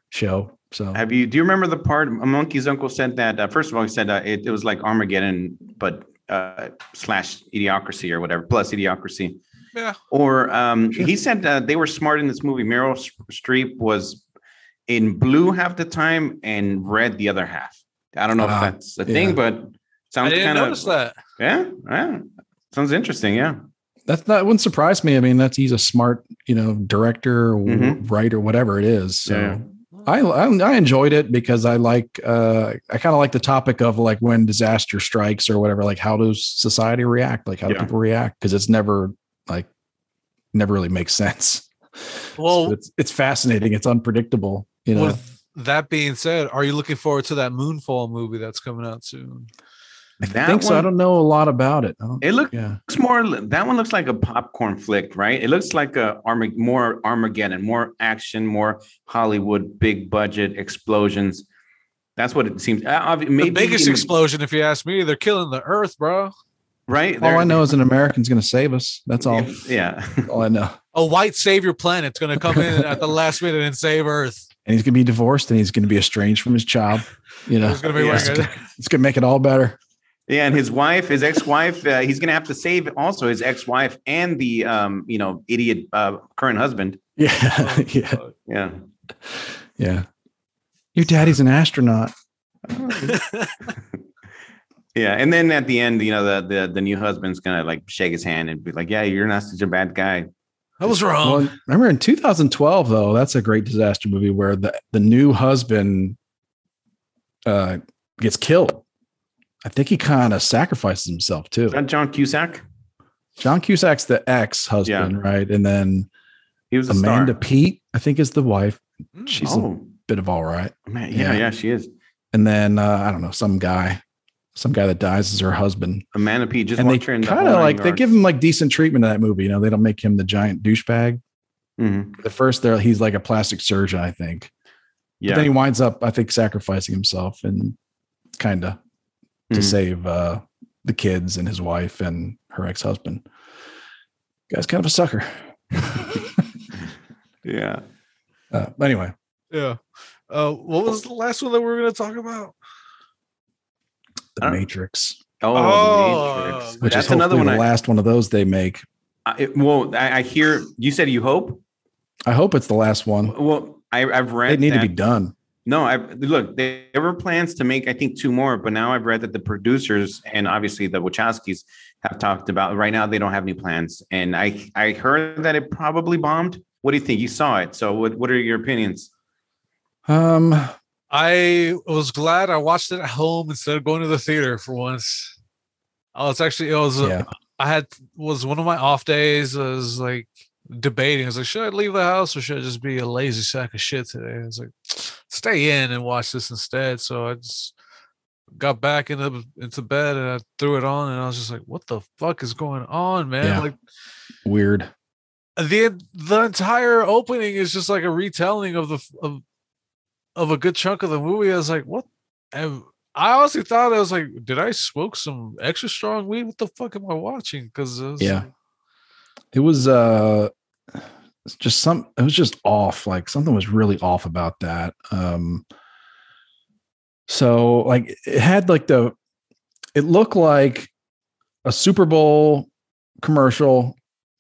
[SPEAKER 3] show. So
[SPEAKER 4] Have you? Do you remember the part? A monkey's uncle said that. Uh, first of all, he said uh, it, it was like Armageddon, but uh, slash idiocracy or whatever, plus idiocracy.
[SPEAKER 5] Yeah.
[SPEAKER 4] Or um,
[SPEAKER 3] Sure.
[SPEAKER 4] he said uh, they were smart in this movie. Meryl Streep was in blue half the time and red the other half. I don't know
[SPEAKER 3] Ah,
[SPEAKER 4] if that's a
[SPEAKER 3] yeah.
[SPEAKER 4] thing, but
[SPEAKER 5] I
[SPEAKER 4] sounds
[SPEAKER 5] didn't
[SPEAKER 4] kind
[SPEAKER 5] notice
[SPEAKER 4] of
[SPEAKER 5] that.
[SPEAKER 4] yeah, yeah. Sounds interesting. Yeah.
[SPEAKER 3] that's not, wouldn't surprise me. I mean, that's, he's a smart, you know, director, w-
[SPEAKER 4] Mhm.
[SPEAKER 3] writer, whatever it is. So
[SPEAKER 4] Yeah.
[SPEAKER 3] I, I I enjoyed it because I like uh I kind of like the topic of like when disaster strikes or whatever like how does society react like how do
[SPEAKER 4] Yeah.
[SPEAKER 3] people react because it's never like never really makes sense. [laughs]
[SPEAKER 5] Well,
[SPEAKER 3] So it's it's fascinating. It's unpredictable. You know,
[SPEAKER 5] With that being said, are you looking forward to that Moonfall movie that's coming out soon?
[SPEAKER 3] I
[SPEAKER 4] That
[SPEAKER 3] think so. I
[SPEAKER 4] one-
[SPEAKER 3] don't know a lot about it. I don't,
[SPEAKER 4] It looks
[SPEAKER 3] yeah.
[SPEAKER 4] looks more that one looks like a popcorn flick right it looks like a Armag- more armageddon more action more hollywood big budget explosions that's what it seems Uh, obvi- maybe
[SPEAKER 5] the biggest
[SPEAKER 4] in-
[SPEAKER 5] explosion, if you ask me, they're killing the Earth, bro.
[SPEAKER 4] right
[SPEAKER 3] All
[SPEAKER 4] There-
[SPEAKER 3] Oh, I
[SPEAKER 4] [laughs]
[SPEAKER 3] know is an American's going to save us. That's all.
[SPEAKER 4] yeah
[SPEAKER 3] [laughs]
[SPEAKER 4] [laughs]
[SPEAKER 3] That's all I know.
[SPEAKER 5] A white savior planet's gonna come
[SPEAKER 3] [laughs]
[SPEAKER 5] in at the last minute and save Earth.
[SPEAKER 3] And he's going to be divorced, and he's going to be estranged from his child.
[SPEAKER 4] [laughs]
[SPEAKER 3] You know,
[SPEAKER 5] It's gonna
[SPEAKER 3] [laughs]
[SPEAKER 5] be
[SPEAKER 4] Yeah.
[SPEAKER 5] like a-
[SPEAKER 3] it's going to make it all better. [laughs]
[SPEAKER 4] yeah and his wife his ex-wife uh, he's gonna have to save also his ex-wife and the um you know idiot uh, current husband
[SPEAKER 3] Yeah,
[SPEAKER 4] Oh.
[SPEAKER 3] [laughs] yeah,
[SPEAKER 4] yeah
[SPEAKER 3] yeah. Your daddy's an astronaut.
[SPEAKER 4] yeah and then at the end you know the the, the new husband's gonna like shake his hand and be like yeah you're not such a bad guy
[SPEAKER 5] I was wrong.
[SPEAKER 3] Well, remember in 2012 though, that's a great disaster movie where the the new husband uh gets killed. I think he kind of sacrifices himself too.
[SPEAKER 4] is that john cusack
[SPEAKER 3] John Cusack's the ex husband, right? And then
[SPEAKER 4] he was a
[SPEAKER 3] Amanda
[SPEAKER 4] star.
[SPEAKER 3] Pete, I think, is the wife.
[SPEAKER 5] Mm,
[SPEAKER 3] She's a
[SPEAKER 4] oh
[SPEAKER 3] bit of all right.
[SPEAKER 4] man yeah
[SPEAKER 3] Yeah.
[SPEAKER 4] yeah she is
[SPEAKER 3] And then uh, I don't know, some guy, some guy that dies is her husband.
[SPEAKER 4] A manapee just
[SPEAKER 3] and they
[SPEAKER 4] watch her in
[SPEAKER 3] kind
[SPEAKER 4] the
[SPEAKER 3] of like they give him like decent treatment in that movie. You know, they don't make him the giant douchebag.
[SPEAKER 4] hmm
[SPEAKER 3] At first, there he's like a plastic surgeon, I think. But
[SPEAKER 4] Yeah,
[SPEAKER 3] then he winds up, I think, sacrificing himself and kind of to
[SPEAKER 4] Mhm.
[SPEAKER 3] save uh, the kids and his wife and her ex husband. Guy's kind of a
[SPEAKER 4] [laughs]
[SPEAKER 3] sucker.
[SPEAKER 4] yeah.
[SPEAKER 3] uh, but anyway,
[SPEAKER 5] Yeah. Uh, what was the last one that we were gonna talk about?
[SPEAKER 3] The
[SPEAKER 4] I don't-
[SPEAKER 3] Matrix,
[SPEAKER 4] Oh,
[SPEAKER 5] Oh,
[SPEAKER 4] The Matrix.
[SPEAKER 3] which
[SPEAKER 4] Uh, that's
[SPEAKER 3] is another
[SPEAKER 4] another one.
[SPEAKER 3] the
[SPEAKER 4] I,
[SPEAKER 3] last one of those they make.
[SPEAKER 4] I it- well, I, I hear you said you hope.
[SPEAKER 3] I hope it's the last one.
[SPEAKER 4] Well, I, I've read.
[SPEAKER 3] They need
[SPEAKER 4] that-
[SPEAKER 3] to be done.
[SPEAKER 4] No, I look. There were plans to make, I think, two more, but now I've read that the producers and obviously the Wachowskis have talked about. Right now, they don't have any plans, and I I heard that it probably bombed. What do you think? You saw it, so what? What are your opinions?
[SPEAKER 3] Um,
[SPEAKER 5] I was glad I watched it at home instead of going to the theater for once. I was actually it was uh,
[SPEAKER 3] yeah,
[SPEAKER 5] I had was one of my off days. I was like debating. I was like, should I leave the house or should I just be a lazy sack of shit today? I was like, stay in and watch this instead. So I just got back into into bed and I threw it on and I was just like, what the fuck is going on, man?
[SPEAKER 3] Yeah.
[SPEAKER 5] Like
[SPEAKER 3] weird.
[SPEAKER 5] the the entire opening is just like a retelling of the f- of of a good chunk of the movie. I was like, what? am- I honestly thought I was like, did I smoke some extra strong weed? What the fuck am I watching? Because
[SPEAKER 3] Yeah. It was uh, it's just some. It was just off. Like something was really off about that. Um, so like it had like the, it looked like a Super Bowl commercial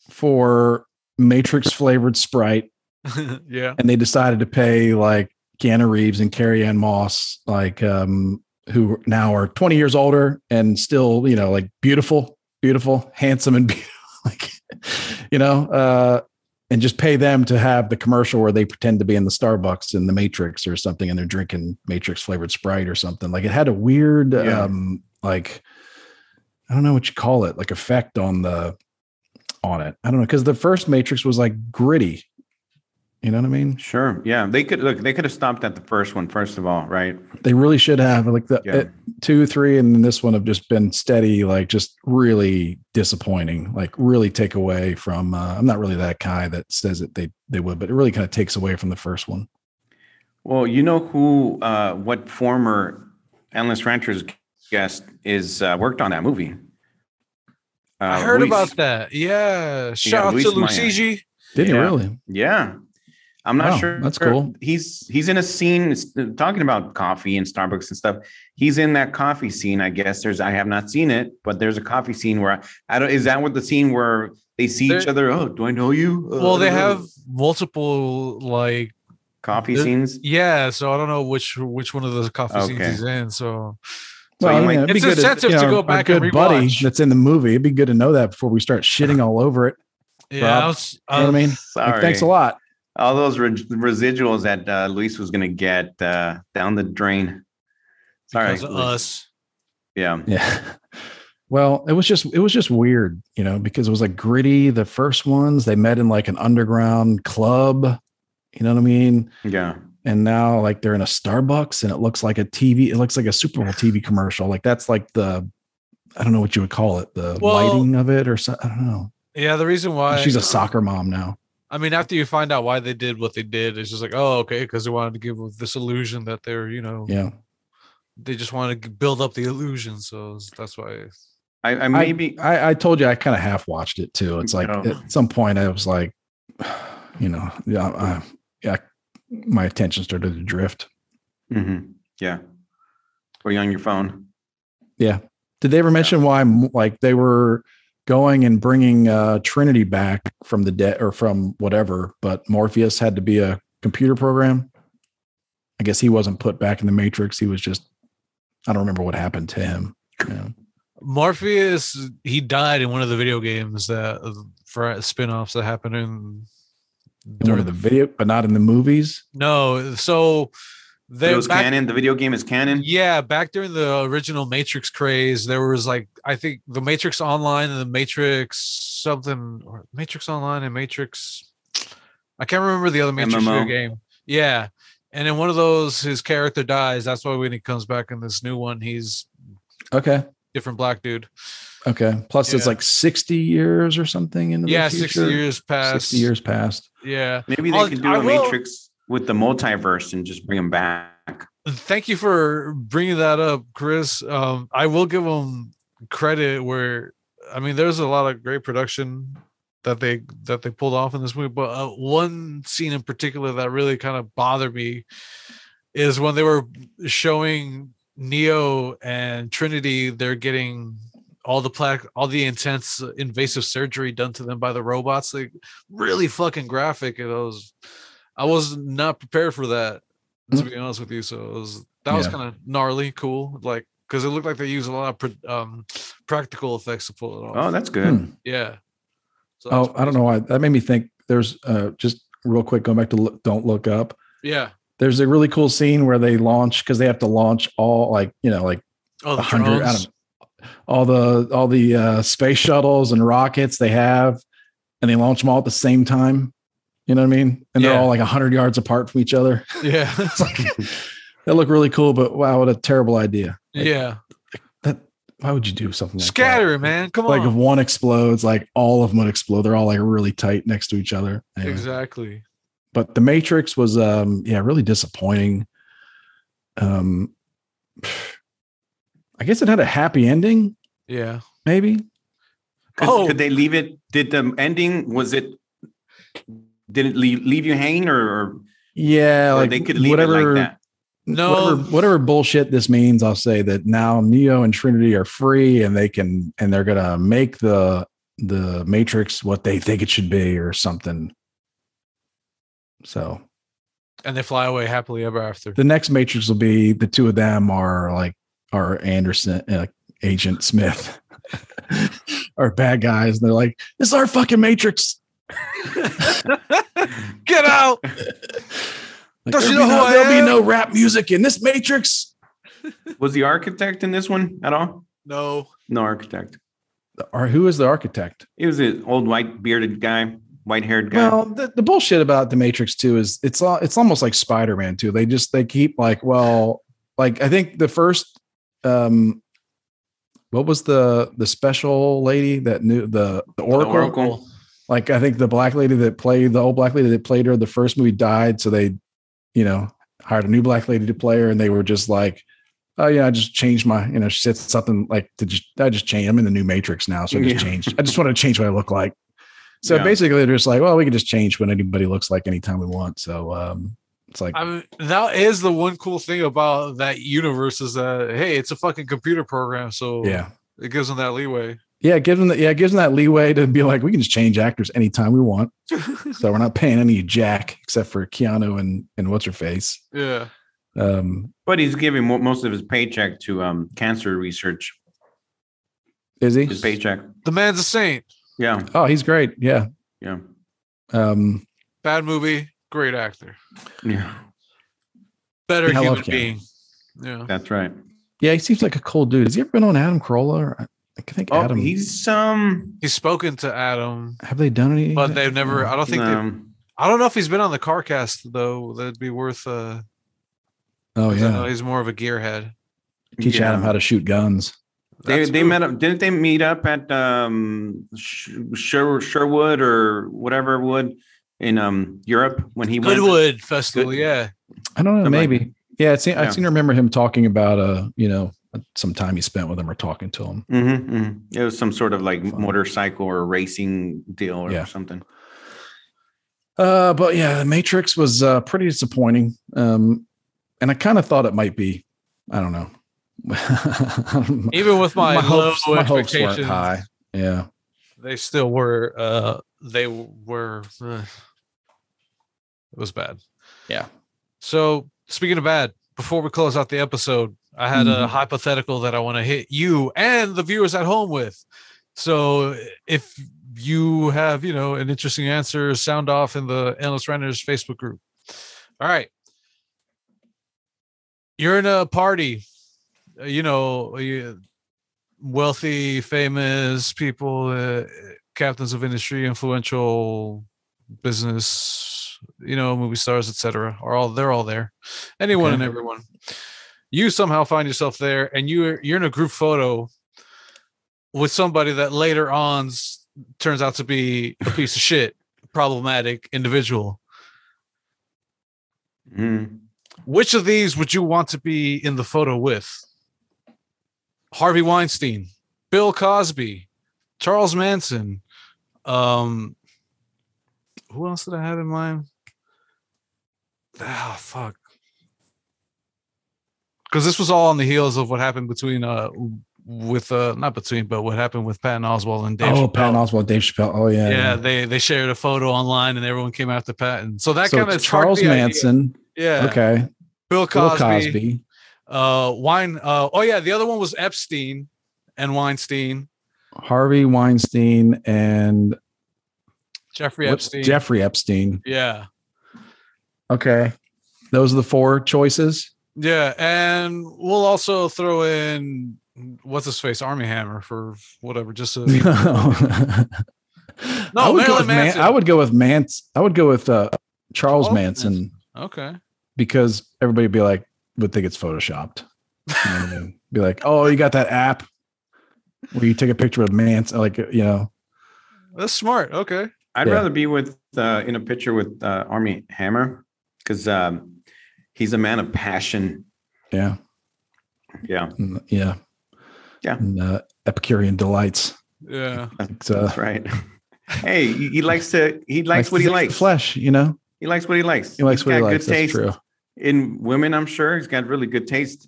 [SPEAKER 3] for Matrix flavored Sprite.
[SPEAKER 5] [laughs] yeah.
[SPEAKER 3] and they decided to pay like Keanu Reeves and Carrie Ann Moss, like um, who now are 20 years older and still, you know, like beautiful, beautiful, handsome, and [laughs] beautiful, like, you know, uh, and just pay them to have the commercial where they pretend to be in the Starbucks in the Matrix or something, and they're drinking Matrix flavored Sprite or something. Like it had a weird,
[SPEAKER 4] Yeah.
[SPEAKER 3] um, like I don't know what you call it, like effect on the on it. I don't know because the first Matrix was like gritty. You know what I mean?
[SPEAKER 4] Sure. Yeah, they could look. They could have stopped at the first one, first of all, right?
[SPEAKER 3] They really should have like the
[SPEAKER 4] Yeah.
[SPEAKER 3] uh, two, three, and then this one have just been steady, like just really disappointing. Like really take away from. Uh, I'm not really that guy that says that they they would, but it really kind of takes away from the first one.
[SPEAKER 4] Well, you know who, uh, what former Endless Ranchers guest is uh, worked on that movie? Uh,
[SPEAKER 5] I heard
[SPEAKER 4] Luis.
[SPEAKER 5] about that. Yeah. Shout out
[SPEAKER 4] Luis
[SPEAKER 5] to
[SPEAKER 4] Maya.
[SPEAKER 5] Lucigi.
[SPEAKER 3] Did
[SPEAKER 4] Yeah.
[SPEAKER 3] it really?
[SPEAKER 4] Yeah, I'm not
[SPEAKER 3] Wow,
[SPEAKER 4] sure.
[SPEAKER 3] that's cool.
[SPEAKER 4] He's he's in a scene it's- talking about coffee and Starbucks and stuff. He's in that coffee scene. I guess there's. I have not seen it, but there's a coffee scene where I, I don't. Is that what the scene where they see each
[SPEAKER 5] There-
[SPEAKER 4] other? Oh, do I know you? Uh,
[SPEAKER 5] Well, they have multiple like
[SPEAKER 4] coffee
[SPEAKER 5] there- [laughs]
[SPEAKER 4] scenes.
[SPEAKER 5] yeah, so I don't know which which one of the coffee scenes
[SPEAKER 4] Okay.
[SPEAKER 5] he's in. So
[SPEAKER 4] So you might-
[SPEAKER 3] it'd be
[SPEAKER 5] It's
[SPEAKER 3] good
[SPEAKER 5] incentive to go
[SPEAKER 3] our- our
[SPEAKER 5] back and
[SPEAKER 3] good buddy
[SPEAKER 5] rewatch.
[SPEAKER 3] that's in the movie. It'd be good to know that before we
[SPEAKER 5] [laughs]
[SPEAKER 3] start shitting all over it.
[SPEAKER 5] yeah,
[SPEAKER 3] Rob,
[SPEAKER 5] I was, uh,
[SPEAKER 3] You know
[SPEAKER 5] I-
[SPEAKER 3] what I mean?
[SPEAKER 4] Sorry.
[SPEAKER 3] Like, thanks a
[SPEAKER 5] [laughs]
[SPEAKER 3] lot.
[SPEAKER 4] All those re- residuals that uh, Luis was going to get uh, down the drain. Sorry,
[SPEAKER 5] because of
[SPEAKER 4] Luis.
[SPEAKER 5] us.
[SPEAKER 4] Yeah.
[SPEAKER 3] Yeah. Well, it was just it was just weird, you know, because it was like gritty. The first ones they met in like an underground club, you know what I mean?
[SPEAKER 4] Yeah.
[SPEAKER 3] And now like they're in a Starbucks and it looks like a TV, it looks like a Super Bowl TV commercial. Like that's like the I don't know what you would call it, the
[SPEAKER 5] Well- uh,
[SPEAKER 3] lighting of it or something. I don't know.
[SPEAKER 5] Yeah, the reason why
[SPEAKER 3] She's a soccer mom now.
[SPEAKER 5] I mean, after you find out why they did what they did, it's just like, oh, okay, because they wanted to give this illusion that they're, you know,
[SPEAKER 3] Yeah.
[SPEAKER 5] they just wanted to build up the illusion. So it's- that's why.
[SPEAKER 4] I, I maybe
[SPEAKER 3] I, I told you I kind of half watched it too. It's like
[SPEAKER 4] No.
[SPEAKER 3] at some point I was like, [sighs] you know, yeah, I, yeah, my attention started to drift.
[SPEAKER 4] Mhm. yeah. Were you on your phone?
[SPEAKER 3] Did they ever mention why m- like they were going and bringing uh Trinity back from the dead or from whatever, but Morpheus had to be a computer program? I guess he wasn't put back in the matrix. He was just I don't remember what happened to him. Yeah.
[SPEAKER 5] Morpheus, he died in one of the video games that for spin offs that happened in.
[SPEAKER 3] In one of the video, but not in the movies.
[SPEAKER 5] no, so
[SPEAKER 4] It
[SPEAKER 5] they
[SPEAKER 4] was
[SPEAKER 5] back,
[SPEAKER 4] canon. The video game is canon.
[SPEAKER 5] Yeah, back during the original Matrix craze, there was like I think the Matrix Online and the Matrix something or Matrix Online and Matrix. I can't remember the other Matrix video
[SPEAKER 4] MMO.
[SPEAKER 5] game. Yeah, and in one of those, his character dies. That's why when he comes back in this new one, he's
[SPEAKER 3] Okay.
[SPEAKER 5] different black dude.
[SPEAKER 3] Okay. Plus, it's
[SPEAKER 5] Yeah.
[SPEAKER 3] like sixty years or something in the
[SPEAKER 5] Yeah,
[SPEAKER 3] future.
[SPEAKER 5] sixty years past.
[SPEAKER 3] 60 years past.
[SPEAKER 5] Yeah.
[SPEAKER 4] Maybe they
[SPEAKER 5] I'll-
[SPEAKER 4] could do
[SPEAKER 5] I
[SPEAKER 4] a
[SPEAKER 5] will-
[SPEAKER 4] Matrix with the multiverse and just bring them back.
[SPEAKER 5] thank you for bringing that up chris um i will give them credit where i mean there's a lot of great production that they that they pulled off in this movie but uh, one scene in particular that really kind of bothered me is when they were showing neo and trinity they're getting all the plaque all the intense invasive surgery done to them by the robots like really fucking graphic and i was i was not prepared for that to be honest with you. So it was that was
[SPEAKER 3] Yeah.
[SPEAKER 5] kind of gnarly, cool, like because it looked like they used a lot of pr- um, practical effects to pull it off.
[SPEAKER 4] Oh, that's good.
[SPEAKER 3] Hmm.
[SPEAKER 5] yeah. So that was
[SPEAKER 3] Oh, I don't know why that made me think. There's uh, just real quick going back to look, don't look up.
[SPEAKER 5] pretty- Yeah.
[SPEAKER 3] There's a really cool scene where they launch because they have to launch all like you know like
[SPEAKER 5] Oh,
[SPEAKER 3] a
[SPEAKER 5] the
[SPEAKER 3] hundred I
[SPEAKER 5] drones.
[SPEAKER 3] don't- all the all the uh, space shuttles and rockets they have, and they launch them all at the same time. You know what I mean? And they're
[SPEAKER 5] Yeah.
[SPEAKER 3] all like hundred yards apart from each other. [laughs]
[SPEAKER 5] [laughs] Yeah.
[SPEAKER 3] It's like they look really cool, but wow, what a terrible idea! Like,
[SPEAKER 5] yeah.
[SPEAKER 3] that why would you do something like that?
[SPEAKER 5] Scatter, man. Come
[SPEAKER 3] like if
[SPEAKER 5] on.
[SPEAKER 3] one explodes, like all of them would explode. They're all like really tight next to each other. Anyway.
[SPEAKER 5] Exactly.
[SPEAKER 3] But the Matrix was, um, yeah, really disappointing. Um, I guess it had a happy ending,
[SPEAKER 5] Yeah.
[SPEAKER 3] maybe.
[SPEAKER 4] Could,
[SPEAKER 5] Oh.
[SPEAKER 4] could they leave it? Did the ending was it? Did it leave, leave you hanging, or, or
[SPEAKER 3] Yeah, like
[SPEAKER 4] they could leave
[SPEAKER 3] Uh, whatever,
[SPEAKER 4] it like that?
[SPEAKER 5] No.
[SPEAKER 3] whatever, whatever bullshit this means. I'll say that now Neo and Trinity are free, and they can, and they're gonna make the the Matrix what they think it should be, or something. So
[SPEAKER 5] And they fly away happily ever after.
[SPEAKER 3] the next matrix will be the two of them are like are anderson uh, agent [laughs] smith are bad guys and they're like this is our fucking matrix
[SPEAKER 5] Get out.
[SPEAKER 3] Like,
[SPEAKER 5] Don't you
[SPEAKER 3] "There'll be
[SPEAKER 5] know who
[SPEAKER 3] no-
[SPEAKER 5] I
[SPEAKER 3] there'll
[SPEAKER 5] am?"
[SPEAKER 3] be no rap music in this matrix
[SPEAKER 4] Was the architect in this one at all?
[SPEAKER 5] No.
[SPEAKER 4] No architect.
[SPEAKER 3] or who is the architect
[SPEAKER 4] It was an old white bearded guy, white haired guy.
[SPEAKER 3] well the, the bullshit about the matrix too is it's all it's almost like spider-man too they just they keep like well like i think the first um what was the the special lady that knew the the
[SPEAKER 4] The
[SPEAKER 3] oracle,
[SPEAKER 4] Oracle.
[SPEAKER 3] like I think the black lady that played the old black lady that played her in the first movie died, so they, you know, hired a new black lady to play her, and they were just like, oh yeah, I just changed my, you know, she said something like to just I just changed. I'm in the new Matrix now, so I just
[SPEAKER 4] Yeah.
[SPEAKER 3] changed. I just want to change what I look like. So
[SPEAKER 4] Yeah.
[SPEAKER 3] basically, they're just like, well, we can just change what anybody looks like anytime we want. So um, it's like,
[SPEAKER 5] I mean, that is the one cool thing about that universe is that hey, it's a fucking computer program, so
[SPEAKER 3] yeah.
[SPEAKER 5] it gives them that leeway. [laughs]
[SPEAKER 3] Yeah, give them the, yeah, gives them that leeway to be like, we can just change actors anytime we want. so we're not paying any jack except for Keanu and and what's her face.
[SPEAKER 5] Yeah.
[SPEAKER 3] Um,
[SPEAKER 4] But he's giving mo- most of his paycheck to um, cancer research.
[SPEAKER 3] is he?
[SPEAKER 4] His paycheck.
[SPEAKER 5] The man's a saint.
[SPEAKER 4] Yeah.
[SPEAKER 3] Oh, he's great. Yeah.
[SPEAKER 4] Yeah.
[SPEAKER 3] Um,
[SPEAKER 5] Bad movie, great actor.
[SPEAKER 4] Yeah.
[SPEAKER 5] Better
[SPEAKER 3] Yeah, I love
[SPEAKER 5] human
[SPEAKER 3] Keanu.
[SPEAKER 5] being. Yeah.
[SPEAKER 4] That's right.
[SPEAKER 3] yeah, he seems like a cool dude. Has he ever been on Adam Carolla? Or I I think
[SPEAKER 4] Oh,
[SPEAKER 3] Adam.
[SPEAKER 4] he's um.
[SPEAKER 5] He's spoken to Adam,
[SPEAKER 3] have they done any? Oh,
[SPEAKER 5] but they've never I don't think they
[SPEAKER 4] um,
[SPEAKER 5] I don't know if he's been on the car cast though. That'd be worth uh
[SPEAKER 3] Oh
[SPEAKER 5] 'cause I know
[SPEAKER 3] yeah,
[SPEAKER 5] he's more of a gearhead.
[SPEAKER 3] teach
[SPEAKER 4] yeah.
[SPEAKER 3] Adam how to shoot guns.
[SPEAKER 4] They,
[SPEAKER 5] That's
[SPEAKER 4] they
[SPEAKER 5] who-
[SPEAKER 4] met up, didn't they meet up at um, Sh- Sher- Sherwood or whatever wood in um, Europe when he went?
[SPEAKER 5] Goodwood Festival.
[SPEAKER 4] Good-
[SPEAKER 5] Yeah,
[SPEAKER 3] I don't know.
[SPEAKER 4] Something like
[SPEAKER 3] Maybe. yeah. It seem, I
[SPEAKER 4] Yeah.
[SPEAKER 3] seem to remember him talking about uh, you know, some time he spent with him or talking to him.
[SPEAKER 4] Mhm, mhm. It was some sort of like
[SPEAKER 3] Fun.
[SPEAKER 4] motorcycle or racing deal or
[SPEAKER 3] Yeah.
[SPEAKER 4] something.
[SPEAKER 3] Uh, but yeah, the Matrix was uh, pretty disappointing. Um, and I kind of thought it might be. I don't know. [laughs]
[SPEAKER 5] even with my, low expectations,
[SPEAKER 3] high. Yeah,
[SPEAKER 5] they still were. Uh, they were. uh, it was bad.
[SPEAKER 3] Yeah.
[SPEAKER 5] So speaking of bad, before we close out the episode, I had a
[SPEAKER 3] Mhm.
[SPEAKER 5] hypothetical that I want to hit you and the viewers at home with. So if you have, you know, an interesting answer, sound off in the Endless Runners Facebook group. All right. You're in a party, uh, you know, you- wealthy, famous people, uh, captains of industry, influential business, you know, movie stars, etc. Are all they're all there. Anyone
[SPEAKER 3] Okay.
[SPEAKER 5] and everyone. You somehow find yourself there, and you you're in a group photo with somebody that later on s- turns out to be a piece of shit, problematic individual.
[SPEAKER 4] Mhm.
[SPEAKER 5] Which of these would you want to be in the photo with? Harvey Weinstein, Bill Cosby, Charles Manson. Um, who else did I have in mind? Ah, fuck. Because this was all on the heels of what happened between uh with uh not between but what happened with Patton Oswald and Dave.
[SPEAKER 3] oh,
[SPEAKER 5] Chappelle.
[SPEAKER 3] Patton Oswald, Dave Chappelle. Oh, yeah,
[SPEAKER 5] Yeah, they they shared a photo online and everyone came after Patton. So that
[SPEAKER 3] so
[SPEAKER 5] kind of
[SPEAKER 3] it's Charles Manson.
[SPEAKER 5] Yeah.
[SPEAKER 3] Okay,
[SPEAKER 5] Bill
[SPEAKER 3] Bill
[SPEAKER 5] Cosby.
[SPEAKER 3] Cosby.
[SPEAKER 5] Uh, Wine. Uh, oh yeah, the other one was Epstein and Weinstein.
[SPEAKER 3] Harvey Weinstein and
[SPEAKER 5] Jeffrey
[SPEAKER 3] what's-
[SPEAKER 5] Epstein.
[SPEAKER 3] Jeffrey Epstein.
[SPEAKER 5] yeah. [laughs]
[SPEAKER 3] Okay, those are the four choices. [laughs]
[SPEAKER 5] Yeah, and we'll also throw in what's his face, Army Hammer for whatever. Just
[SPEAKER 3] no, [laughs] I
[SPEAKER 5] to,
[SPEAKER 3] would
[SPEAKER 5] Marilyn
[SPEAKER 3] go with Man-
[SPEAKER 5] Manson.
[SPEAKER 3] I would go with Mans. I would go with uh, Charles
[SPEAKER 5] Charles
[SPEAKER 3] Manson,
[SPEAKER 5] Manson. okay.
[SPEAKER 3] because everybody would be like, would think it's photoshopped. You know what I mean? Be like, oh, you got that app where you take a picture of Manson, like you know.
[SPEAKER 5] That's smart. Okay.
[SPEAKER 4] I'd
[SPEAKER 3] Yeah.
[SPEAKER 4] rather be with uh, in a picture with uh, Army Hammer because um, he's a man of passion.
[SPEAKER 3] Yeah.
[SPEAKER 4] Yeah,
[SPEAKER 3] Mm, Yeah.
[SPEAKER 4] Yeah.
[SPEAKER 3] And, uh, Epicurean delights.
[SPEAKER 5] Yeah.
[SPEAKER 3] It's, uh,
[SPEAKER 4] that's right. [laughs] hey, he he likes to. He likes,
[SPEAKER 3] to
[SPEAKER 4] what he
[SPEAKER 3] taste the
[SPEAKER 4] likes.
[SPEAKER 3] Flesh, you know?
[SPEAKER 4] He likes what he likes.
[SPEAKER 3] He likes
[SPEAKER 4] He's
[SPEAKER 3] what he
[SPEAKER 4] got
[SPEAKER 3] likes.
[SPEAKER 4] Good
[SPEAKER 3] That's
[SPEAKER 4] taste
[SPEAKER 3] true. [laughs]
[SPEAKER 4] in women. I'm sure he's got really good taste.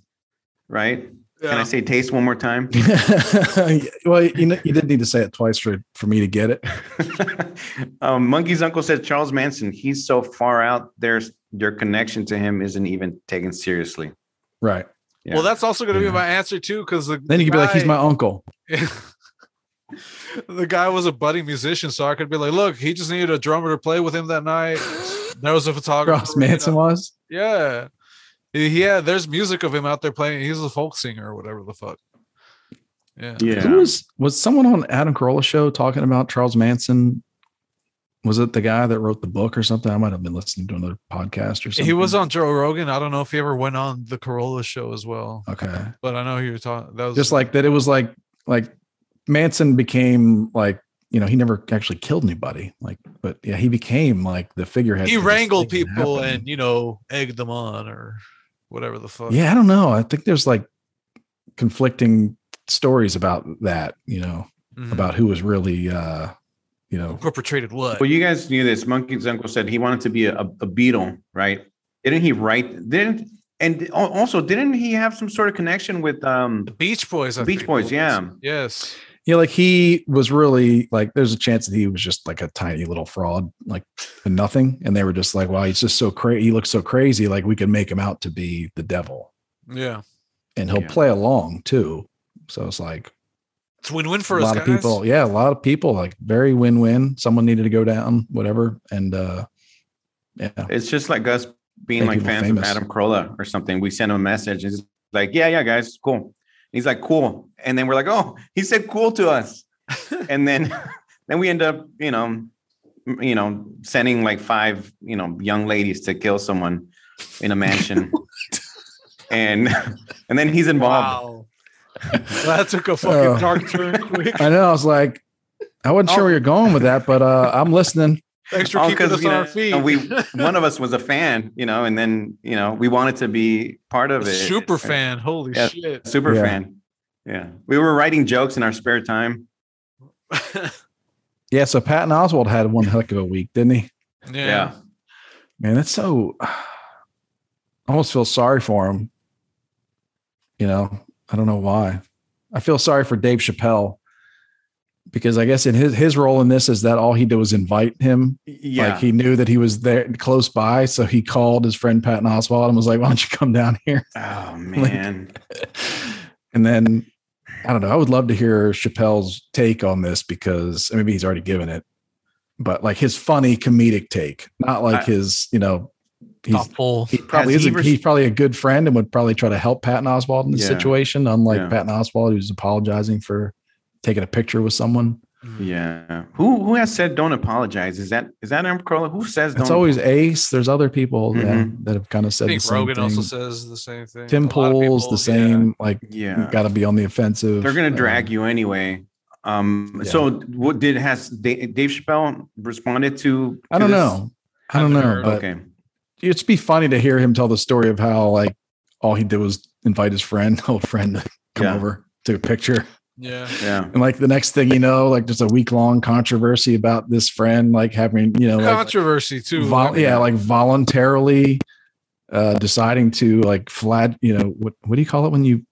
[SPEAKER 4] Right? Can I
[SPEAKER 5] Yeah.
[SPEAKER 4] say taste one
[SPEAKER 3] [laughs]
[SPEAKER 4] more time? [laughs]
[SPEAKER 3] well, you know, you did need to say it twice for, for me to get it.
[SPEAKER 4] um, Monkey's uncle said Charles Manson. He's so far out there, their connection to him isn't even taken seriously.
[SPEAKER 3] Right.
[SPEAKER 4] Yeah.
[SPEAKER 5] Well, that's also going to
[SPEAKER 3] Yeah.
[SPEAKER 5] be my answer too, because the
[SPEAKER 3] Then you could be like, he's my uncle.
[SPEAKER 5] [laughs] the guy was a budding musician, so I could be like, look, he just needed a drummer to play with him
[SPEAKER 3] [laughs]
[SPEAKER 5] that night. There was a photographer.
[SPEAKER 3] Charles
[SPEAKER 5] you know.
[SPEAKER 3] Manson was.
[SPEAKER 5] Yeah. Yeah, there's music of him out there playing. He's a folk singer or whatever the fuck. Yeah.
[SPEAKER 3] Who was, was someone on Adam Carolla's show talking about Charles Manson? Was it the guy that wrote the book or something? I might have been listening to another podcast or something.
[SPEAKER 5] He was on Joe Rogan. I don't know if he ever went on the Corolla show as well,
[SPEAKER 3] Okay.
[SPEAKER 5] but I know he was talking. That was
[SPEAKER 3] just like that it was like like manson became like you know he never actually killed anybody like but yeah he became like the figurehead
[SPEAKER 5] he
[SPEAKER 3] for this
[SPEAKER 5] wrangled
[SPEAKER 3] thing that
[SPEAKER 5] people and
[SPEAKER 3] happened.
[SPEAKER 5] you know egged them on or whatever the fuck.
[SPEAKER 3] yeah i don't know i think there's like conflicting stories about that you know
[SPEAKER 5] Mhm.
[SPEAKER 3] about who was really uh you know
[SPEAKER 5] who perpetrated what?
[SPEAKER 4] Well, you guys knew this. Monkey's uncle said he wanted to be a, a beetle, right? Didn't he write? Didn't and al- also didn't he have some sort of connection with? Um,
[SPEAKER 5] the Beach Boys. I
[SPEAKER 4] Beach
[SPEAKER 5] think it
[SPEAKER 4] Boys,
[SPEAKER 5] was.
[SPEAKER 4] yeah.
[SPEAKER 5] Yes.
[SPEAKER 3] yeah like he was really like there's a chance that he was just like a tiny little fraud like and nothing and they were just like wow he's just so crazy he looks so crazy like we could make him out to be the devil
[SPEAKER 5] Yeah.
[SPEAKER 3] and he'll
[SPEAKER 4] Yeah.
[SPEAKER 3] play along too. So it's like
[SPEAKER 5] It's win win for
[SPEAKER 3] a
[SPEAKER 5] us
[SPEAKER 3] lot
[SPEAKER 5] guys.
[SPEAKER 3] of people. Yeah, a lot of people like very win-win. Someone needed to go down, whatever, and uh, yeah,
[SPEAKER 4] it's just like us being
[SPEAKER 3] Make
[SPEAKER 4] like
[SPEAKER 3] people
[SPEAKER 4] fans
[SPEAKER 3] famous.
[SPEAKER 4] of Adam Carolla or something. We sent him a message and he's like, "Yeah, yeah, guys, cool." And he's like, "Cool," and then we're like, "Oh, he said cool
[SPEAKER 3] [laughs]
[SPEAKER 4] to us," and then then we end up, you know, m- you know, sending like five, you know, young ladies to
[SPEAKER 3] [laughs]
[SPEAKER 4] kill someone in a mansion, and and then he's involved.
[SPEAKER 5] Wow. [laughs] That took a fucking
[SPEAKER 3] Oh.
[SPEAKER 5] dark turn quick.
[SPEAKER 3] I know. I was like, I wasn't
[SPEAKER 5] Oh.
[SPEAKER 3] sure where you're going with that, but
[SPEAKER 5] [laughs]
[SPEAKER 3] uh, I'm listening.
[SPEAKER 5] Thanks for
[SPEAKER 4] All
[SPEAKER 5] keeping
[SPEAKER 4] 'cause,
[SPEAKER 5] us
[SPEAKER 4] you
[SPEAKER 5] on
[SPEAKER 4] know,
[SPEAKER 5] our feet.
[SPEAKER 4] we [laughs] one of us was a fan, you know, and then you know we wanted to be part of
[SPEAKER 5] A
[SPEAKER 4] it.
[SPEAKER 5] super fan. Holy
[SPEAKER 4] Yeah.
[SPEAKER 5] shit.
[SPEAKER 4] [laughs] super
[SPEAKER 3] Yeah.
[SPEAKER 4] fan. Yeah, we were writing jokes in our spare time.
[SPEAKER 5] yeah.
[SPEAKER 3] Yeah. So Patton Oswald had one heck of a week, didn't he?
[SPEAKER 4] Yeah,
[SPEAKER 3] Man, that's so. [sighs] I almost feel sorry for him. You know, I don't know why. I feel sorry for Dave Chappelle because I guess in his his role in this is that all he did was invite him.
[SPEAKER 4] yeah.
[SPEAKER 3] Like he knew that he was there close by, so he called his friend Patton Oswald and was like, "Why don't you come down here?" [laughs]
[SPEAKER 4] oh man,
[SPEAKER 3] and then I don't know. I would love to hear Chappelle's take on this because maybe he's already given it, but like his funny comedic take, not like
[SPEAKER 4] I-
[SPEAKER 3] his, you know, he's
[SPEAKER 5] Thoughtful.
[SPEAKER 3] he probably
[SPEAKER 4] Has
[SPEAKER 3] is. a,
[SPEAKER 4] he res-
[SPEAKER 3] he's probably a good friend and would probably try to help Patton Oswald in this
[SPEAKER 4] Yeah.
[SPEAKER 3] situation. Unlike
[SPEAKER 4] Yeah.
[SPEAKER 3] Patton Oswald, who's apologizing for taking a picture with someone.
[SPEAKER 4] Mm. yeah. Who who has said don't apologize? Is that is that Adam Carolla? Who says
[SPEAKER 3] It's
[SPEAKER 4] don't?
[SPEAKER 3] always Ace. There's other people yeah,
[SPEAKER 4] Mhm.
[SPEAKER 3] that have kind of
[SPEAKER 5] I
[SPEAKER 3] said the
[SPEAKER 5] think
[SPEAKER 3] same
[SPEAKER 5] Rogan
[SPEAKER 3] thing.
[SPEAKER 5] also says the same thing.
[SPEAKER 3] Tim
[SPEAKER 5] A lot of
[SPEAKER 3] Pool's the
[SPEAKER 5] people, yeah.
[SPEAKER 3] same. Like,
[SPEAKER 4] yeah.
[SPEAKER 3] got to be on the offensive. Uh,
[SPEAKER 4] They're gonna drag you anyway. Um.
[SPEAKER 3] Yeah.
[SPEAKER 4] So what did has Da- Dave Chappelle responded to?
[SPEAKER 3] I
[SPEAKER 4] to
[SPEAKER 3] don't
[SPEAKER 4] this?
[SPEAKER 3] know. I don't
[SPEAKER 5] Haven't
[SPEAKER 3] know.
[SPEAKER 5] heard.
[SPEAKER 3] But
[SPEAKER 4] Okay.
[SPEAKER 3] it'd just be funny to hear him tell the story of how like all he did was invite his friend, [laughs] old friend, to come
[SPEAKER 4] Yeah.
[SPEAKER 3] over to a picture.
[SPEAKER 5] Yeah.
[SPEAKER 4] Yeah.
[SPEAKER 3] And like the next thing you know, like just a week long controversy about this friend, like having, you know, like,
[SPEAKER 5] Controversy too.
[SPEAKER 3] vol-
[SPEAKER 5] like-
[SPEAKER 3] yeah, like voluntarily uh deciding to like flag, you know, what what do you call it when you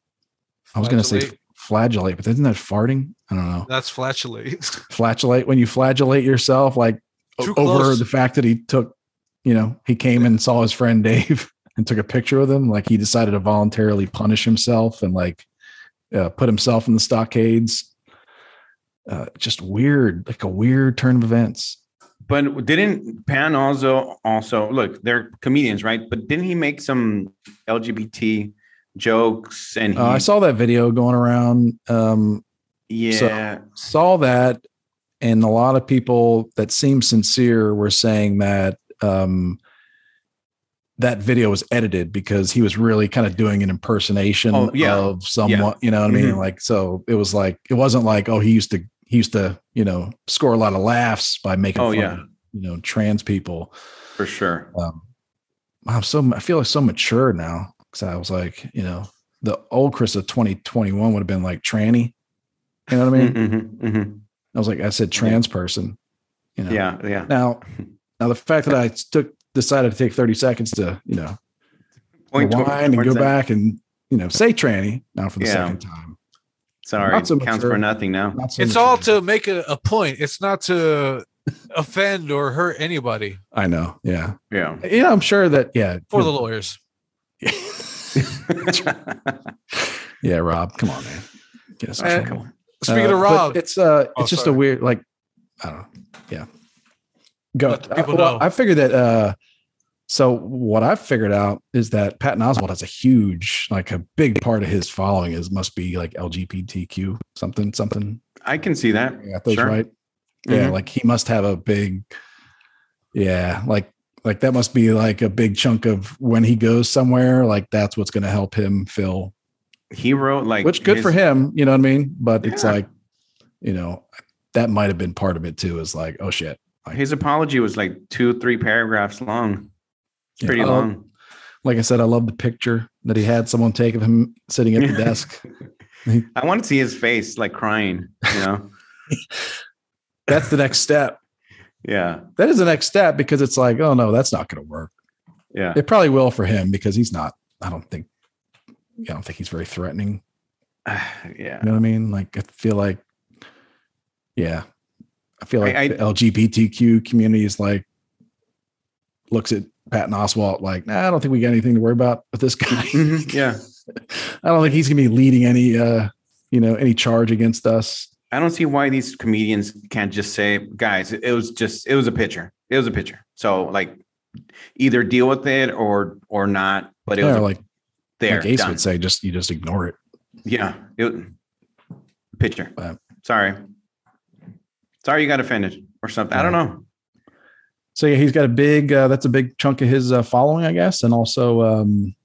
[SPEAKER 3] I was gonna say
[SPEAKER 5] Flagellate.
[SPEAKER 3] flagellate, but isn't that farting? I don't know.
[SPEAKER 5] that's [laughs] flatulate.
[SPEAKER 3] Flagellate when you flagellate yourself, like o-
[SPEAKER 5] Too
[SPEAKER 3] over
[SPEAKER 5] close.
[SPEAKER 3] the fact that he took, you know, he came and saw his friend Dave [laughs] and took a picture with him. Like he decided to voluntarily punish himself and like uh, put himself in the stockades. Uh, just weird, like a weird turn of events.
[SPEAKER 4] But didn't Pan also also look? They're comedians, right? But didn't he make some LGBT jokes? And he,
[SPEAKER 5] Mm-hmm.
[SPEAKER 3] Uh, I saw that video going around. Um,
[SPEAKER 4] yeah,
[SPEAKER 3] saw that, and a lot of people that seemed sincere were saying that um, that video was edited because he was really kind of doing an impersonation
[SPEAKER 4] Oh, yeah. Mm-hmm.
[SPEAKER 3] of someone. You know what I mean? Like, so it was like it wasn't like oh he used to he used to you know score a lot of laughs by making
[SPEAKER 4] Oh,
[SPEAKER 3] fun
[SPEAKER 4] yeah.
[SPEAKER 3] of, you know trans people.
[SPEAKER 4] for sure.
[SPEAKER 3] um, I'm so I feel like so mature now because I was like, you know, the old Chris of 2021 would have been like tranny. You know what I mean?
[SPEAKER 4] Mhm, mhm.
[SPEAKER 3] I was like, I said trans person. You know.
[SPEAKER 4] Yeah, yeah. [laughs]
[SPEAKER 3] Now, now the fact that I took decided to take 30 seconds to you know rewind and
[SPEAKER 4] towards
[SPEAKER 3] go
[SPEAKER 4] that.
[SPEAKER 3] back and you know say tranny now for the
[SPEAKER 4] Yeah.
[SPEAKER 3] second time.
[SPEAKER 4] Sorry,
[SPEAKER 3] Not so
[SPEAKER 4] counts
[SPEAKER 3] mature.
[SPEAKER 4] for nothing now.
[SPEAKER 3] Not so
[SPEAKER 5] it's all
[SPEAKER 3] mature.
[SPEAKER 5] to make a, a point. It's not to offend or hurt anybody
[SPEAKER 3] I know. Yeah. [laughs]
[SPEAKER 4] Yeah.
[SPEAKER 3] Yeah. I'm sure that. Yeah.
[SPEAKER 5] for the lawyers.
[SPEAKER 3] [laughs]
[SPEAKER 4] Uh,
[SPEAKER 3] yeah. Rob, come on, man. Get us.
[SPEAKER 5] Eh,
[SPEAKER 3] out.
[SPEAKER 4] come on.
[SPEAKER 5] Speaking
[SPEAKER 3] Uh,
[SPEAKER 5] of
[SPEAKER 3] but
[SPEAKER 5] Rob,
[SPEAKER 3] it's uh,
[SPEAKER 5] Oh,
[SPEAKER 3] it's just
[SPEAKER 5] sorry.
[SPEAKER 3] a weird like, I don't know, yeah. Go.
[SPEAKER 5] Let the
[SPEAKER 3] I,
[SPEAKER 5] people
[SPEAKER 3] well,
[SPEAKER 5] know.
[SPEAKER 3] I figured that. uh So what I've figured out is that Patton Oswald has a huge, like a big part of his following is must be like LGBTQ something something.
[SPEAKER 4] I can see that.
[SPEAKER 3] I got those
[SPEAKER 4] Sure.
[SPEAKER 3] right. Yeah,
[SPEAKER 4] Mhm.
[SPEAKER 3] like he must have a big. Yeah, like like that must be like a big chunk of when he goes somewhere. Like that's what's going to help him fill
[SPEAKER 4] He wrote like
[SPEAKER 3] which good for
[SPEAKER 4] his-
[SPEAKER 3] him you know what i mean but it's
[SPEAKER 4] Yeah.
[SPEAKER 3] like you know that might have been part of it too is like oh shit
[SPEAKER 4] His apology was like two, three paragraphs long. It's
[SPEAKER 3] Yeah.
[SPEAKER 4] pretty
[SPEAKER 3] Oh,
[SPEAKER 4] long.
[SPEAKER 3] like i said i love the picture that he had someone take of him sitting at
[SPEAKER 4] [laughs]
[SPEAKER 3] the desk
[SPEAKER 4] I want to see his face like crying, you
[SPEAKER 3] [laughs]
[SPEAKER 4] know?
[SPEAKER 3] that's the next step
[SPEAKER 4] yeah.
[SPEAKER 3] that is the next step because it's like oh no that's not going to work
[SPEAKER 4] Yeah. [sighs]
[SPEAKER 3] it probably will for him because he's not i don't think i don't think he's very threatening
[SPEAKER 4] yeah.
[SPEAKER 3] you know what i mean like i feel like yeah i feel
[SPEAKER 4] I-
[SPEAKER 3] like
[SPEAKER 4] I-
[SPEAKER 3] the lgbtq community is like looks at patton oswalt like nah, i don't think we got anything to worry about with this guy [laughs]
[SPEAKER 4] Mhm. Yeah.
[SPEAKER 3] I don't think he's going to be leading any, uh, you know, any charge against us.
[SPEAKER 4] I don't see why these comedians can't just say, guys, it was just it was a picture. It was a picture. So like either deal with it or or not. But it
[SPEAKER 3] Yeah,
[SPEAKER 4] was
[SPEAKER 3] like,
[SPEAKER 4] there.
[SPEAKER 3] like Ace
[SPEAKER 4] done.
[SPEAKER 3] would say, just you just ignore it.
[SPEAKER 4] Yeah. It, picture.
[SPEAKER 3] Wow.
[SPEAKER 4] Sorry. Sorry you got offended or something. I don't know.
[SPEAKER 3] So yeah, he's got a big. Uh, that's a big chunk of his uh, following, I guess, and also um,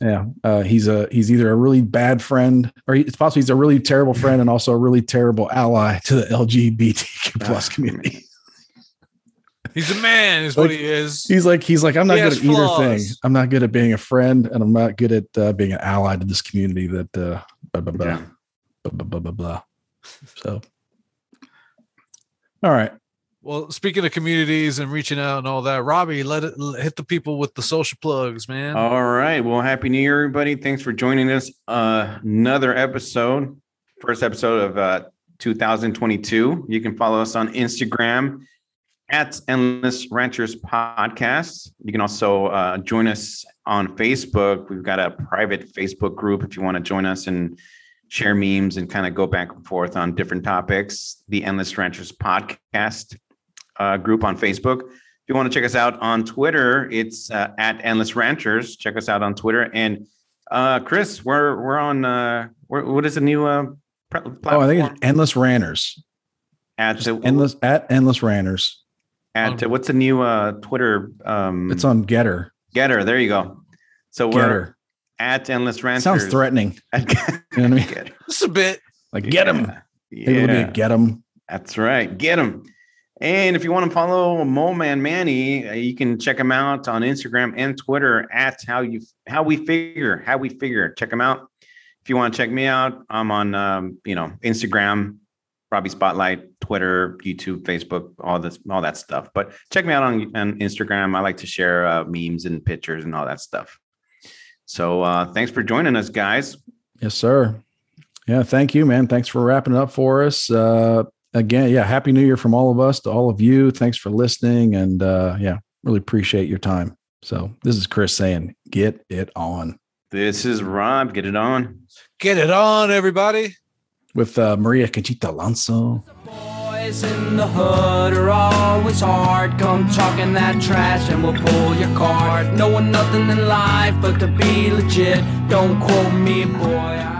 [SPEAKER 3] Yeah, uh, he's a he's either a really bad friend, or he, it's possible he's a really terrible friend and also a really terrible ally to the LGBTQ plus
[SPEAKER 4] Ah,
[SPEAKER 3] community.
[SPEAKER 5] He's a man, is what he is.
[SPEAKER 3] He's like he's like I'm not
[SPEAKER 5] He
[SPEAKER 3] good
[SPEAKER 5] has
[SPEAKER 3] at either thing.
[SPEAKER 5] flaws.
[SPEAKER 3] I'm not good at being a friend, and I'm not good at uh, being an ally to this community. That uh, blah blah blah
[SPEAKER 4] Yeah.
[SPEAKER 3] blah blah blah blah. blah. So, all right,
[SPEAKER 5] Well, speaking of communities and reaching out and all that, Robbie, let it l- hit the people with the social plugs, man.
[SPEAKER 3] Uh,
[SPEAKER 4] All right. Well, happy new year, everybody. Thanks for joining us. Uh, another episode, first episode of uh, 2022. You can follow us on Instagram at Endless Ranchers Podcast. You can also uh, join us on Facebook. We've got a private Facebook group if you want to join us and share memes and kind of go back and forth on different topics. The Endless Ranchers Podcast uh, group on Facebook. If you want to check us out on Twitter, it's uh, at Endless Ranchers. Check us out on Twitter. And uh, Chris, we're we're on. Uh, we're, what is the new uh, pr- platform?
[SPEAKER 3] oh, I think it's endless ranters,
[SPEAKER 4] at the,
[SPEAKER 3] endless at endless ranters.
[SPEAKER 4] At uh, what's the new uh, Twitter? Um,
[SPEAKER 3] It's on Getter.
[SPEAKER 4] Getter. There you go. So we're
[SPEAKER 3] Getter
[SPEAKER 4] at Endless Ranchers.
[SPEAKER 3] sounds
[SPEAKER 4] [laughs]
[SPEAKER 3] threatening.
[SPEAKER 4] At
[SPEAKER 3] You know what I mean?
[SPEAKER 4] Getter.
[SPEAKER 5] Just a bit.
[SPEAKER 3] Like get him.
[SPEAKER 4] Yeah.
[SPEAKER 3] Maybe it'll be a get him.
[SPEAKER 4] That's right. Get him. And if you want to follow Mole Man Manny, uh, you can check him out on Instagram and Twitter at how you how we figure how we figure. Check him out. If you want to check me out, I'm on um, you know Instagram, Robbie Spotlight, Twitter, YouTube, Facebook, all this all that stuff. But check me out on, on Instagram. I like to share uh, memes and pictures and all that stuff. So uh, thanks for joining us, guys.
[SPEAKER 3] Yes, sir. Yeah, thank you, man. Thanks for wrapping it up for us. Uh, again, yeah, happy new year from all of us to all of you. Thanks for listening, and uh, yeah, really appreciate your time. So this is Chris saying, get it on
[SPEAKER 4] This is Rob. Get it on.
[SPEAKER 5] Get it on, everybody.
[SPEAKER 3] with uh, Maria Conchita Alonso.
[SPEAKER 2] Boys in the hood are always hard. Come talking that trash and we'll pull your card. Knowing nothing in life but to be legit. Don't quote me, boy. I-